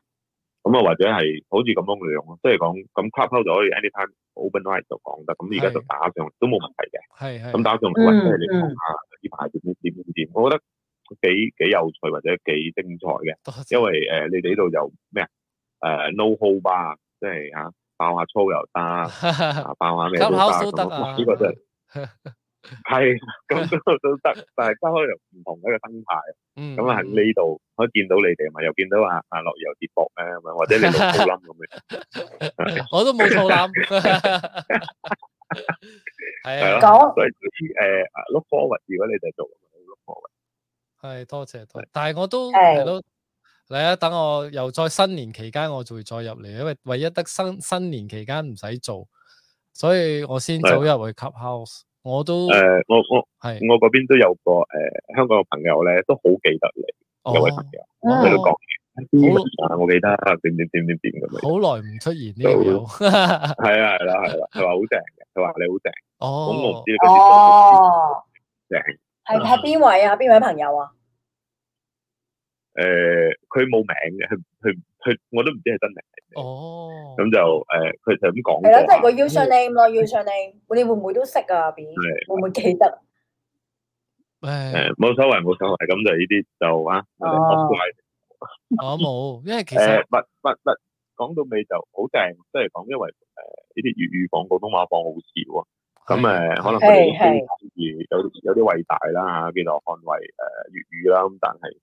咁啊或者係好似咁樣樣咯，即係講咁 clubhouse 就可以 anytime open right 就講得，咁而家就
係
打上嚟都冇問題嘅，
係係
咁打上
嗯
嚟喂，即係你
嗯
講下呢排點點點點，我覺得幾幾有趣或者幾精彩嘅。
多謝
因為誒、呃你哋呢度有咩啊？誒、no hold bar，即係嚇、爆下粗又 得，啊爆下咩都得
Clubhouse 都
咁
得
樣，
啊
哇呢、個真係係咁都都得，但係交開又唔同嘅一個生態，
嗯
咁啊喺呢度可以見到你哋咪又見到啊啊樂兒又跌博咧咁樣，或者你老高冧咁樣，
嗯我都冇肚 腩， 係
係
啊
咯
講
所以誒 look forward，如果你哋做，look forward，
係多謝多謝，但係我都
係
係咯。嚟啊！等我又再新年期間，我就會再入嚟，因為唯一得新新年期間唔使做，所以我先
係
走入去 Clubhouse。我都
誒我我
係
我嗰邊都有個誒、香港嘅朋友咧，都好記得你有位
哦
朋友，
嗯
佢都
哦
講嘢，啊我記得點點點點點咁樣。
好耐唔出現呢條友。
係啊，係啦，係啦，佢話好正嘅，佢話你好正，咁我唔
哦，
知
Ờ.
你嗰
哦，
啲正，
係係邊位啊？邊位朋友啊？
Ờ, 誒，佢冇名嘅，佢佢佢，我都唔知係真名，
哦，
咁就誒，佢就咁講
係咯，即係個
過啦，
username 咯，username，你會唔會都識啊？B
係
會唔會記得？
誒，
誒，冇所謂，冇所謂，咁就呢啲就啊，我哋
哦
offline
我冇，因為其
誒，
實
不不不，講到尾就好正，即係講因為誒呢啲粵語講廣東話講好少啊。咁誒，
係
可能
係
佢哋
係
都有啲有啲偉大啦嚇，叫做捍衞誒粵語啦。咁但係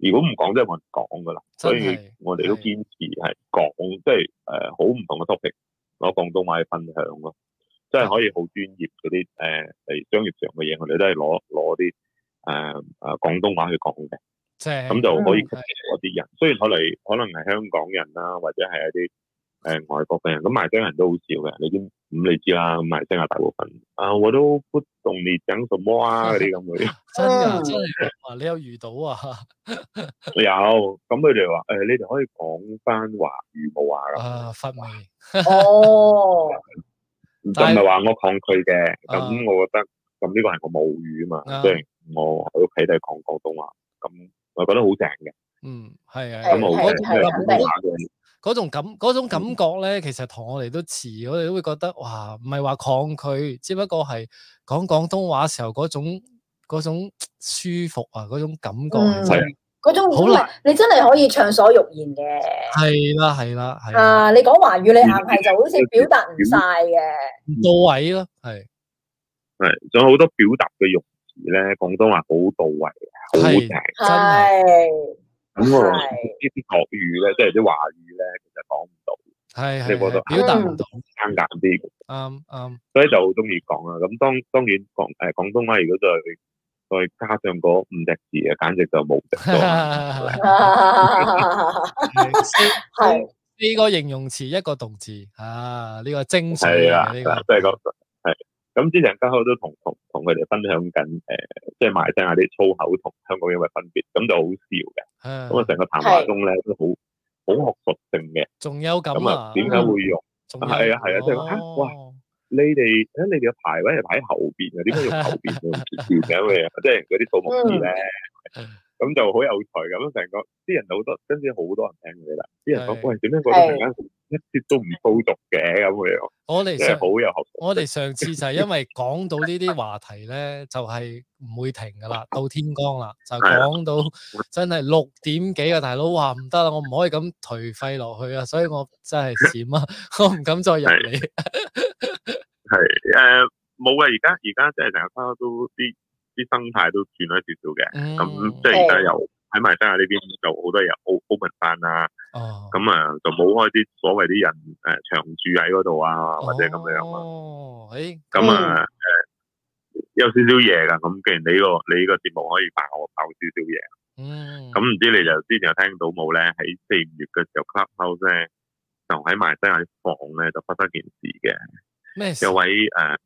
如果唔講，真係冇人講噶啦。所
真係
以我哋都
係
堅持係講，即係誒好唔同嘅 topic 攞廣東話去分享咯。即係可以好專業嗰啲誒誒商業上嘅嘢，我哋都係攞攞啲誒誒廣東話去講嘅。
正
咁就可以吸
嗯
引嗰啲人。雖然可能可能係香港人啦，或者係一啲誒、呃外國嘅人，咁馬來西亞人都好少嘅。你知咁你知啦，咁馬來西亞大部分啊，我都不懂你講什 麼啊嗰啲咁嘅。
真㗎
嗯
真係啊！你有遇到啊？
有咁佢哋話誒，你哋可以講翻華語冇啊咁，
啊，發味
哦，
就唔係話我抗拒嘅。
啊
咁我覺得咁呢個係我母語啊
啊
嘛，即係我喺屋企都係講廣東話，咁我覺得好正嘅。
嗯，係啊，
係
咁我好
嗰
多
係
都
種
係
係廣東話嘅。
嗰種感嗰種感覺咧，其實同我哋都似，我哋都會覺得哇，唔係話抗拒，只不過係講廣東話時候嗰種嗰種舒服啊，嗰種感覺係真係
嗰種
好
唔係你真係可以暢所欲言嘅。
係
啊
啦係啦係啦，
啊，你講華語你硬係就好似表達唔晒嘅。
唔到位咯，係
係，仲有好多表達嘅用詞咧，廣東話好到位，好
係
正。
真係
係
咁我
係
呢啲國語咧，即係啲華語咧，其實講唔到。
係
你
係
覺得
係表達唔到，
生硬啲，
啱啱
所以就好中意講啦。咁當當然廣誒廣東話如果再再加上嗰五隻字啊，簡直就冇敵 咗啦。
係
系
呢個形容詞一個動字啊，呢個精
係
髓
啦，
啊呢
係
個
啦，即係咁係。咁之前家口都同同同佢哋分享緊誒，即係馬來西亞啲粗口同香港有嘅分別，咁就好笑嘅。
啊
咁啊，成個談話中咧都好好學術性嘅。
仲有咁
咁
啊
啊，，點解會用？
仲有
係啊係啊即係話
哦
哇你哋誒你哋嘅排位係排喺後邊嘅，點解要後邊嘅唔前嘅咁嘅嘢？即係嗰啲數目字咧，咁就好有趣咁樣成個啲人好多，跟住好多人聽佢哋啦。啲人
係
講：喂，點解嗰啲突然間一啲都唔粗俗嘅咁嘅樣，
我哋
即係
上
好有學術。
我哋上次就係因為講到呢啲話題咧，就係唔會停噶啦，到天光啦，就
啊
講到真係六點幾啊，大佬話唔得啦，我唔可以咁頹廢落去啊，所以我真係閃啊， 我唔敢再入嚟。
係誒冇啊！而家而家即係成日花都啲啲生態都轉咗少少嘅，
嗯
咁即係而家又喺埋西亞呢邊就好多嘢 o- open 翻啊，
哦，
咁啊就冇開啲所謂啲人誒長住喺嗰度啊，或者咁樣啊，
哦，誒，
咁啊誒有少少嘢㗎。咁既然你呢個你呢個節目可以爆爆少少嘢，
嗯，
咁唔知你就之前有聽到冇咧？喺四五月嘅時候 Clubhouse 咧就喺埋西亞啲房咧就發生件事嘅。
咩事
有？位誒、呃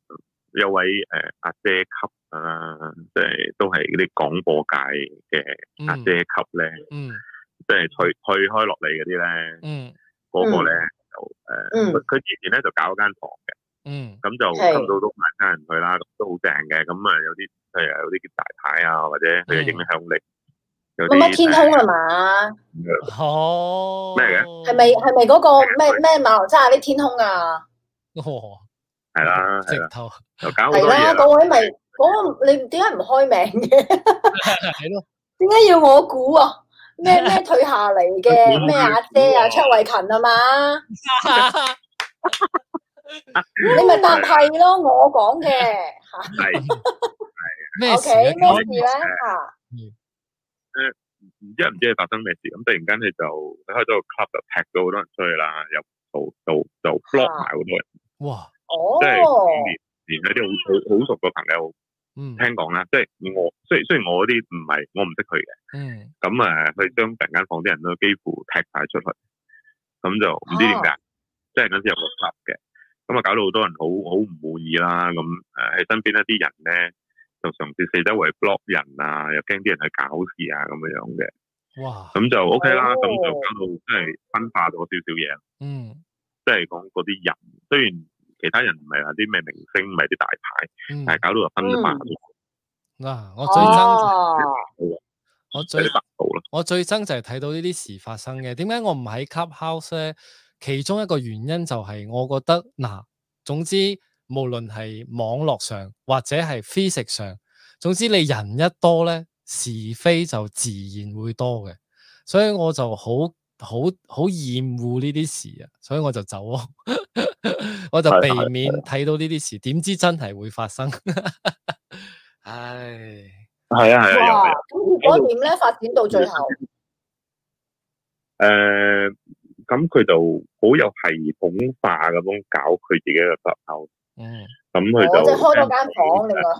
有位誒、呃阿姐級啊，即係都係嗰啲廣播界嘅
嗯
阿姐級咧，
嗯
即係退退開落嚟嗰啲咧，
嗯
嗰、個咧
嗯 Ừ.
就誒，佢、佢以前咧就搞間房嘅，
嗯
咁就
係
吸到都埋家人去啦，咁都好正嘅，咁啊有啲譬如有啲大牌啊，或者佢嘅影響力，有
嗯乜乜
啲
天空啊嘛？
誒
哦，
咩
系
嘅
咪系咪嗰個咩咩馬來西亞啲天空啊？
哦，
係啦係
直
啦，
頭
就搞好
係
多嘢
啦，
啦，
嗰位咪嗰個你點解唔開名 嘅？
係 咯，
點解要我估啊？咩咩退下嚟嘅咩阿姐啊，卓慧勤啊嘛？ 你咪答係咯，我講嘅吓。
係
咩
O
事
K，咩
啊？
事咧吓？
唔知唔知係發生咩事，咁突然間佢就佢開咗個 club 就踢咗好多人出去啦，又就就就 block
啊
埋好多人，
哇，
哦
即，係連連一啲好好好熟嘅朋友
嗯
聽講啦，即係我雖雖然我嗰啲唔係我唔識佢嘅，
嗯，
咁啊佢將突然間房啲人都幾乎踢晒出去，咁就唔知點解，即係嗰陣時有個 club 嘅，咁啊搞到好多人好好唔滿意啦，咁誒喺身邊一啲人咧就嘗試四周圍 block 人啊，又驚啲人去搞事啊咁樣樣嘅。
哇，
咁就 OK
哦
啦，咁就搞到即係分化咗少少嘢，
嗯
即係講嗰啲人，雖然其他人唔係話啲咩明星，唔係啲大牌，
嗯，
但係搞到就分化咗，
嗱，我最憎
哦，
我
即係
最
得到啦。
我最憎就係睇到呢啲事發生嘅。點解我唔喺 Clubhouse 咧？其中一個原因就係我覺得嗱，總之無論係網絡上或者係 physics 上，總之你人一多咧，是非就自然會多嘅。所以我就好好好厭惡呢啲事啊，所以我就走咯， 我就
係
避
係
免睇到呢啲事。點知真係會發生， 唉。
係啊係啊，
哇
有！
咁結果點咧？發展到最後，
誒，呃咁佢就好有系統化咁樣搞佢自己嘅特效，
嗯
咁
我
佢
哦即
就
係開咗間房，另外開。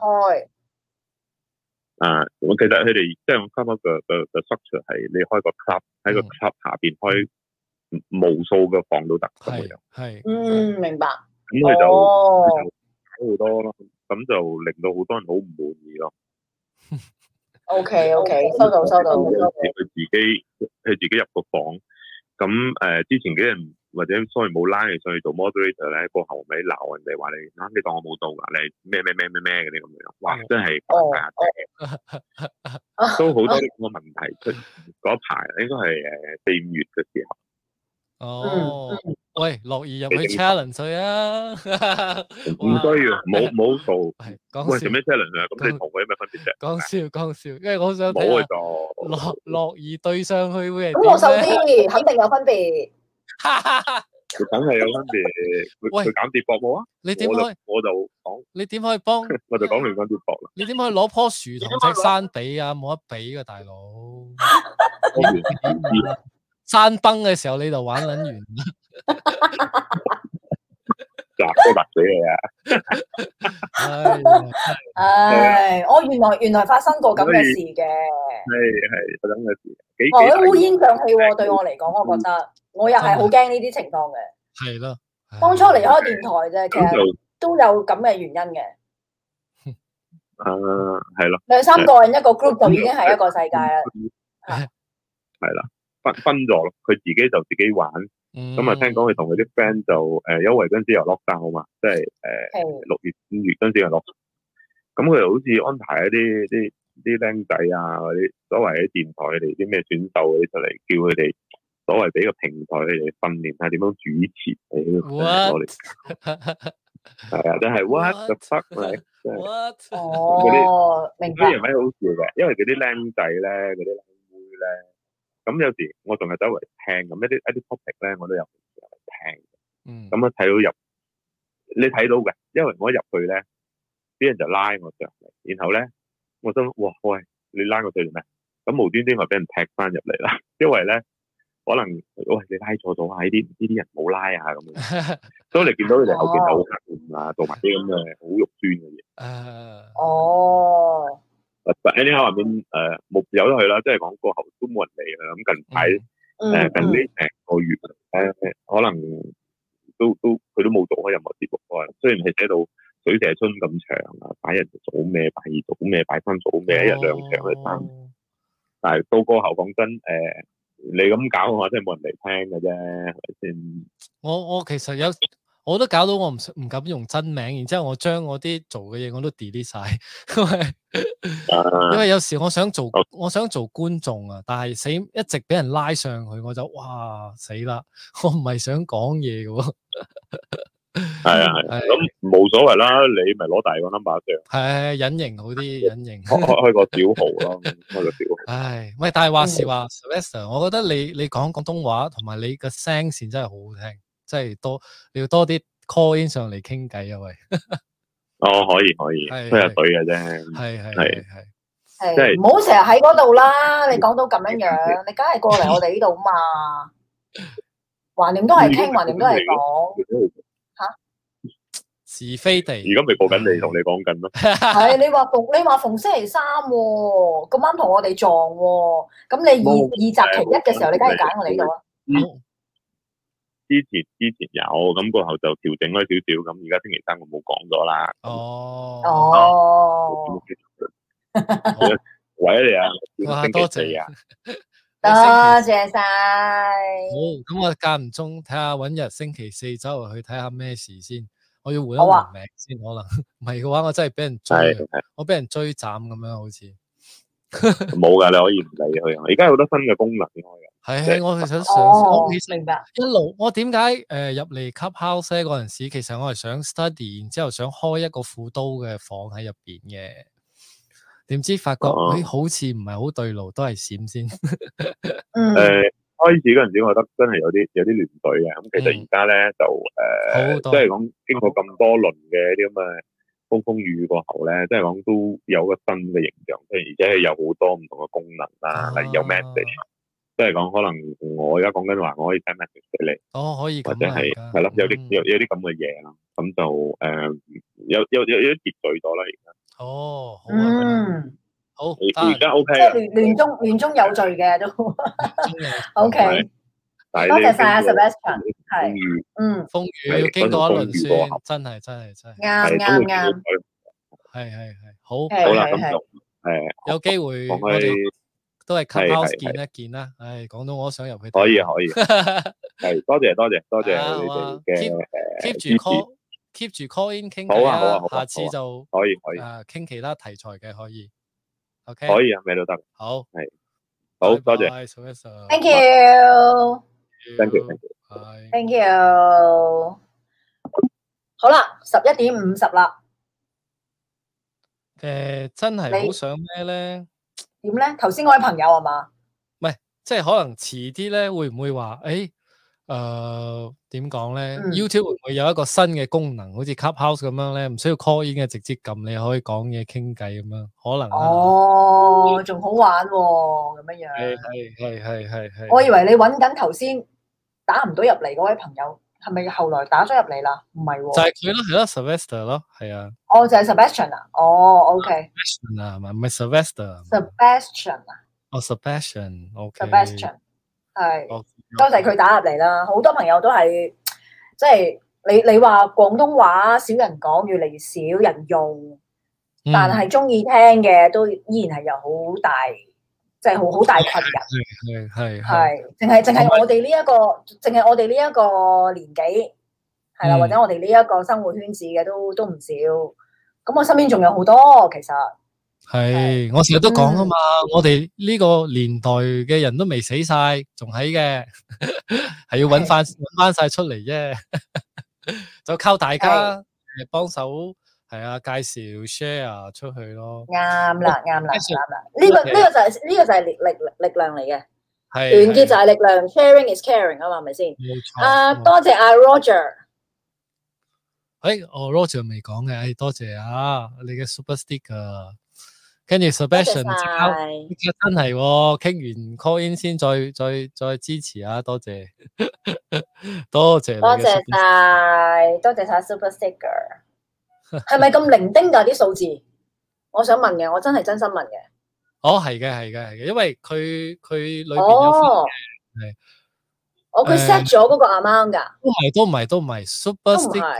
啊，咁其實佢哋即係我 club 嘅嘅嘅 structure 係你開個 club 喺個
嗯
club 下邊開無數嘅房都得咁
係
樣，
係，
嗯，明白。
咁佢就。
哦，
好多咯，咁就令到好多人好唔滿意咯。
O K O K，收到收到。
哦
尤其佢自己佢自己入個房，咁誒、呃之前幾人或者 sorry 冇拉你上去做 moderator 咧，個後尾鬧人哋話你啊，你當我冇到㗎，你咩咩咩咩咩嗰啲咁樣，哇！真係
哦
啊都好多呢個問題出嗰一排，應該係誒四五月嘅時候，
嗯
哦，喂，樂兒入
你
去
點
challenge 佢啊！
唔需要 冇冇做。
係
喂，
講
做
笑
咩 challenge 啊？咁你同佢有咩分別啫？
講笑講笑，因為我好想睇
冇去
下
做。
樂樂兒對上去會
咁我瘦
係點 咧？
啲，肯定有分別。
佢梗係有分別。佢
喂
佢減跌搏冇啊？
你點
我就
可以
我就講，
你點可以幫
我就講亂講跌搏啦。
你點可以攞棵 à, 樹同隻山比啊？冇得比噶，大佬。
我唔知
山崩嘅時候你就玩撚完，
砸都砸死你啊！
唉，
唉，
啊
我原來原來發生過咁嘅事嘅，
係係有咁嘅事，幾
哦，
幾大嗯
烏煙瘴氣喎，對我嚟講，我覺得我又係好驚呢啲情況嘅。
係咯。唉
當初離開電台啫，其
咁
實
就
都有咁嘅原因嘅。
嗯啊係咯，
兩三個人一個 group 就已經係一個世界啦。
分分咗咯，佢自己就自己玩。咁啊，聽講佢同佢啲 friend 就誒，因為嗰陣時又 lock down 嘛，即係誒
係
六月五月嗰陣時又 lock，咁佢又好似安排一啲啲啲僆仔啊，嗰啲所謂啲電台佢哋啲咩選秀嗰啲出嚟，叫佢哋所謂俾個平台佢哋訓練下點樣主持，誒攞嚟係啊，真係 what the fuck 嚟，
What？
嗯
哦，明白。
雖然係好笑嘅，因為嗰啲僆仔咧，嗰啲僆妹咧，咁有時我仲係走嚟聽咁一啲一啲 topic 咧，我都有時候嚟聽。
嗯
咁啊睇到入，你睇到嘅，因為我一入去咧，啲人就拉我上嚟，然後咧，我心諗哇喂，你拉我上嚟做咩？咁無端端我俾人踢翻入嚟啦，因為咧，可能喂你拉錯咗啊，呢啲呢啲人冇拉啊咁樣，所以你見到佢哋後邊就好黑暗啊，做埋啲咁嘅好肉酸嘅嘢。
啊
哦，
但 anyhow ờ, 入面誒冇有得去啦，即係講過後都冇人嚟啦。咁近排
嗯
嗯
誒近呢
嗯，
成個月誒，可能都都佢都冇做開任何節目喎。雖然係寫到水蛇春咁長啊，擺一組咩，擺二組咩，擺三組咩，一日兩場去三，
哦
但係到過後講真誒，你咁搞我真係冇人嚟聽嘅啫，係咪先？
我我其實有我都搞到我唔想唔敢用真名，然之後我將我啲做嘅嘢我都 delete 晒， 因為因
啊，
為有時我想做
好
我想做觀眾啊，但係死一直俾人拉上去，我就哇死啦！ 我唔係想講嘢嘅喎，
係啊係啊，咁冇所謂啦，你咪攞大個 number 上，
係隱形好啲，隱形。
開開開個小號咯，開個小號。
唉，喂，但係
嗯
話時話 s y l v e s t e r 我覺得你你講廣東話同埋你個聲線真係好好聽，即係多你要多啲 call in 上嚟傾偈啊，喂，
哦，可以可以，
係
吹下水嘅啫。
係係
嗯係
係係，
即係嗯
係唔好成日喺嗰度啦。你講到咁樣樣，你梗係過嚟我哋呢度 嘛。橫掂都係
嗯
傾，橫掂都係講，
是非地
而。家咪報緊你，同你講緊咯。
係你話逢你話逢星期三喎，咁啱同我哋撞喎，咁你二
冇
二集其一嘅時候，你梗係揀我哋呢度啦。
好
之前之前有，咁過後就調整咗少少，咁而家星期三我冇講咗啦。
哦，
哦，
喂你啊，
哇
星期四啊，
多
好，
謝晒。
咁我間唔中睇下揾日星期四周圍去睇下咩事先，我要換一
好啊
換名先，可能唔係嘅話，我真係俾人追
係
啊，
係
我俾人追斬咁樣好似。
冇㗎，你可以唔理佢。而家有好多新嘅功能開㗎，
係，我其實都想，
哦
我其，實
明白。
一路我點解誒入嚟 Clubhouse 咧嗰陣時，其實我係想 study，然之後想開一個副刀嘅房喺入邊嘅。點知發覺誒、
哦
哎好似唔係好對路，都係閃先。
嗯，
誒開始嗰陣時，我覺得真係有啲有啲亂隊嘅。咁其實而家咧
好
就誒，
多
即係講經過咁多輪嘅啲咁嘅風風雨雨過後咧，即係講都有個新嘅形象，即係而且係有好多唔同嘅功能啦，例如有 message。即係講可能我而家講緊話，我可以 send message 俾你，
哦，可以咁
或者
啊
係
而家
係咯，有啲
嗯
有有啲咁嘅嘢啦。咁就誒有有有有啲秩序咗啦。
哦，好啊，
嗯，
好
而而
得
家 OK
即
啦
係，亂亂中亂中有序嘅都。O
啊
係
K，
但
多
係你
謝晒啊
經過
Sebastian，
風
係，
雨
嗯，
風雨
係
要經過一
嗰
輪
陣風雨過後
先，真係真係真係，
啱
係
啱
都會
啱，
係係係，好
係
好啦，咁
係
就誒
有機會
講
我哋
開
都係
係
Clubhouse
係
見一見啦。唉，講到我都想入去睇，
可以啊可以係多謝多謝多謝
啊
你
好啊
哋嘅
keep-
誒
keep
支
住
持，
call keep 住 call in 傾
好
偈
啊好啊
啊
好，啊
下次
好啊
就
可以可以
誒傾其他題材嘅可以。OK，
可以啊，咩都得。
好，
好多謝
謝，Thank
，Thank you，Thank
，thank you，thank
拜。
you。
you，好啦，十一點五十啦，
誒，真係
你
好想咩咧？
點咧？頭先嗰位朋友係嘛？
即係可能遲啲咧，會唔會話誒？誒點講咧
嗯
？YouTube 會唔會有一個新嘅功能，好似 Clubhouse 咁樣咧，唔需要 call in 嘅，直啊接撳你可以講嘢傾偈咁樣，可能啦。
哦哦，仲好玩喎，咁咁樣樣。
系系系系系。
我以為你揾緊頭先打唔到入嚟嗰位朋友，係咪後來打咗入嚟啦？唔係
就
喎，
係佢咯，係咯，Sylvester 咯，係啊
哦就係 Sebastian 啊，哦 OK。
，Sebastian 啊，唔係 Sylvester，
Sebastian 啊
哦，Sebastian，OK。
，Sebastian 係。
哦
多謝佢打入嚟啦，好多朋友都係即係你你話廣東話少人講，越嚟越少人用，
嗯
但係中意聽嘅都依然係有好大，即係好好大群人。
係係係
係，淨係淨
同埋
係我哋呢一個，淨係我哋呢一個年紀，係啦，
嗯
或者我哋呢一個生活圈子嘅都都唔少。咁我身邊仲有好多，其實
係，我成日都講啊嘛，我哋呢個年代嘅人都未死晒，仲喺嘅， 係要揾翻揾翻晒出嚟啫， 就靠大家誒幫手，係啊，介紹 share 出去咯，
啱
哦
啦，啱啦，
其實
啱啦。呢個
我哋
呢個就係呢個就係力力力量嚟嘅，
係
團結就
係哦
係
嗯
力量，sharing is caring 啊嘛，係咪先？
冇錯。
啊，
冇錯
多謝阿 Roger，
诶，我哦 Roger 未講嘅，诶，多謝啊，你嘅 super sticker，跟住
多謝
Sebastian 即
晒。
刻即刻真係喎，傾完 call in 先，再再再支持啊，多謝， 多謝你
多
嘅
謝
super
晒，多謝晒 Super
sticker，
Sticker。係咪咁零丁㗎啲數字？我想問嘅，我真係真心問嘅。
哦，係嘅，係嘅，係嘅，因為佢佢裏边有分
哦，
係
哦，佢
誒
set 咗嗰個 amount 㗎，
都唔係都唔係都唔係 super
都唔
sticker
係。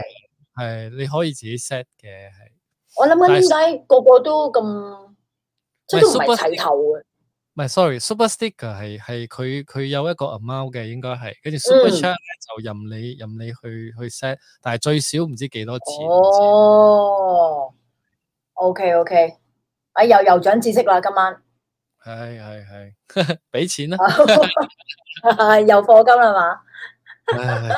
係你可以自己 set 嘅，係
我諗
但
緊
係
點解個個都咁，即係都唔
唔係
係
super
齊頭嘅。
唔係，sorry，super sticker 係係佢佢有一個 amount 嘅，應該係，跟住 super
嗯
chat 咧就任你任你去去 set，但係最少唔知幾多錢。
哦，OK OK，哎又又長知識啦，今晚
系系系， 俾钱啦！
又課金啦嘛，
唉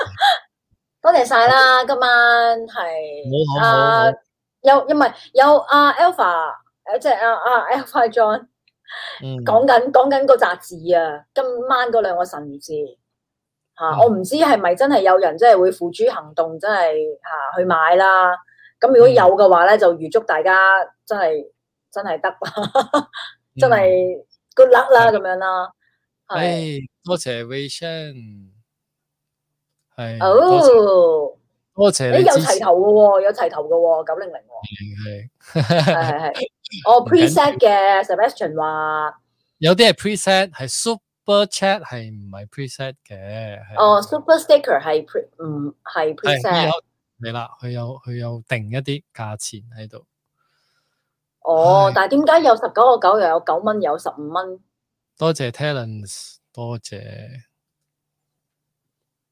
多謝晒啦，今晚係
好好好
啊
好，
有唔係有阿 Alpha，誒即係阿阿 Alpha John
嗯，
講緊講緊個雜誌啊，今晚嗰兩個神字嚇、啊
嗯
我唔知係咪真係有人真係會付諸行動，真係嚇、啊去買啦。咁如
嗯
果有嘅話咧，就預祝大家真係真係 得
嗯
啦，真係 good luck 啦咁樣啦。係
唉，哎多谢 Vision，系哎多謝
哦，
多谢
誒
你
有
支持，
齊頭嘅喎，有齊頭嘅喎，九零零 喎，
系
係係係。我 preset 嘅 Sebastian 話，
有啲系 preset，系 super chat 系唔系 preset 嘅，係
哦 super sticker 係 pre 唔係
係佢
preset，
有係啦，佢有佢有定一啲價錢喺度，
哦
唉，
但係點解有十九個九又有九蚊，有十五蚊？
多謝 Talents，多謝，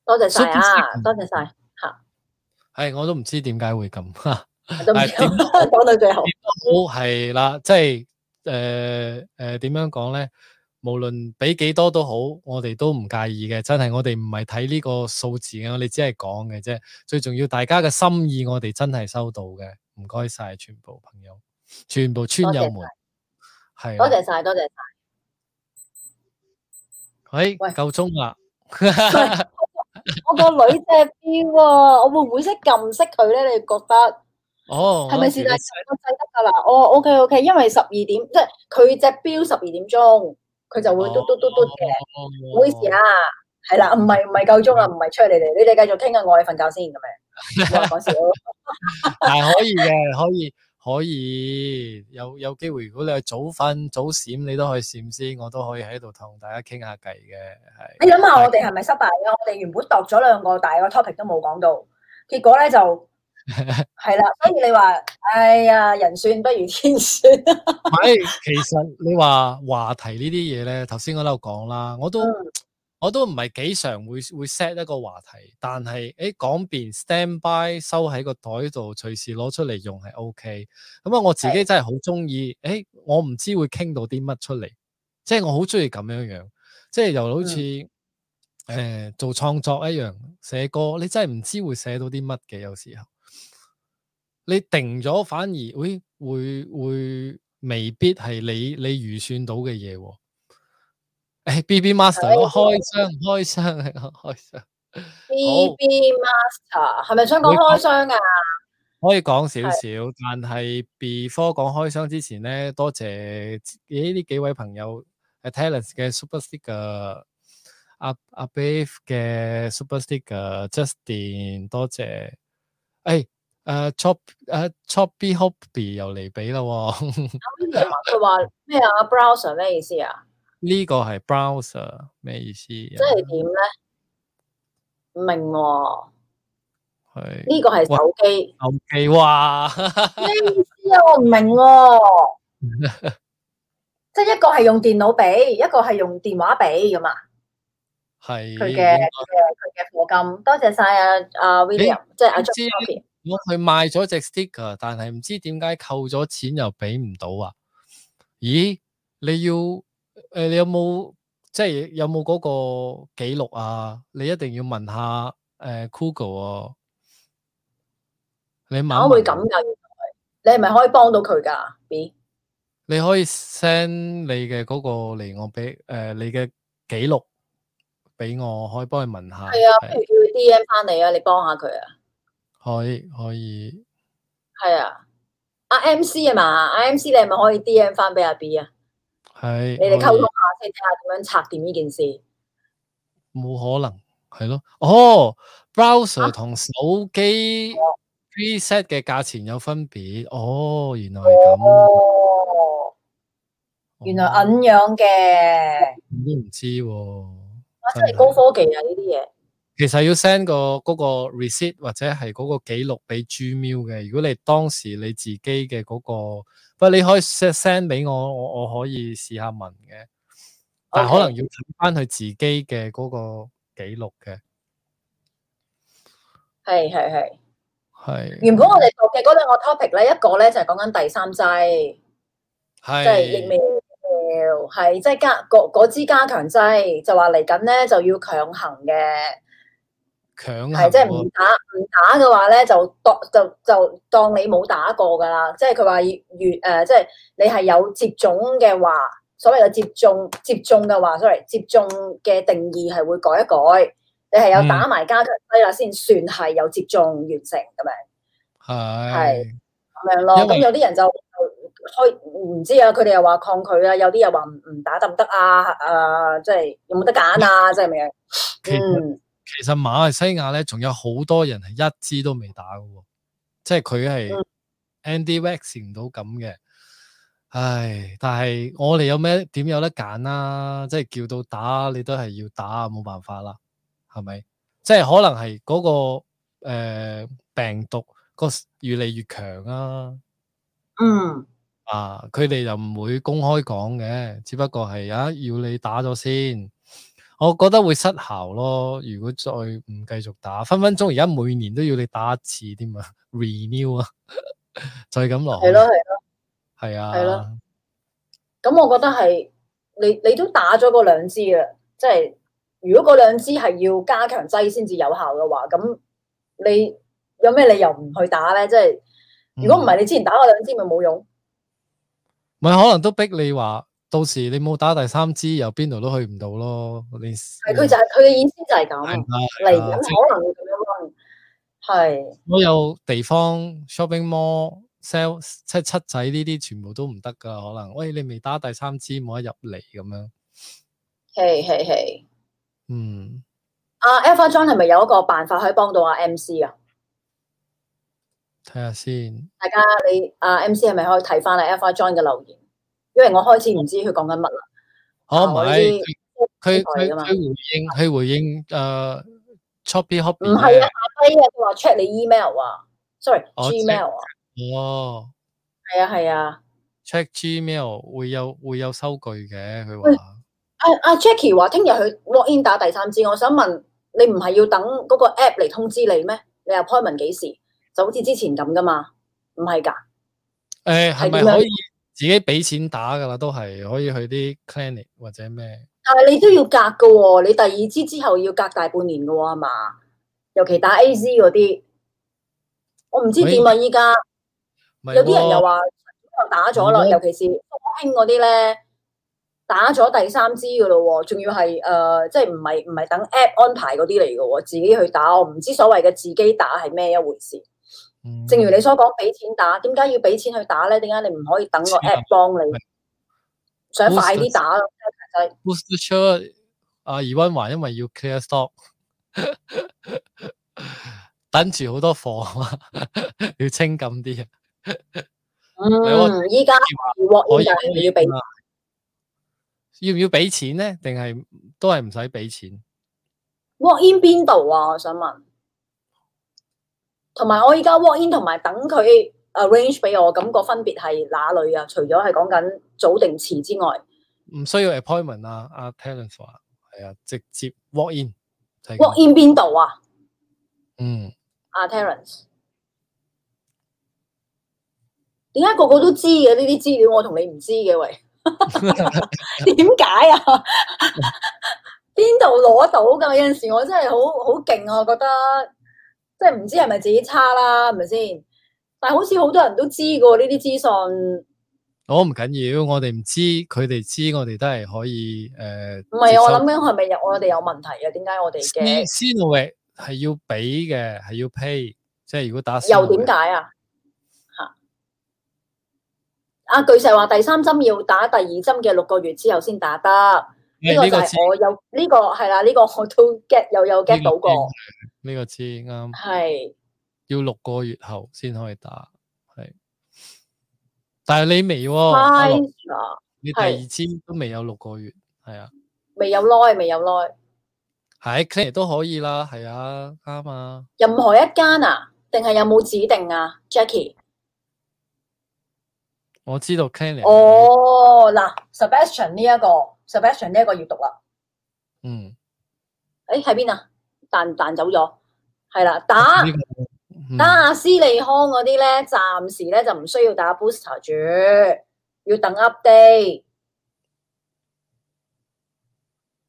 多謝晒啊，
Super Sticker
多謝晒，
係我都唔知點解會咁。
都唔知
係點
講到最後。
都系啦，即呃系诶诶，点、样讲咧？无论俾几多都好，我哋都唔介意嘅。真系，我哋唔系睇呢个数字嘅，我哋只系讲嘅啫。最重要，大家嘅心意，我哋真系收到嘅。唔该晒，全部朋友，全部村友们，系
多謝晒，多謝晒。
喂
喂，
够钟哎啦，
我個女隻錶喎，我會唔會識撳熄佢咧？你覺得
哦，
係咪是但
我諗住
我制得㗎啦？哦，OK OK，因為十二點即係佢隻錶十二點鐘，佢就
哦
會嘟嘟嘟嘟嘅。
你
唔好意思啊，係啦，唔係唔係夠鐘啊，唔係催你哋，你哋繼續傾啊，我去瞓覺先咁樣。冇話講笑，
但系可以嘅，可以可以有有機會。如果你係早瞓早閃，你都可以閃先，我都可以喺度同大家傾下偈嘅，係
你諗下我哋係咪失敗啊？我哋原本度咗兩個，但係個 topic 都冇講到，結果咧就係啦。所以你話，哎呀，人算不如天算。
唔係，其實你話話題呢啲嘢咧，頭先我都有講啦，我都、
嗯
我都唔係幾常會會 set 一個話題，但係誒講邊 stand by 收喺個袋度，隨時攞出嚟用係 OK。咁啊，我自己真係好中意，誒我唔知會傾到啲乜出嚟，即係我好中意咁樣樣，即係又好似誒、呃做創作一樣寫歌，你真係唔知會寫到啲乜嘅有時候。你定咗反而，會會會未必係你你預算到嘅嘢喎。誒 B B Master 咯，開箱開箱 開箱，
B B Master 係咪想講
會講
開箱啊？
可以講少少，但係 before 講開箱之前咧，多謝呢呢幾位朋友誒、誒 Talents 嘅 Super Sticker，阿阿 Beef 嘅 Super Sticker，Justin 多謝。誒誒 Chop 誒 Choppy Hobby 又嚟俾啦喎，
佢話咩啊？Browser 咩意思啊？
呢個係 browser 咩意思
即
啊？
係點咧？唔明喎，
係
呢個係手機
手機哇！
咩意思啊？我唔明喎，即係一個係用電腦俾，一個係用電話俾咁啊。
係
佢嘅佢嘅佢嘅課金，多謝晒啊啊 William，即係阿 j
知我佢賣咗隻 sticker，但係唔知點解扣咗錢又俾唔到啊？咦，你要诶、你有冇即係有冇嗰個記錄啊？你一定要問下诶 Google 哦。你
我
問
會
會
咁噶，你係咪可以幫到佢㗎？B
你可以 send 你嘅嗰個嚟我俾诶、你嘅記錄俾我，可以幫你問下。
係啊，不
係
如叫佢 DM 翻你啊，你幫下佢啊，
可以可以。
係啊。阿 MC 啊嘛，阿 MC 你係咪可以 DM 翻俾阿 B 啊？
係
你哋溝
可以
通下先，睇下點樣拆掂呢件事。
冇可能，係咯。哦，browser
啊
同手機
哦
preset 嘅價錢有分別。哦，原來係咁。
哦，原來咁樣嘅，
我都唔知喎。
哇！真係高科技啊呢啲嘢。
其實要 send 個嗰個 receipt 或者係嗰個記錄俾 Gmail 嘅。如果你當時你自己嘅嗰、個，不過你可以 send send 俾我，我我可以試下問嘅。但係可
OK
能要睇翻佢自己嘅嗰個記錄嘅，
係係係。
係
原本我哋讀嘅嗰兩個 topic 咧，一個咧就係講緊第三劑。
係
即係疫苗，係即係加嗰嗰支加強劑，就話嚟緊咧就要強行嘅，
強
係即係
行
唔打唔打嘅話咧就當就就當你冇打過噶啦，即係佢話越誒即係你係有接種嘅話，所謂嘅接種接種嘅話，sorry 接種嘅定義係會改一改。你係有打埋加強劑啦，先算係有接種完成咁樣
喎
係
係。
咁樣咯。
因為
咁有啲人就開唔知啊，佢哋又話抗拒啊，有啲又話唔唔打得唔得啊？啊，即係有冇得揀
嗯
啊？即係咪啊？
其 實
嗯，
其實馬來西亞咧，仲有好多人係一支都未打嘅喎，即係佢係 anti vaccine 到咁嘅。唉，但係我哋有咩點有得揀啦？即係叫到打，你都係要打，冇辦法啦，係咪？即係可能係嗰、個、呃、病毒個越嚟越強啊！
嗯，
啊，佢哋又唔會公開講嘅，只不過係啊，要你打咗先。我覺得會失效咯，如果再唔繼續打，分分鐘而家每年都要你打一次添啊，renew 啊，就係咁落去。
係咯，係咯。
係
係
啊
咯，咁我覺得係你你都打咗嗰兩支啦，即係如果嗰兩支係要加強劑先至有效嘅話，咁你有咩理由唔去打咧？即係如
嗯
果唔係你之前打嗰兩支咪冇用。
咪可能都逼你話，到時你冇打第三支，又邊度都去唔到咯。你
係佢就係佢嘅意思就係咁，
係啊
嚟緊
係啊即係
可能會咁樣咯。係。
所有地方 shopping mall sell 七七仔呢啲全部都唔得噶，可能喂你未打第三支冇得入嚟咁樣。
係係係，
嗯，
阿啊 Alpha John 係咪有一個辦法可以幫到阿 MC 啊？
睇下先。
大家你阿 MC 係咪可以睇翻阿 Alpha John 嘅留言？因為我開始唔知佢講緊乜啦。
哦，唔
啊我呢
係
啲
佢
呢台
佢佢
㗎嘛啊
佢回應佢回應誒 choppy
唔
hobby
係啊，
嘅
阿輝啊，佢話 check 你 email 啊
哦
，sorry，Gmail 啊，
哦
係啊係啊。
check Gmail 會有會有收據嘅，佢話
阿阿啊 Jackie 話聽日去 log in 打第三支，我想問你唔係要等嗰個 app 嚟通知你咩？你 appointment 幾時？就好似之前咁噶嘛？唔係㗎，
誒
係
係咪
點樣
可以自己俾錢打㗎啦？都係可以去啲 clinic 或者咩？
但係你都要隔㗎喎，你第二支之後要隔大半年㗎喎，係嘛？尤其打 A Z 嗰啲，我唔知點啊！依家
唔係
有啲人
喎
又話又打咗啦，
嗯
尤其是科興嗰啲咧，打咗第三支噶咯喎，仲要係誒、呃即係唔係唔係等 app 安排嗰啲嚟噶喎，自己去打，我唔知所謂嘅自己打係咩一回事。
嗯
正如你所講，俾錢打，點解要俾錢去打咧？點解你唔可以等個
黐
app 幫你？想快啲打咯，仔
Booster Shirt 阿余啊温華因為要 clear stock，等住好多貨啊嘛，要清咁啲啊。
嗯，依家
可
鑊
以
煙就要俾
啊要唔要俾錢咧？定係都係唔使俾錢？
鑊煙邊度啊？我想問。同埋我依家鑊煙同埋等佢呃 arrange 俾我，咁個分別係哪裏啊？除咗係講緊早定遲之外，
唔需要 appointment 啊，阿 Terence 話係啊，直接 walk in 就係咁
鑊煙邊度啊？
嗯，
啊 Terence，點解個個都知嘅呢啲資料？我同你唔知嘅喂，點解啊？邊度攞到㗎？有陣時我真係好好勁啊！我覺得即係唔知係咪自己差啦，係咪先？但係好似好多人都知嘅喎呢啲資訊，
我唔緊要，我哋唔知，佢哋知，我哋都係可以呃誒。
唔係啊我
接收
諗緊係咪有我哋有問題啊？點解我哋嘅
C n o v 係要俾嘅，係要 pay，即係如果打
又
Sinovac
點解啊？嚇！阿巨石話第三針要打第二針嘅六個月之後先打得，呢
誒
個
呢
就
個知
係我有呢個係啦，呢個我都 get 又有 get
呢個
到過，
知呢個知啱，
係
要六個月後先可以打，係。但係你未喎，
啊
阿樂
Pfizer
你第
係
二支都未有六個月，係啊，
未有耐，未有耐，
係 clinic 都可以啦，係啊，啱啊。
任何一間啊，定係有冇指定啊？Jackie，
我知道 clinic，
哦嗱，Sebastian 呢一個 Sebastian 呢一個要讀啦。
嗯，
诶喺邊啊？彈彈走咗，係啦，打
呢個嗯
打阿斯利康嗰啲咧，暫時咧就唔需要打 booster 住，要等 update。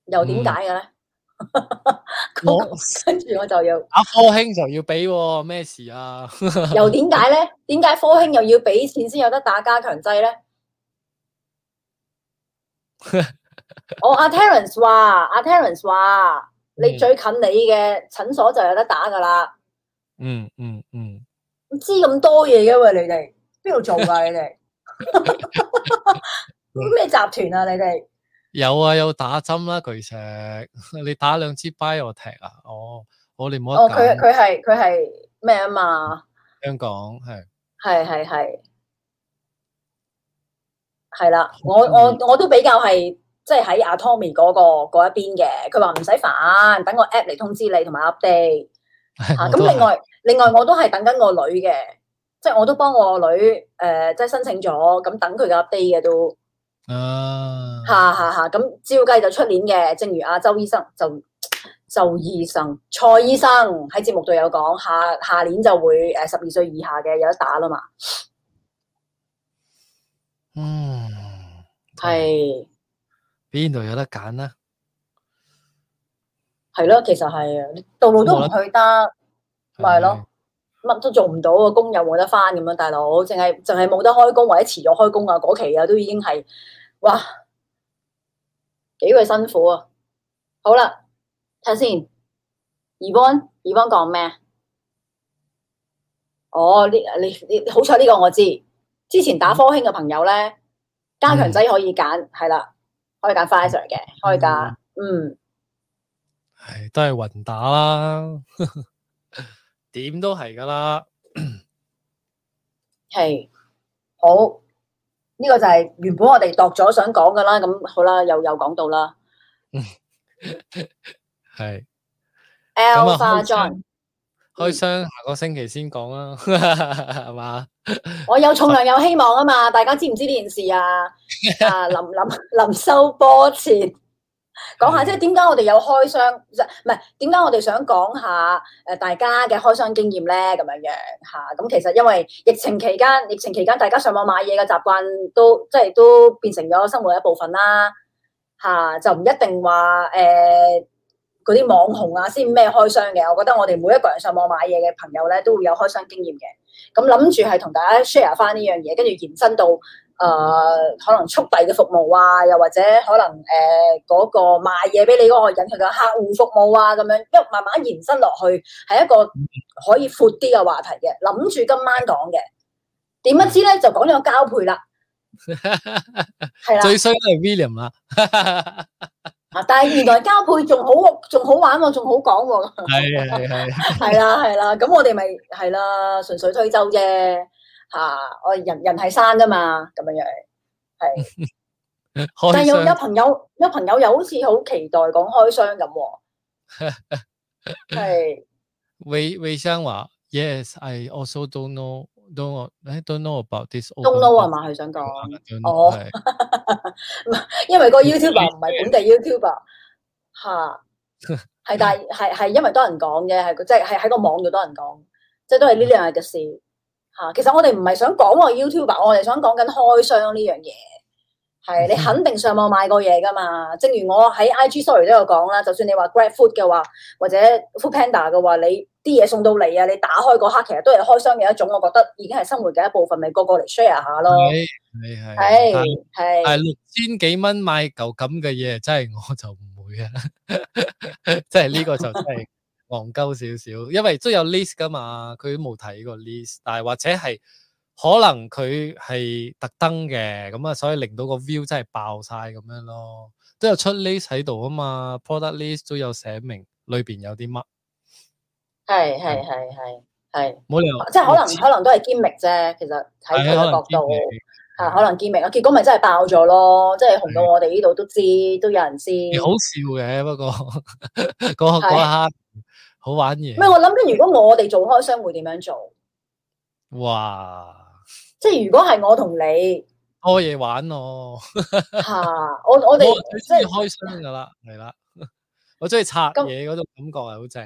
又點解嘅咧？
嗯 我
跟住我就要
打科興就要俾喎，咩事啊？
又點解 咧？點解科興又要俾錢先有得打加強劑咧？我哦阿 Terence 話，阿 Terence 話，你
嗯
最近你嘅診所就有得打噶啦。
嗯嗯嗯，
唔知咁多嘢嘅喂，你哋邊度做噶？你 哋咩集團啊？你哋
有啊，有打針啦，巨石， 你打兩支 biotech 啊？哦，我哋冇
哦，
得
佢
揀，
佢係佢係咩啊嘛？
香港係
係係係係啦，我
好
我我都比較係即係喺阿 Tommy 嗰、個嗰一邊嘅，佢話唔使煩，等我 app 嚟通知你同埋 update 吓。
我
啊咁、
都
另外另外我都係等緊我女嘅，即係我都幫我女诶、呃即係申請咗，咁等佢嘅 update 嘅都。
係 啊，
嚇嚇嚇！咁照計就出年嘅，正如阿周醫生就就醫生蔡醫生喺節目度有講，下下年就會誒十二歲以下嘅有得打啦嘛，
嗯，
係
邊度有得揀啊呢？
係咯，其實係啊，道路都唔去得，咪係咯，乜都做唔到啊，工又冇得翻咁樣，大佬淨係淨係冇得開工或者遲咗開工啊，嗰期啊都已經係哇幾鬼辛苦啊！好啦，睇下先 e v o n e v o n 講咩？哦，呢你你好彩呢個我知，之前打科興嘅朋友咧，加強劑可以揀，係啦，可以揀 Pfizer 嘅，可以打，嗯，
係都係雲打啦， 點都係㗎啦。
係好。呢個就係原本我哋度咗想講噶啦，咁好啦，又又講到啦。
係
Alpha
開
John，
開箱下個星期先講啦， 係嘛？
我有重量有希望啊嘛！大家知唔知呢件事啊？啊，林林林收波前講下即係點解我哋有開箱，唔係點解我哋想講下誒大家嘅開箱經驗咧？咁樣樣嚇，咁、其實因為疫情期間，疫情期間大家上網買嘢嘅習慣都即係都變成咗生活嘅一部分啦嚇、就唔一定話誒。嗰啲網紅啊，先咩開箱嘅，我覺得我哋每一個人上網買嘢嘅朋友咧，都會有開箱經驗嘅。咁諗住係同大家 share 翻呢樣嘢，跟住延伸到誒、可能速遞嘅服務啊，又或者可能誒嗰、個賣嘢俾你嗰個人佢嘅客戶服務啊，咁樣一慢慢延伸落去，係一個可以闊啲嘅話題嘅。諗住今晚講嘅，點不知咧就講咗交配啦。系啦，
最衰都係 William 啦，
啊但係原來交配仲好喎，仲好玩喎，仲好講喎。
係係 係，
系啦系啦，咁我哋咪系啦，純粹推舟啫吓、我哋人人係生噶嘛，咁樣樣。但
開
係有有
箱
朋友有朋友又好似好期待講開箱咁 喎，係
魏魏生話：Yes，I also don't know don't I don't know about this open
東撈係
box
啊嘛？佢想講，
don't
哦
know，係
因為個 YouTuber 唔係本地 YouTuber 吓、係但係係係因為多人講嘅，係即係係喺個網度多人講，即係都係呢兩日嘅事吓、其實我哋唔係想講話 YouTuber，我哋想講緊開箱呢樣嘢。係你肯定上網買過嘢㗎嘛？正如我喺 IG story 都有講啦，就算你話 Grab Food 嘅話，或者 Food Panda 嘅話，你啲嘢送到嚟啊，你打開嗰刻其實都係開箱嘅一種，我覺得已經係生活嘅一部分，咪個個嚟 share 下咯。
係
係
係係但
係
但係六千幾蚊買嚿咁嘅嘢，真係我就唔會啊！即係呢個就真係戇鳩少少，因為都有 list 噶嘛，佢都冇睇過 list，但係或者係可能佢係特登嘅，咁啊，所以令到個 view 真係爆晒咁樣咯。都有出 list 喺度啊嘛，product list 都有寫明裏邊有啲乜，
係係係係係，
冇理由
即係可能
係
可能都係 g i 啫，其實喺佢
嗯啊可
嘅
能
角度
堅。嘅
啊，可能見明啊，結果咪真係爆咗咯，即係紅到我哋呢度都知，都有人知。
幾好笑嘅，不過
係
嗰嗰一刻好玩嘢。
咩？我諗緊，如果我哋做開箱會點樣做？
哇，
即係如果係我同 你
多嘢玩咯！
吓，我我
我
哋
最
即
中意
係
開箱噶啦， 係啦，我中意拆
咁
嘢嗰種感覺係好正。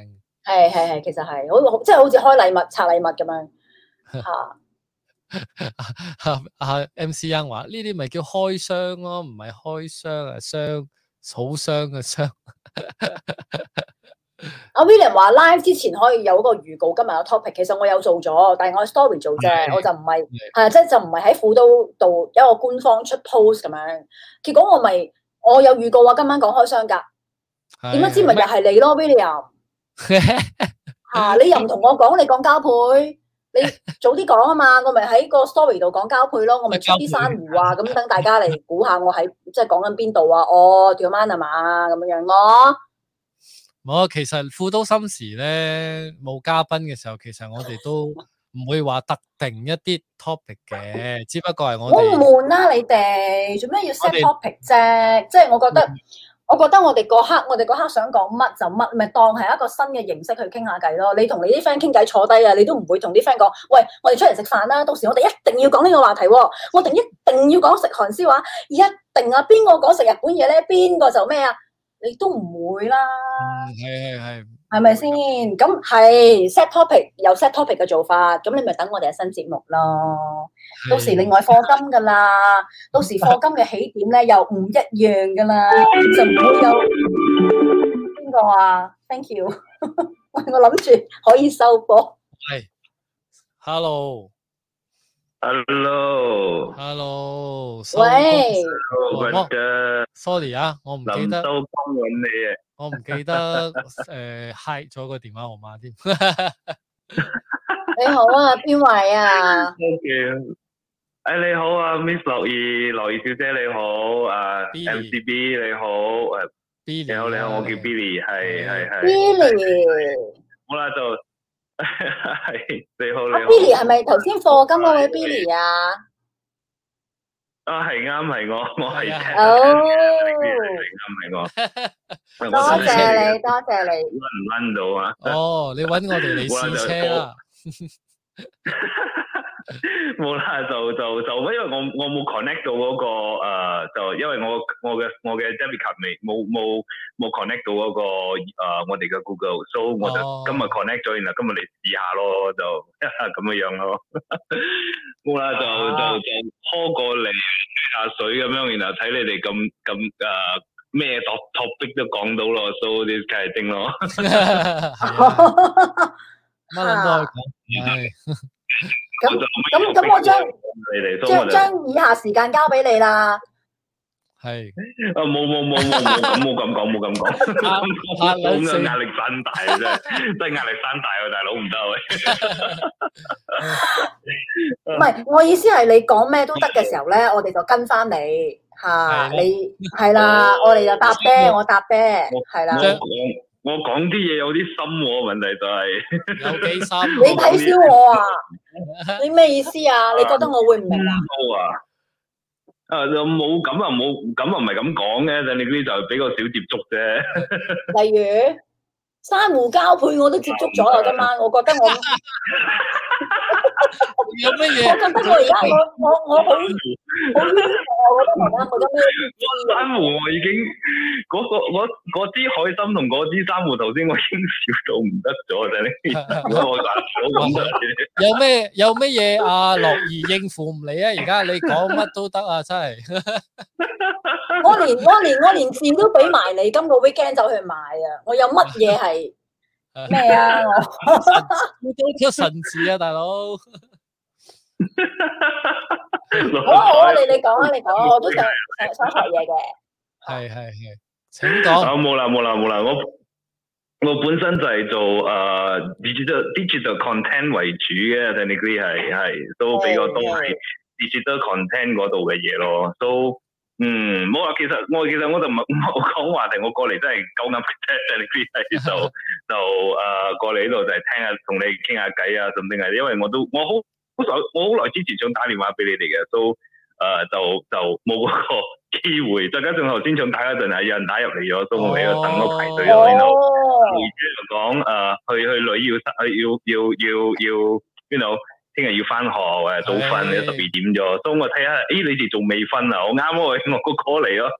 係係係，其實係好即係好似開禮物拆禮物咁樣 吓。
啊啊，MC 欣話呢啲咪叫開箱咯，唔係開箱啊，箱草箱嘅箱。
阿啊 William 話 live 之前可以有個預告今日嘅 topic，其實我有做咗，但係我喺 story 做啫，
係
我就唔係係啊即係就唔係喺輔導度有一個官方出 post 咁樣。結果我咪我有預告話今晚講開箱㗎， 點樣知 咪又係你嗯咯，William
係？
嚇、你又唔同我講，你講交配， 你早啲講啊嘛，我咪喺個 story 度講交配咯，我咪出啲珊瑚啊，咁等大家嚟估下我喺即係講緊邊度啊，哦，條晚啊嘛咁樣樣咯，
我啊其實富都心時咧冇嘉賓嘅時候，其實我哋 都唔會話特定一啲 topic 嘅，只不過係我
好
哋。
悶啦、你哋做咩要 set
我哋嗯
topic 啫？即係我覺得。我覺得我哋嗰刻，我哋嗰刻想講乜就乜，咪當係一個新嘅形式去傾下偈咯。你同你啲 friend 傾偈坐低啊，你都唔會同啲 friend 講，喂，我哋出嚟食飯啦，到時我哋一定要講呢個話題喎，我哋一定要講食韓燒話，一定啊，邊個講食日本嘢咧，邊個就咩啊，你都唔會啦，
嗯，系系系，
係咪先？咁係 set topic 有 set topic 嘅做法，咁你咪等我哋嘅新節目咯。到時另外課金噶 啦，到時課金嘅起點咧又唔一樣噶啦，就唔會有邊個啊？Thank you，喂 我諗住可以收波，
系，hello，hello，
Hello，
收
喂，
我嘅
，sorry 啊，我唔記
林
得，
都幫緊你啊！
我唔記得，诶 h 咗個電話號碼添，
你好啊，邊位啊？
多謝。誒你好啊，Miss ờ, 樂兒，樂兒小姐你好，啊
Billy Dạ.
MCB 你好，誒
Billy，
你好你好，我叫
啊
Billy，係係係，
啊 Billy，
好啦 就係你好
阿
你
啊
好。
Billy 係咪頭先課金嗰位 Billy 啊？
啊，係啱，係我，我係
係啊
聽
係
啊
到
哦
你嘅係啱，係
啊
我。
多
我真係
謝你，多謝你，
搵唔搵到啊？
哦，你揾我哋嚟試車啦，
冇啦，就就就，因為我我冇 connect 到嗰、個、呃、就因為我我嘅我嘅 debit 卡未冇冇冇 connect 到嗰、個、呃、我哋嘅 Google，so 我就
哦
今日 connect 咗，然後今日嚟試下咯，就 咁嘅樣 咯。冇啦，就
啊
就就 call 過嚟吹下水咁樣，然後睇你哋咁咁誒咩 à, top topic 都講到咯，so this kind of thing 咯。
係啊乜撚都可以講，係
咁咁咁我將
你哋，so
將
我就
將以下時間交俾你啦。
系
啊冇冇冇冇冇咁冇咁講冇咁講，
À, 壓力
冇
四
咁壓力山大啊真係，真係壓力山大喎大佬唔得啊喂。
唔係，我意思係你講咩都得嘅時候咧，我哋就跟翻你吓，
係啦
你係啦，我哋就搭啤，我搭啤，係啦
我。
即係
講我講啲嘢有啲深喎，問題就係、
有 几深？
你睇小我 啊？你咩意思啊？你覺得我會唔明啊？
高啊！啊，就冇咁啊，冇咁啊，唔係咁講嘅，但你呢就比較少接觸啫。
例如珊瑚交配，我都接觸咗啊啦。今晚我覺得 我，我
有乜嘢？
覺得我而家我我我好好冤枉，我覺得我而家冇得咩
珊瑚我已經嗰、個嗰嗰支海參同嗰支珊瑚，頭先我已 經笑到唔得咗，真係 如果我打唔到咁得。
有咩有乜嘢啊？乐儿应付唔嚟啊！而家你讲乜都得啊！真系
我連我連我連字都俾埋你，今個 weekend 走去買啊！我有乜嘢係 咩啊？我
都出神字啊，大佬！
好啊好啊，你你講啊，你講啊，我都想想想學嘢嘅。
系系系，请讲。
啊冇啦冇啦冇啦，我我本身就係做诶 digital digital content 為主嘅，technically 係係都比較多係 digital content 嗰度嘅嘢咯，都嗯冇啊，其實我其實我就唔唔好講話題，我過嚟真係鳩噏嘅啫，technically 係 就就诶、呃、過嚟呢度就係聽下同你傾下偈啊，甚至係因為我都我好好耐我好耐之前想打電話俾你哋嘅，都诶、呃就就冇嗰個機會，再加上頭先想打嗰陣係有人打入嚟咗，所以我喺度等我排隊咯，然後。
哦，
講誒、呃去去女要去要要要要，you know，聽日要翻學誒早瞓，
係
十二點咗，所以我睇下，咦你哋仲未瞓啊？我啱喎，我個 call 嚟咯，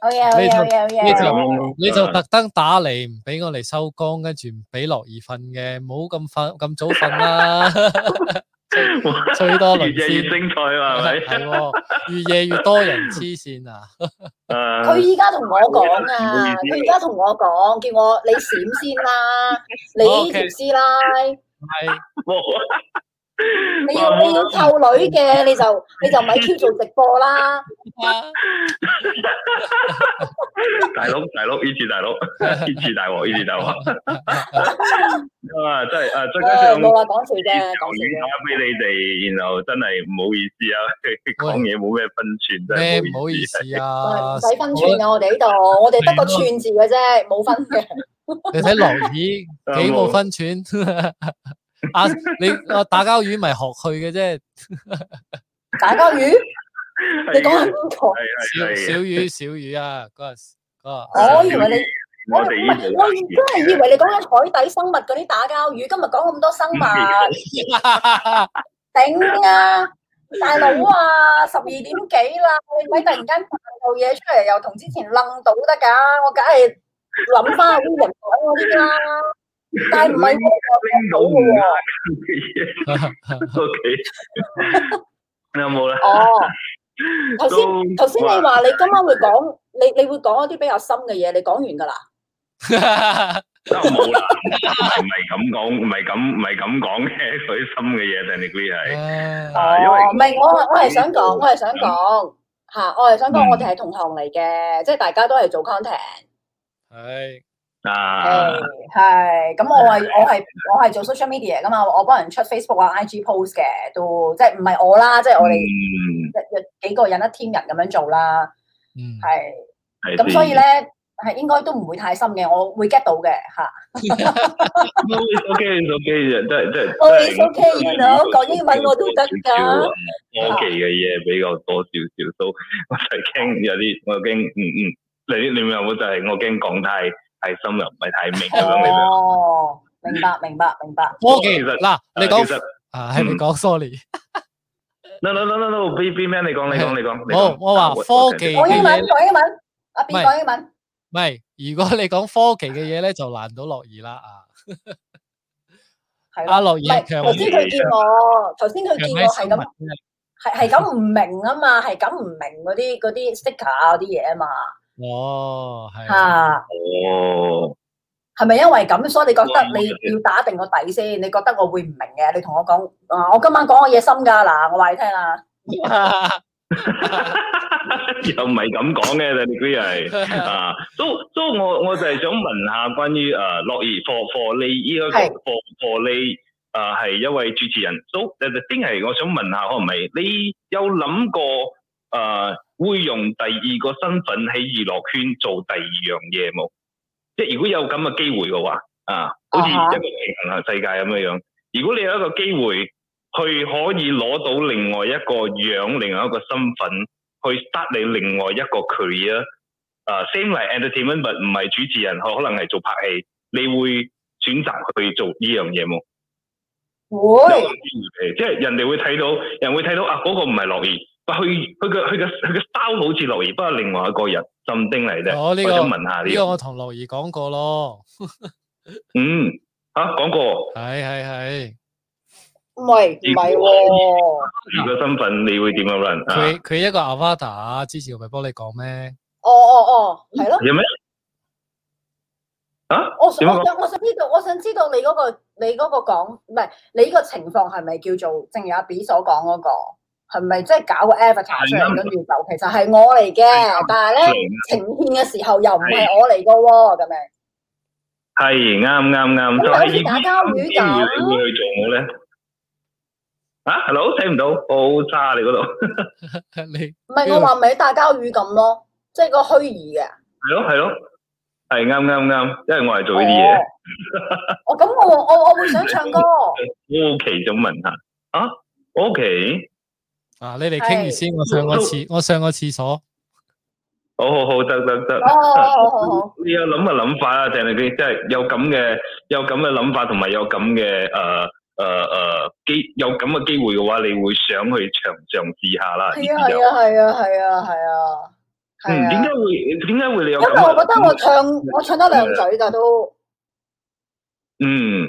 好嘢好嘢好嘢好
呢就
嘢！
你就特登打嚟唔俾我哋收工，跟住唔俾樂兒瞓嘅，唔好咁瞓咁早瞓啦。
啊
最多
越
輪
夜越
先，
精彩啊，係咪？
係喎越夜越多人黐線啊！
佢
誒
依家同我講
唔好
啊，
意思
佢而家同我講，叫我你閃先啦，你呢條
OK
師奶，
係
冇啊，
你要你要湊女嘅，你就你就咪 Q 做直播啦。
啊，
大佬大佬，呢次大佬， 呢次大鑊，呢次大 鑊，啊真係啊，再
誒
加上
冇。啦，講笑啫，講
留言
笑
打
啫。
俾你哋，然後真係唔好意思啊，講嘢冇咩分寸，真
咩
係
唔好意思
喂
啊
唔！使分寸啊！我哋呢度，我哋得個串字嘅啫，冇分嘅。
你睇樂 兒幾冇分寸 啊！你啊打交魚咪學佢嘅啫，
打交魚，
你
你講係邊個？
小
係係係
小魚小魚啊！嗰日嗰日
我 以為你。我
我哋
唔
呢
係，
度
我真係以為你講緊海底生物嗰啲打交魚，今日講咁多生物，頂啊！大佬啊，十二點幾啦，你咪突然間扮到嘢出嚟，又同之前楞到得㗎，我梗係諗翻啲人講嗰啲啦。但係唔係
拎到
我
唔
講到
啱
嘅喎？
嘅嘢，OK，有冇啦？
哦，頭先
都
頭先你話你今晚會講，你你會講一啲比較深嘅嘢，你講完㗎啦。
啊冇啦，唔係咁講，唔係咁，唔係咁講嘅，佢心嘅嘢，但係佢係
唉
啊因為
哦，唔係，我我係想講，我係想講嚇，我係想講，我哋係同行嚟嘅，即係大家都係做 content，
係
啊
誒，係咁我係我係我係做 social media 噶嘛，我幫人出 Facebook 啊、IG post 嘅，都即係唔係我啦，即係我哋
嗯
一一幾個人一 team 人咁樣做啦，
嗯
係
係
咁，
先
所以咧係應該都唔會太深嘅，我會 get 到嘅嚇。
No, it's okay, it's okay 啫，都係都係。
Oh, it's okay, you know，講英文我都得㗎。À.
科技嘅嘢比較多少少， 都我就係驚有啲，我驚嗯嗯，你你明有冇就係我驚講太太深入，唔係啊太明咁樣嘅。
哦，明白明白明白。
科技
其實
嗱，你
其
講
實
啊，
嗯
係你講 sorry。
no no no no no，B B man，你講你講你講。你
冇
講
我話科
嗯
技
講英文
嘅嘢
講英文，阿 B
唔係
講英文。
唔系，如果你講科技嘅嘢咧，就難到樂兒啦啊！
係咯
阿樂
唔係
兒強
頭先佢見我，頭先佢見我係
強喺
咁，係係咁唔明啊嘛，係咁唔明嗰啲嗰啲 sticker 啊嗰啲嘢啊嘛，
哦，係
嚇
哦，
係咪因為咁，所以你覺得
我
你要打定個底先？你覺得 我會唔明嘅？你同我講，啊，我今晚講嘅嘢深㗎嗱，我話你聽啦，
又唔係咁講嘅，但係 degree 係啊，都都我我就係想問下關於誒呃樂兒課課你依一個
係
課課你誒係一位主持人，都誒丁係我想問下，可唔係你有諗過誒、呃、會用第二個身份喺娛樂圈做第二樣嘢冇？即係如果有咁嘅機會嘅話，啊，好似一
啊哈
個平行世界咁樣樣，如果你有一個機會。去可以攞到另外一個樣，另外一個身份，去 start 你另外一個 career。啊、s a m e like entertainment，but 唔係主持人，可能係做拍戲，你會選擇去做呢樣嘢冇？
會
誒即係人哋會睇到，人會睇到啊，嗰、個唔係樂兒，但佢佢個佢個佢個 style 好似樂兒，不過另外一個人，甚丁嚟啫。
哦呢個
我想問下
呢
你，
個我同樂兒講過咯，
嗯，嚇、啊、講過
係係係，
唔係唔係喎？
你個身份，你會點樣 run 啊？
佢佢一個 avatar，之啊前我咪幫你講咩？
哦哦哦，係咯。
有咩？啊？
我我
點樣講
想我想知道，我想知道你嗰、個你嗰個講，唔係你呢個情況係咪叫做正如阿 B 所講嗰、個，係咪即係搞個 avatar 出嚟，跟住就其實係我嚟嘅，但係咧呈現嘅時候又唔係我嚟噶喎，咁樣
係啱啱啱，
咁
就
咪好
係
似
以
打交魚
你
咁。
會去做我咧？啊，hello，睇唔到，好差你嗰度，
你
唔
嗯
係我話咪打交魚咁咯，即係個虛擬嘅。
係咯係咯，係啱啱啱，因為我係做呢啲
哦
嘢，，
我哦咁我我我會想 唱歌，哦
我好奇想問下，啊，OK，
啊，你嚟傾住先，我上個 廁，我上個廁所。
好好好，得得得
哦，好好好，
你有諗嘅諗法啊，定係佢即係有咁嘅有咁嘅諗法，同埋有咁嘅誒誒誒機有咁嘅機會嘅話，你會想去嘗嘗試下啦，
係啊 係啊係啊係啊係啊，
嗯，
係
點
啊
解，會點解會你有
因
咁
為
嘅？
我覺得我唱我唱得兩嘴㗎都。
嗯，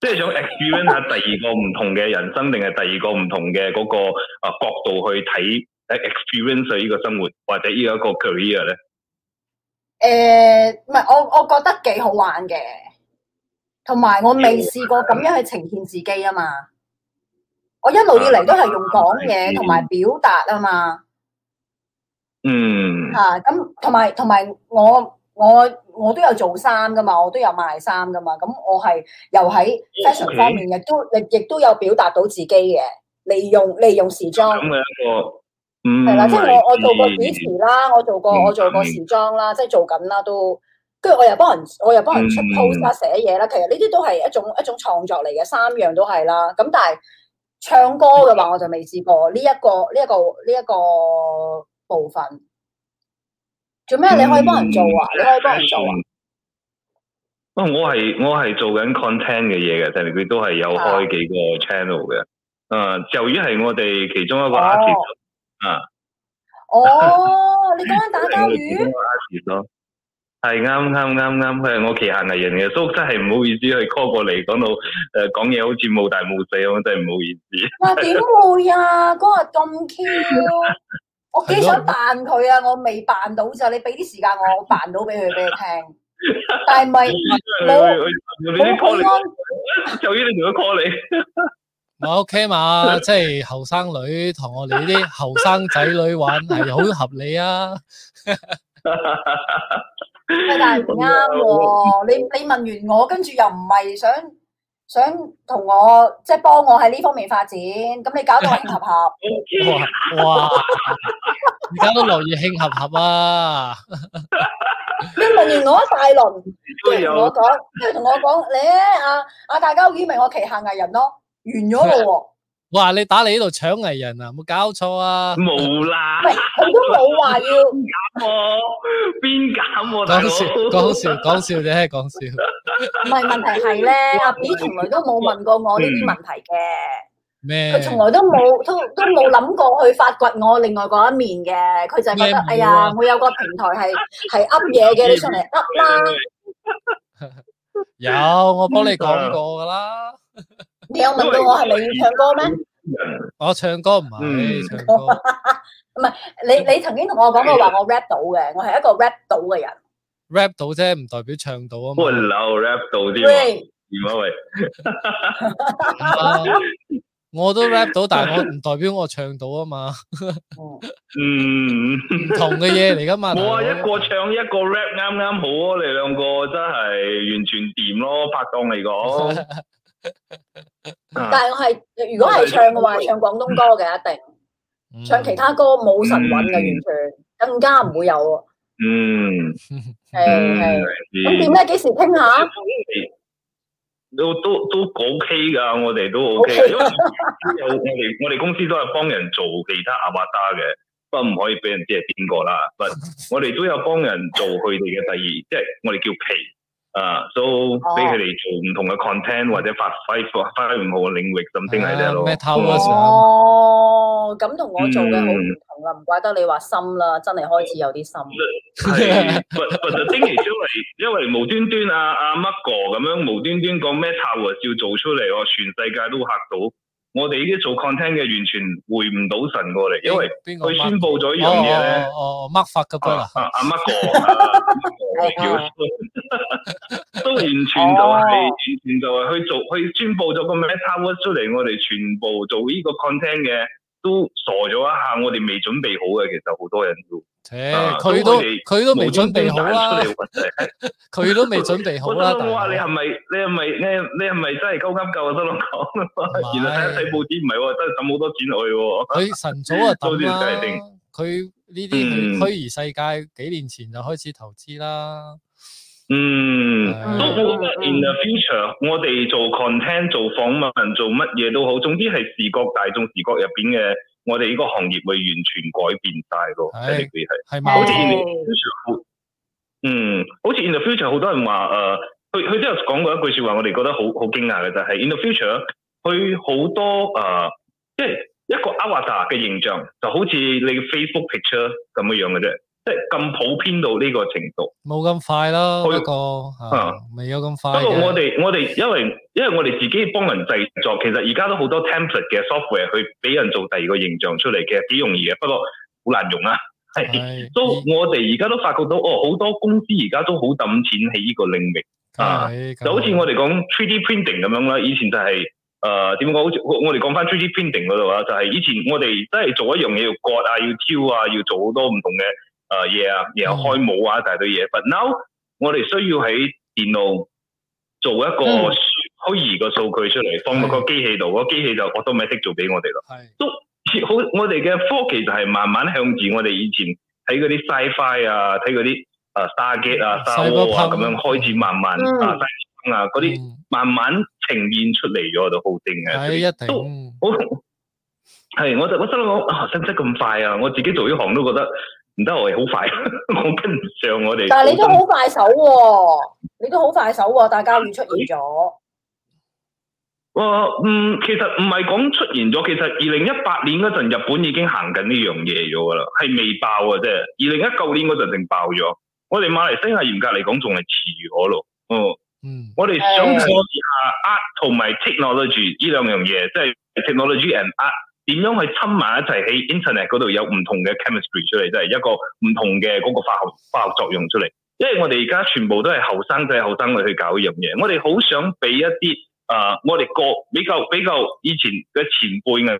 即係想 experience 下第二個唔同嘅人生，定係第二個唔同嘅嗰、個啊角度去睇誒 experience 呢個生活或者呢一個 career 咧。
诶，唔係，我我覺得幾好玩嘅，同埋我未試過咁樣去呈現自己啊嘛。我一路以嚟都係用講嘢同埋表達啊嘛，
嗯，
吓啊咁同埋同埋我我我都有做衫噶嘛，我都有賣衫噶嘛，咁我係又喺 fashion 方面亦都亦亦都有表達到自己嘅，利用利用時裝
咁。嘅一個，嗯，
係啦，即係我我做過主持
係
啦，我做過
嗯
我做過時裝啦，即係做緊啦都，跟住我又幫人我又幫人出
嗯
post 啊啦、寫嘢啦，其實呢啲都係一種一種創作嚟嘅，三樣都係啦。咁但係唱歌嘅
嗯
話，我就未試過呢一個呢一個呢一個部分。做咩？你可以幫人做啊？你可以幫人 做啊？
哦，嗯我係我係做緊 content 嘅嘢嘅，但係佢都係
啊
有開幾個 channel 嘅。嗯，就於係我哋其中一個 artist
哦，你講緊打 交魚？
交咯，係啱啱啱啱，佢係我旗下藝人嘅，所以真係唔好意思去 call 過嚟講到誒講嘢好似冇大冇細咁，真係唔好意思。
哇！點會啊？嗰日咁 Q，我幾想扮佢啊！我未扮到咋，你俾啲時間我，我扮到俾佢俾 佢聽。但係咪
佢佢你啲 call
好安？
你，就於你同佢 call 你，
咪 OK 嘛，即係後生女同我哋呢啲後生仔女玩係好合理啊！
但係唔啱 喎！你你問完我，跟住又唔係想想同我即係幫我喺呢方面發展，咁你搞到我興合 合，
哇哇，而家都樂意興合合啊！
你問完我一大輪，跟住
都
同
有
我講，跟住同我講，你咧啊啊大家已咪我旗下藝人咯，完咗咯 喎！
哇，你打嚟呢度搶藝人啊，冇搞錯啊！
冇啦
唔，係佢都冇話要。
我邊減我大
講
佬？
笑講笑講笑啫，講笑。
唔係問題係咧，阿 B 從來都冇問過我呢啲問題嘅，
咩？
佢從來都冇都都冇諗過去發掘我另外嗰一面嘅，佢就係覺得
咩冇啊
哎呀，我有個平台係係噏嘢嘅，你上嚟噏啦，
有，我幫你講過噶啦。
你有問到我係咪要唱歌咩？
我唱歌唔係
嗯
唱歌，
你你曾經同我講過話我 rap 到嘅，我係一個 rap 到嘅人。
rap 到啫，唔代表唱到啊
我
嘛。
哎流 rap 到啲喎，
喂，
點啊喂？
啊我都 rap 到，但系我唔代表我唱到啊嘛，
嗯
嗯，
唔同嘅嘢嚟噶嘛。
冇啊，
大
一
佬
個唱一個 rap 啱啱好啊，你兩個真係完全掂咯，拍檔嚟講。À,
但系我係如果係唱嘅話，唱廣東歌嘅一定，
嗯
唱其他歌冇神韻嘅，完全更加唔會有喎。
嗯，
係係。咁點咧？幾時傾下？
都都都 OK 噶，我哋都 OK 嘅
OK
因為有我哋我哋公司都係幫人做其他阿巴達嘅，不過唔可以俾人知係邊個啦。不，我哋都有幫人做佢哋嘅第二，即係我哋叫皮啊，so 俾佢哋做唔同嘅 content 或者發揮發發揮唔同嘅領域，甚至係咧咯。
咩偷啊成日
哦，咁同我做嘅好唔
嗯
同啦，唔怪得你話深啦，真係開始有啲深。
係，不不就丁其超嚟，因為無端端啊啊乜哥咁樣無端端講咩 t 啊，照做出嚟，我全世界都嚇到。我哋呢啲做 content 嘅完全回唔到神過嚟，因為
邊個
佢
mark？
宣布咗一樣嘢咧
哦，哦哦，mark 哦法嘅 b
啊
r
啊啊乜 哥啊啊乜哥
係啊
叫 都完全就係
哦
完全就係去做，佢宣布咗個 meta word 出嚟，我哋全部做呢個 content 嘅都傻咗一下，我哋未準備好嘅，其實好多人都
切
啊
佢都
咁佢哋
佢都未準備好啊啦
無端端彈，出嚟我真係
佢都未準備好
我心
啦。
諗
大佬
哇，你係咪你係咪你你係咪真係鳩金夠啊？得諗講，原來睇睇報紙唔係喎，真係抌好多錢落去喎。
佢晨早啊抌
都算係定
啦，佢呢啲
嗯
虛擬世界幾年前就開始投資啦。
嗯，
係
都我覺得 in the future，我哋做 content、做訪問、做乜嘢都好，總之係視覺大眾視覺入邊嘅，我哋呢個行業會完全改變晒咯。
係
睇嚟佢係。
係
好
冇
似
錯
future 好，嗯，好似 in the future 好多人話誒，呃佢佢都有講過一句説話，我哋覺得好好驚訝嘅就係、in the future，佢好多誒、呃即係一個 avatar 嘅形象，就好似你嘅 Facebook picture 咁樣樣嘅啫，即係咁普遍到呢個程度。
冇咁快啦，不
佢
過
啊
啊未有咁
不
快
過我
嘅。
哋我哋因為因為我哋自己幫人製作，其實而家都好多 template 嘅 software 去俾人做第二個形象出嚟，其實幾容易嘅，不過好難用啊，係。
係
都我哋而家都發覺到，哦，好多公司而家都好抌錢喺呢個領域，啊
係
就好似我哋講 3D printing 咁樣啦。以前就係誒點講？好似我我哋講翻 3D printing 嗰度啊，就係、以前我哋真係做一樣嘢要割啊，要挑啊，要做好多唔同嘅誒嘢啊，然後開模啊，大堆嘢。But now 我哋需要喺電腦做一個
嗯
虛擬個數據出嚟，放到個機器度，個機器就 automatic 做俾我哋咯。
係
好，我哋嘅科技就係慢慢向住我哋以前睇嗰啲 sci-fi 啊，睇嗰啲啊 Stargate 啊、Star War 啊咁樣開始慢慢
嗯
啊西方啊嗰啲
嗯
慢慢呈現出嚟咗，我就好正
係啊
嘅。
一
都
定。
好係，我就我心諗講啊，使唔使咁快啊？我自己做呢行都覺得唔得，我哋好快， 我跟唔上我哋。
但係你都好快手喎，你都好快手喎，大家要出現咗。
我嗯，其實唔係講出現咗，其實二零一八年嗰陣日本已經行緊呢樣嘢咗噶啦，係未爆啊啫。二零一九年嗰陣正爆咗，我哋馬來西亞嚴格嚟講仲係遲咗咯。哦，
嗯，
我哋想試下 art 同埋 technology 呢兩樣嘢，即係 technology and art 點樣去侵埋一齊喺 internet 嗰度有唔同嘅 chemistry 出嚟，即係一個唔同嘅嗰個化學化學作用出嚟。因為我哋而家全部都係後生仔後生女去搞呢樣嘢，我哋好想俾一啲誒、呃我哋個比較比較以前嘅前輩嘅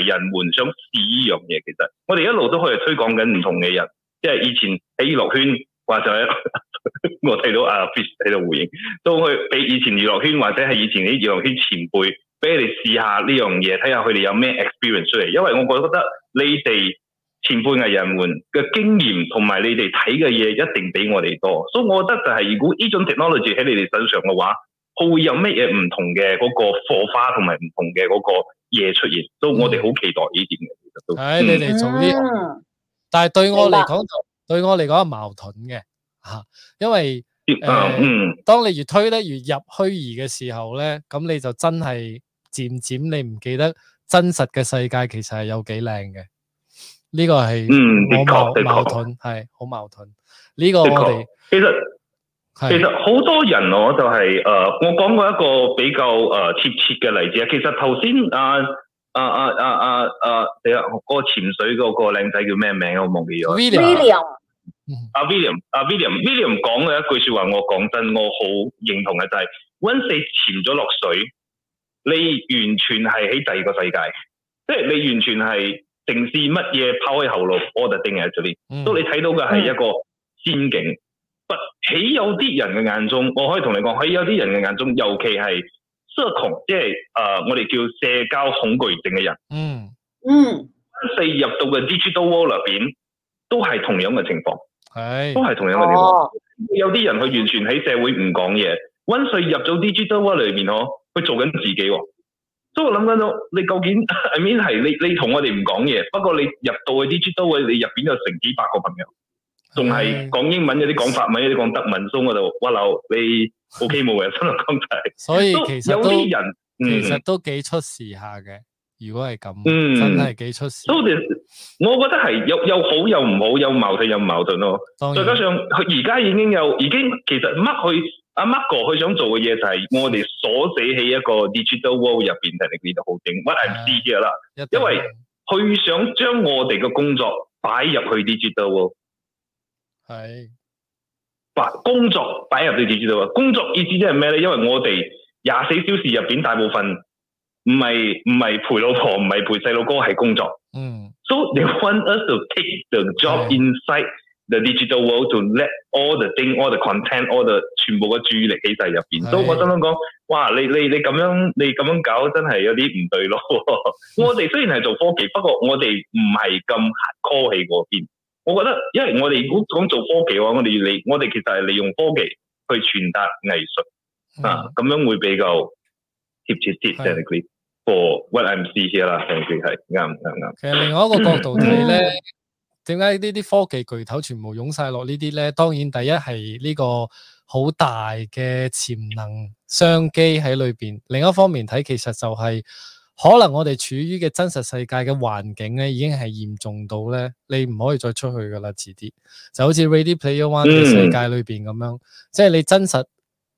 誒人們想試呢樣嘢，其實我哋一路都可以推廣緊唔同嘅人，即係以前喺娛樂圈或者 我睇到阿 Fish 喺度回應。都去俾以前娛樂圈或者係以前啲娛樂圈前輩，俾你哋試下呢樣嘢，睇下佢哋有咩 experience 出嚟。因為我覺得你哋前輩藝人們嘅經驗同埋你哋睇嘅嘢一定比我哋多，所以我覺得就係如果呢種 technology 喺你哋身上嘅話，佢會有咩嘢唔同嘅嗰個火花同埋唔同嘅嗰個嘢出現，所以我哋好期待呢點嘅。其實都
唉，你
嗯
哋做啲
嗯
但系對我嚟
明
講，對我嚟講係矛盾嘅吓、啊因為
嗯嗯。
當你越推得越入虛擬嘅時候咧，咁你就真係漸漸你唔記得真實嘅世界其實係有幾靚嘅，呢、個係
嗯的
我
確
矛
的確
矛盾係好矛盾，呢、個
的確
我哋
其實其
係
實好多人我就係、誒、我講過一個比較誒、呃、貼切嘅例子啊。其實頭先啊啊啊啊啊啊，你啊嗰個潛水嗰個靚仔叫咩名啊？我忘記咗。
William
，William，
阿 William，阿 William，William 講嘅一句説話，我講真，我好認同嘅就係、once 你潛咗落水，你完全係喺第二個世界，即係你完全係城市乜嘢拋喺後腦，all the thing actually。
嗯
所以你睇到嘅係一個仙境。不喺有啲人嘅眼中，我可以同你講，喺有啲人嘅眼中，尤其係社恐，即係誒、呃我哋叫社交恐懼症嘅人，
嗯
嗯，
四入到嘅 digital world 入邊，都係同樣嘅情況，
系
都係同樣
啊
嘅情況。
哦，
有啲人佢完全喺社會唔講嘢，温水入咗 digital world 裏面嗬，佢做緊自己喎。所以我諗緊到你究竟 I mean 係你你同我哋唔講嘢，不過你入到去 digital world，你入邊有成幾百個朋友，仲係講英文，有啲講法文，有啲講德文，所以我就哇流 你 OK 冇嘅，真係講就係。
所以
都
其實
有
都
啲人，
其
嗯
實。都幾出事下嘅。如果係咁，
嗯
真係幾出事。
所以我哋我覺得係有有好有唔好，有矛盾有唔矛盾咯。
當
再加
然
上佢而家已經有已經其實 Mark 佢阿 Mark 哥佢想做嘅嘢就係我哋鎖死喺一個 digital world 入邊，就係你好正 what I see 嘅啦。
一定
因為佢想將我哋嘅工作擺入去 digital world，
係
把工作擺入去 digital world。工作意思即係咩咧？因為我哋廿四小時入邊大部分唔係唔係陪老婆，唔係陪細路哥，係工作。
嗯
So they want us to take the job
Yeah.
inside the digital world to let all the thing, all the content, all the 全部嘅注意力喺晒入邊。
係
所以我心諗講，哇！你你你咁樣你咁樣搞，真係有啲唔對路 喎。我哋雖然係做科技，不過我哋唔係咁 call 喺嗰邊。我覺得，因為我哋如果講做科技嘅話，我哋利我哋其實係利用科技去傳達藝術啊
嗯，
咁樣會比較貼切啲。
係
Technically for what I'm see here 啦，technically 係啱啱啱。
其實另外一個角度睇咧，點解呢啲科技巨頭全部湧晒落呢啲咧？當然第一係呢個好大嘅潛能商機喺裏邊，另一方面睇其實就係、可能我哋處於嘅真實世界嘅環境咧，已經係嚴重到咧，你唔可以再出去噶啦，遲啲就好似 Ready Player One 嘅
嗯
世界裏邊咁樣，即係你真實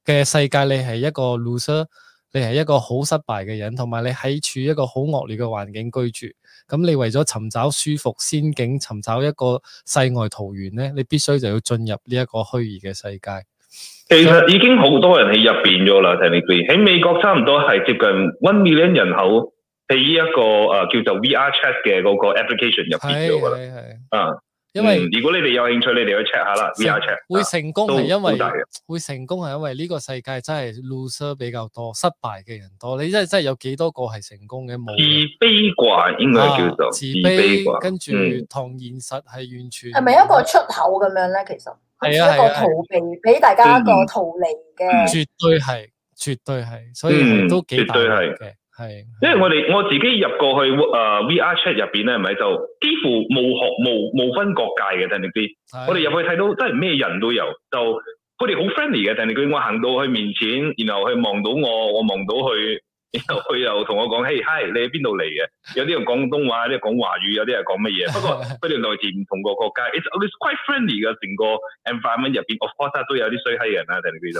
嘅世界，你係一個 loser，你係一個好失敗嘅人，同埋你喺處一個好惡劣嘅環境居住。咁你為咗尋找舒服仙境，尋找一個世外桃源咧，你必須就要進入呢一個虛擬嘅世界。
其實已經好多人喺入邊咗啦 t e c h n 喺美國差唔多係接近 one million 人口喺呢一個誒、呃叫做 VR Chat 嘅嗰個 application 入邊
係
咗㗎啦。
係係，
啊，
因為
嗯如果你哋有興趣，你哋去 check 下啦
成
，VR Chat
會
啊
成功
都
係因為
好大嘅
會成功係因為呢個世界真係 loser 比較多，失敗嘅人多。你真係真係有幾多個係成功嘅冇
自
嘅？
卑啩，應該係叫做
啊自
卑
卑，
啩。
跟住
嗯
同現實係完全
係咪一個出口咁樣咧？其實好似
係啊
一個
係啊嗯
逃避，俾大家一個逃離嘅。
絕對係，絕對係，所以係
嗯
都幾大
絕對
壓力
係
嘅，係。
因為我哋我自己入過去誒、呃 VR Chat 入邊咧，係咪就幾乎冇學冇冇分國界嘅 t e c h n
係
我 哋入去睇到真係咩人都有，就佢哋好 friendly 嘅，但係佢我行到佢面前，然後佢望到我，我望到佢， 然後佢又同我講：，嘿，hi，你喺邊度嚟嘅？有啲人講廣東話，有啲人講華語，有啲人講乜嘢。不過佢哋來自唔同個國家，it's oh, it's quite friendly 嘅，成個 environment 入邊，of course 都有啲衰閪人啦，但係佢就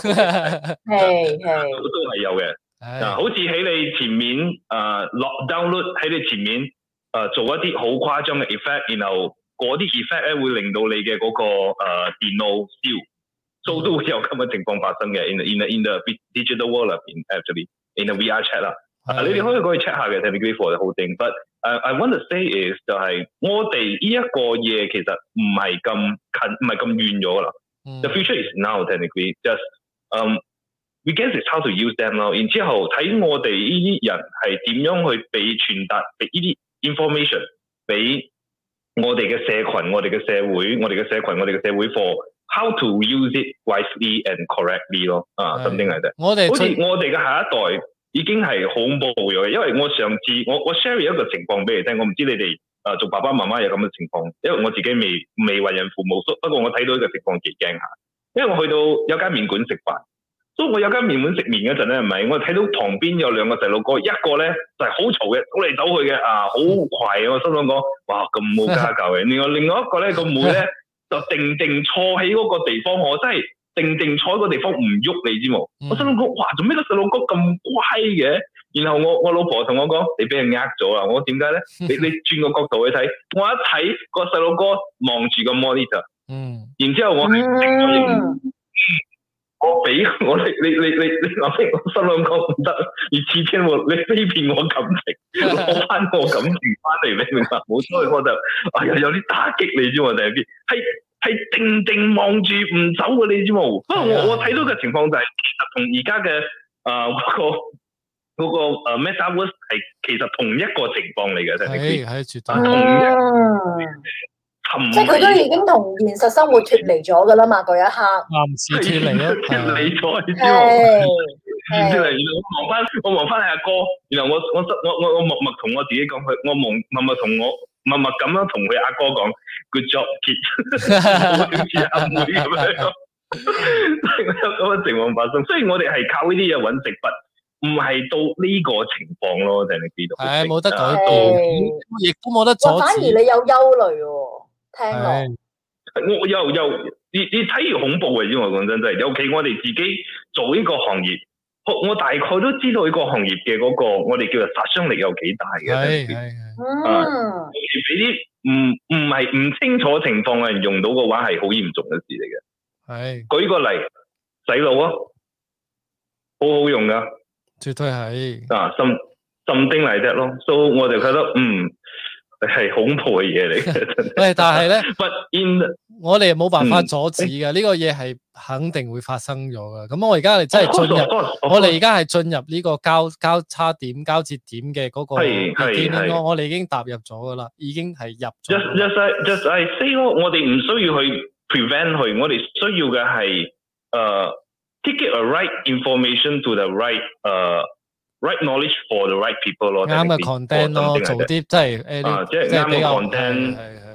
嗯
係係，
都係有嘅。嗱，
唉
好似喺你前面誒落 download 喺你前面誒、呃做一啲好誇張嘅 effect，然後嗰啲 effect 咧會令到你嘅嗰、個誒、呃、電腦燒，所以都會有咁嘅情況發生嘅。In the, in the, in the digital world 入邊，actually in the VR chat 啦。啊你哋可以過去 check 下嘅 t e c h n i c a l for 好正，but 誒 I want to say is 就係我哋呢一個嘢其實唔係咁近，唔係咁遠咗㗎啦。
嗯
The future is now technically just um we guess it's how to use them 咯。然之後睇我哋呢啲人係點樣去俾傳達俾呢啲 information 俾我哋嘅社群、我哋嘅社會、我哋嘅社群、我哋嘅社會 for how to use it wisely and correctly 咯。啊
係
，something like that。
我哋
好似
最
我哋嘅下一代已經係好恐怖咗嘅，因為我上次我我 share 一個情況俾你聽，我唔知你哋誒、呃做爸爸媽媽有咁嘅情況，因為我自己未未為人父母，所不過我睇到呢個情況幾驚嚇，因為我去到有間麵館食飯，所以我有間麵館食麵嗰陣咧，係咪我睇到旁邊有兩個細路哥，一個咧就係好嘈嘅，走嚟走去嘅啊，好快嘅，我心諗講哇咁冇家教嘅，另外另外一個咧個妹咧就定定坐喺嗰個地方，我真係〜定定坐喺個地方唔喐你知冇？
嗯
我心諗講，哇，做咩個細路哥咁乖嘅？然後我我老婆同我講，你俾人呃咗啦！我點解咧？ 你你轉個角度去睇，我一睇個細路哥望住個 monitor，
嗯
然之後我係
嗯，
我俾我你你你你你諗起我心諗講唔得，你欺騙我，你欺騙我感情，攞翻我感情翻嚟，你明白冇？所以我就哎呀有啲打擊你啫喎，就有啲係係定定望住唔走嘅你知冇？不過我我睇到嘅情況就係、其實同而家嘅誒嗰個。嗰、個誒 MetaVerse 係其實同一個情況嚟嘅，就係
係系绝
啊
对
同一
嗯，
沉迷
即係佢都已經同現實生活脱離咗噶啦嘛，嗰一刻。
啱似脱 離咯，
脱
係啊
離咗，你知冇？
係
唔知啦，原 來我望翻，我望翻你阿哥，然後我我我我我默默同我自己講，佢我望默默同我默默咁樣同佢阿哥講，good job kid，好 似阿妹咁樣， 咁嘅情況發生。雖然我哋係靠呢啲嘢揾食，不唔係到呢個情況咯，就係你知道。
係冇得改
啊
變，
係
亦都冇得阻
哇，反而你
止。
有憂慮喎，聽落。
係
我又又你你睇完恐怖嘅啫，我講真真係，尤其我哋自己做呢個行業，我我大概都知道呢個行業嘅嗰、個我哋叫做殺傷力有幾大嘅。
係係係
嗯，
俾啲唔唔係唔清楚情況嘅人用到嘅話，係好嚴重嘅事嚟嘅。
係，
舉個例，洗腦啊，好好用噶，
絕對係。
啊，甚甚丁嚟啫咯，所、以我就覺得嗯係恐怖嘅嘢嚟嘅。
喂，但係咧，
But in the-
我哋冇辦法
嗯
阻止嘅，呢個嘢係肯定會發生咗嘅。咁我而家係真
Of
係
course，
進入
of。course，of
我
course
哋而家係進入呢個交交叉點、交接點嘅嗰個
係係
意見
係
我我哋已經踏入咗噶啦，已經係入
just
咗啦。
just I just I say 咯，我哋唔需要去 prevent 佢，我哋需要嘅係誒 take it a right information to the right 誒、right knowledge for the right people 咯。
啱嘅
technically，or
content 咯，
something like
做啲
that
即係誒
啊
啲
即係
即係
啱嘅
比較
content
係係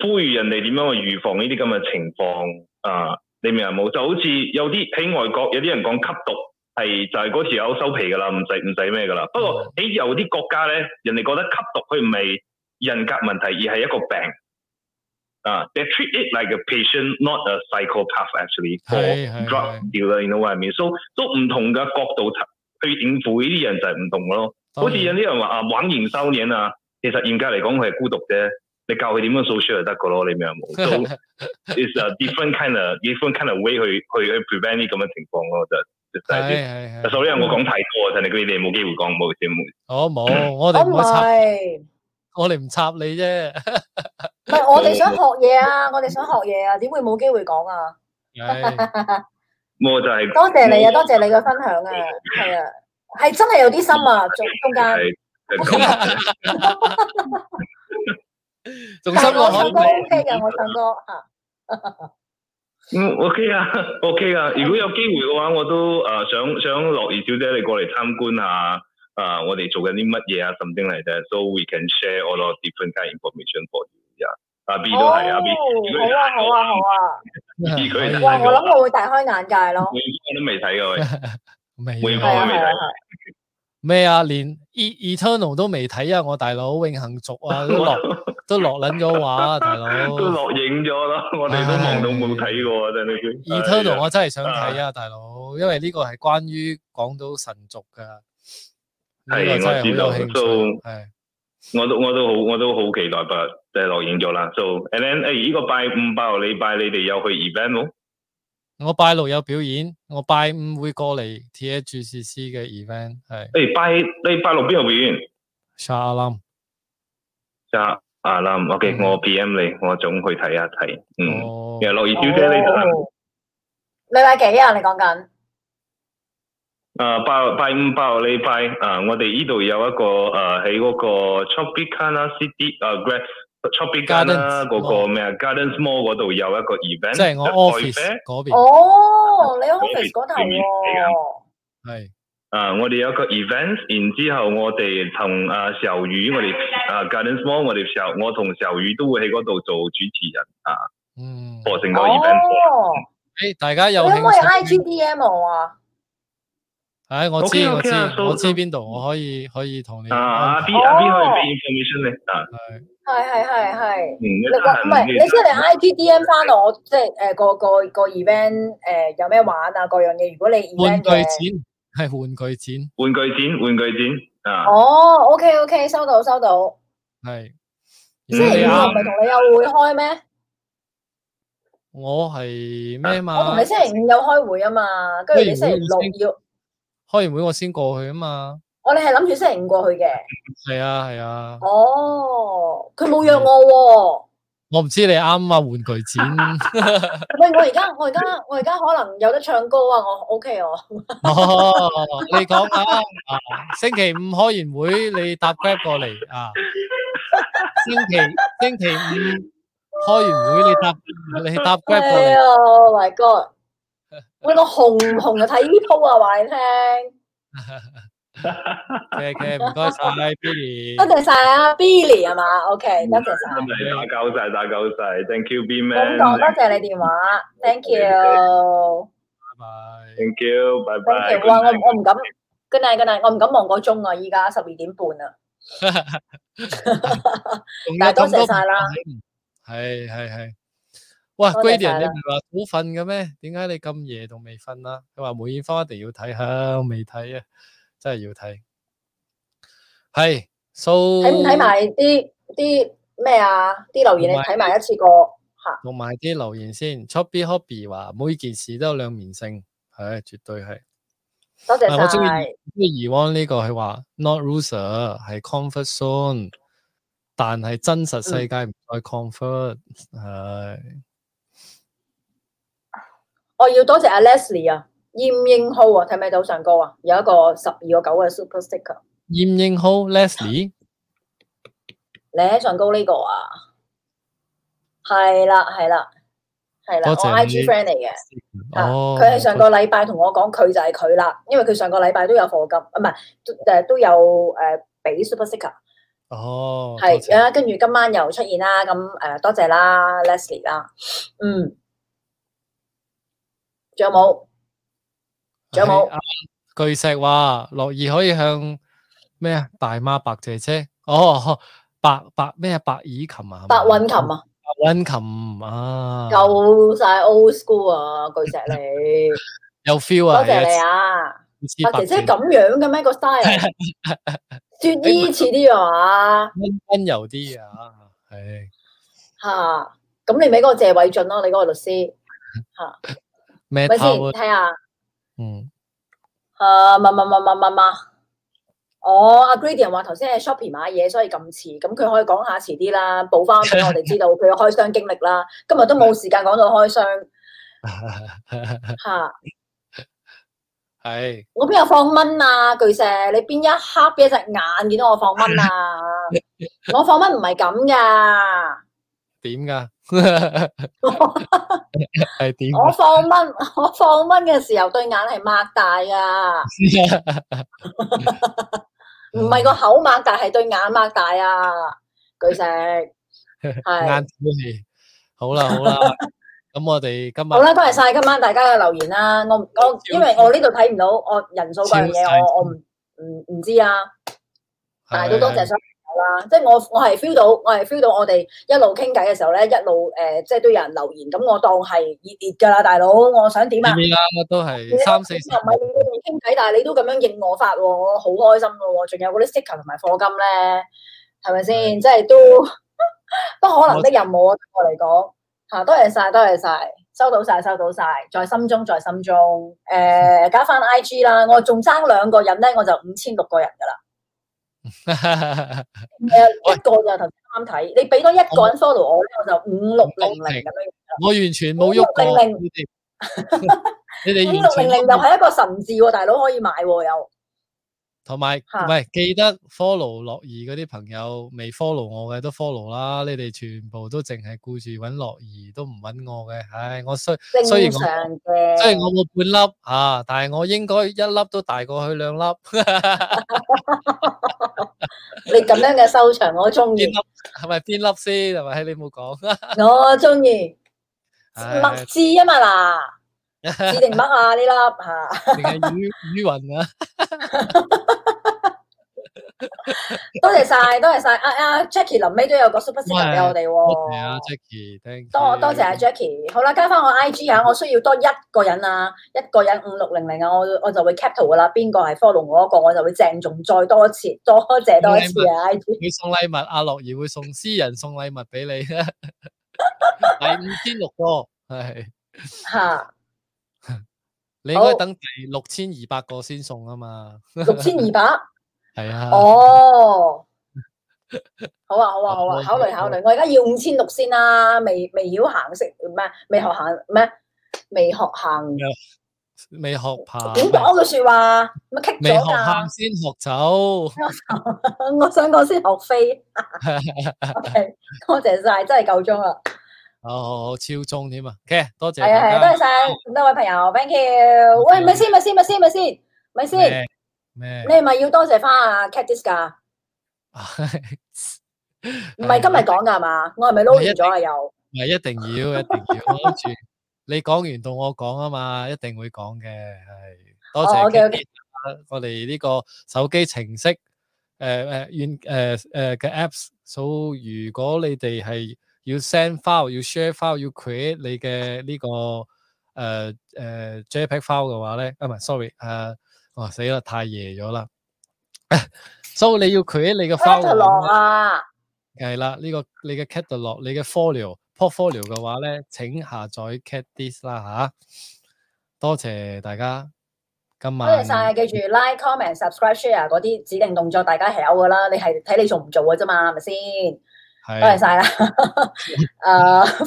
呼籲人哋點樣去預防呢啲咁嘅情況啊？你明唔明冇？就好似有啲喺外國有啲人講吸毒係就係嗰條友收皮㗎啦，唔使唔使咩㗎啦。不過喺有啲國家咧，人哋覺得吸毒佢唔係人格問題，而係一個病。啊、t h e y treat it like a patient, not a psychopath actually for
係係
drug
係
dealer. You know what I mean? So, so 唔同嘅角度去應付呢啲人就係唔同咯。好似有啲人話啊，玩年收年啊，其實嚴格嚟講佢係孤獨啫，你教佢點樣數 share 就得噶咯，你明唔明
當然
？So it's a different kind of different kind of way 去去去 prevent 呢咁嘅情況咯，就就係啲。
係係係，
sorry，我講太多啊，陳力佢哋冇機會講，冇先冇。
我冇，我
我
哋
唔
唔會插，
係，
我哋唔插你啫。
唔係我哋想學嘢啊，我哋想學嘢啊，點會冇機會講啊？
係
我就係
多謝你啊，多謝你嘅分享啊，係啊，係真係有啲心啊，中中間。
係係咁
仲
但
心
係我
我可
唱
以
歌 OK 嘅，我唱歌嚇。
嗯，OK 啊，OK 啊。如果有機會嘅話，我都誒、呃想想樂兒小姐你過嚟參觀下，誒、我哋做緊啲乜嘢啊，something like that，so we can share all our different kind of information for you 啊。阿 B 都係阿 B，如果你
好啊，好啊，好啊！
佢
哇，
係
我諗我會大開眼界咯。
每科都未睇嘅 喂，
未
每科
係
啊
啊，
都未
係啊，係
睇。
啊
咩啊？連 E Eternal 都未睇啊！我大佬永恆族啊， 都落都落撚咗畫啊，大佬。
都落影咗啦， 我哋都望到冇睇過啊，真係。
Eternal 我真係想
啊
睇啊，大佬，因為呢個係關於講到神族噶，呢個
係
真係好有
我知
興
道
趣。
都
係
我都我都好我都好期待吧，即係落影咗啦。So and then 誒依個拜五拜六禮拜你哋有去 event 冇？
我拜六有表演，我拜五會過嚟 T H C C 嘅 event 係
誒哎拜你拜六邊個表演？
s h a l a m
啊啊啦，OK，
嗯
我 PM 你，我總去睇一睇。嗯，
哦
其，實樂兒小姐你得
哦禮拜幾啊？你講緊？
啊，拜拜五、拜六禮拜啊，我哋呢度有一個誒喺嗰個 Tropicana City 啊 g r a Tropicana
Gardens
嗰個咩啊 Gardens Mall 嗰度有一個 event，
即係我
就
office 嗰邊
哦，你 office 嗰頭喎。
係
啊，我哋有一個 event，然之後我哋同啊小雨，我哋啊 Gardens Mall，我哋小我同小雨都會喺嗰度做主持人啊，
嗯，
播成個 event。
哦，
誒大家
你
有
可唔可以
興
I G？
趣
D M 我啊？
唉，我知我知
OK，OK 啊，so-
我知邊度，我可以可以同你
啊，阿
安排
B 阿 B 可以俾 information 你啊，
係
係係係係。
嗯，
你
一
話
陣
唔係，
閒
你啊即係你 I G D M 翻我，即係誒個個個 event 誒有咩玩啊？各樣嘢。如果你 event
玩具
嘅，
展係玩具展
玩具展，玩具展啊，
哦，OK OK，收到收到。
係。
嗯
星期五
你
係
啱
咪同你有會開咩？
我係咩嘛？
我同你星期五有開會啊嘛，跟住你星期六要，
開完會我先過去啊嘛。
我哋係諗住星期五過去嘅。
係啊係啊，
哦，佢冇約
嗯
我喎、
我唔知你啱啊，玩具展。
喂，我而家我而家我而家可能有得唱歌啊，我 OK 我。
哦，你講啱啊！星期五開完會，你搭 Grab 過嚟啊！星期星期五開完會，你搭你搭 Grab 過
哎
嚟，
呀，Oh my God！喂，我紅紅就睇呢鋪啊，話 你聽，
嘅嘅，唔該晒 Billy。
多謝晒啊，Billy 係嘛？OK，多謝
嗯
晒。
真係打交晒，打交晒，thank you B
咁
man，
講，多謝你電話，thank you，thank
拜
thank you，拜拜。
you。哇，我唔我唔敢，good night good night，我唔敢望個鐘啊，依家十二點半啊。
拜。
但係多謝晒啦
係。係係係。哇
多謝晒
，Gradian，你
啦
唔係話好瞓嘅咩？點解你咁夜仲未瞓啊？佢話梅艷芳一定要睇下，未睇啊，真係要睇。係，so
睇唔睇埋啲啲咩啊？啲留言你睇埋一次過嚇。
讀埋啲留言先。Chubby Hobby 話每件事都有兩面性，係絕對係。
多謝
啊我鍾意
晒，
即係 Evan 呢個佢話 not loser 係 comfort zone，但係真實世界唔再 comfort，係
我哦要多謝阿 Leslie 啊，燕英浩啊，睇唔睇到上高啊？有一個十二個九嘅 super sticker
燕英浩 Leslie
你喺上高呢個啊？係啦，係啦，係啦，
多
我
謝
IG friend 嚟嘅。啊
哦，
佢係上個禮拜同我講，佢就係佢啦，因為佢上個禮拜都有課金，啊唔係誒都有誒俾 super sticker，
哦
係
啊，
啊，跟住今晚又出現啦，咁誒多謝啦 Leslie 啦，嗯，仲有冇？仲有冇
係啊？巨石話樂兒可以向咩啊？大媽白姐姐哦， 白白咩啊？白耳琴啊？係嘛
白韻琴啊，
白韻琴啊，
夠晒 old school 啊，巨石 你，
有 feel
多
啊！
謝你啊！
一次
白姐姐咁樣嘅咩個 style？雪衣似啲啊嘛
溫溫柔啲啊，係。
嚇，咁你咪嗰個謝偉俊咯，你嗰個律師，
咩
咪先
偷啊？
睇下。
嗯，
啊，嘛嘛嘛嘛嘛嘛，哦，阿 Gradian 話頭先喺 Shopping 買嘢，所以咁遲，咁佢可以講下遲啲啦，報翻俾我哋知道佢嘅開箱經歷啦。今日都冇時間講到開箱吓、嚇
系
我邊有放蚊啊？巨石，你邊一刻邊一隻眼見到我放蚊啊？我放蚊唔係咁 噶，
点 噶？系点㗎？
我放蚊， 我放蚊嘅時候對眼係擘大噶，唔係個口擘大，係對眼擘大啊！巨 石，係。
眼唞氣。好啦好啦，咁我哋今日
好啦，多謝晒今晚大家嘅留言啦。我唔我因為我呢度睇唔到我人數嗰樣
超晒
嘢，我我唔唔唔知啊。但係都多謝
係。
所有朋友啦。即係我我係 feel 到，我係 feel 到我哋一路傾偈嘅時候咧，一路誒即係都有人留言，咁我當係熱烈㗎啦，大佬。我想點啊？
呢啦，都係三四
唔
十。
係你哋傾偈，但係你都咁樣應我法喎，我好開心㗎喎。仲有嗰啲 sticker 同埋課金咧，係咪先？即係都 不可能的任務啊！對我嚟講嚇，多謝晒，多謝晒，收到晒，收到晒，在心中，在心中。誒、加翻 IG 啦，我仲爭兩個人咧，我就五千六個人㗎啦。
喂
誒一個就頭先啱睇，你俾多一個人 follow 我咧，我就五六零零咁樣。
我完全冇喐過
五六零零
你 哋，你
五六
哋完全
零零
冇
就係一個神字喎，大佬可以買喎又。
同埋
嚇
唔係記得 follow 樂兒嗰啲朋友，未 follow 我嘅都 follow 啦。你哋全部都淨係顧住揾樂兒，都唔揾我嘅。唉，我衰。雖然
正
我
常嘅，
雖然我冇半粒啊，但係我應該一粒都大過佢兩粒，
你咁樣嘅收場，我中意
邊粒，係咪邊粒先？係咪？你冇 講，
我中意
啊唉
墨字啊嘛嗱，指定乜啊呢粒 吓，
定係雨雨雲啊？
多謝晒，多謝晒，啊啊 Jackie 臨尾都有個 super sticker 俾我哋
多謝啊
喎。
，Jackie，
多多謝阿 Jackie，好啦，加翻我 IG 啊，我需要多一個人啊，一個人五六零零啊，我我就會 cap 圖噶啦，邊個係 follow 我嗰個，我就會鄭重再多一次，多謝多一次啊 IG，
佢送禮物，阿樂兒會送私人送禮物俾你，第五千六個系
吓
你应该
好
等第六千二百个先送啊嘛，
六千二百。
系啊，
哦，好啊，好啊，好啊，
哦我
考慮考慮。我而家要五千六先啦，未未曉行識咩？未學行咩？未學行
未学爬，
點講嘅説話？咪棘
啊未
咗
学
㗎
喊。先学 走，
我想講先學飛。OK，多 謝晒，真係夠鐘啦。
哦，超中添啊，OK，多谢
係啊係啊，
大
多謝
家。
晒咁多位朋友，thank you。喂，咪先咪先咪先咪先咪先，
咩咩
你係咪要多謝翻阿 Catis 㗎？唔係今日講㗎係嘛？我係咪撈亂咗啊？又
唔系一定要，
啊
一定要。我諗住你講完到我講啊嘛，一定會講嘅。係多
哦
謝
，OK，OK
Kitty 啊我哋呢個手機程式呃诶诶软诶诶呃嘅 Apps。所以如果你哋係要 send file、要 share file、要 create 你嘅呢、個诶诶、呃 JPEG file 嘅話咧，啊唔係，sorry，诶、哇死啦，太夜咗啦。 所以你要 create 你嘅 file 嘅
c
話呢
落啊！
系啦，呢、個你嘅 catalog、你嘅 folio、portfolio 嘅話咧，請下載 CatDis 啦吓、多謝大家，今
多謝
晚
晒，記住 like、comment、subscribe、share 嗰啲指定動作，大家係有噶啦。你係睇你做唔做嘅啫嘛，係咪先？多謝
係
晒啦。誒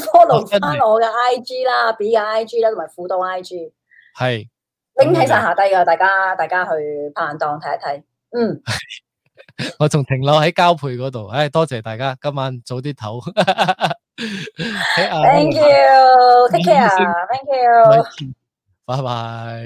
follow
真係
翻我嘅 IG 啦，B 嘅 IG 啦，同埋輔導 IG，
係
拎喺晒下低噶，大家大家去拍眼檔睇一睇。嗯，
我仲停留喺交配嗰度，唉、多謝大家，今晚早啲唞。 喺亞洲
Thank you，take
嗯
care，thank you。
拜拜。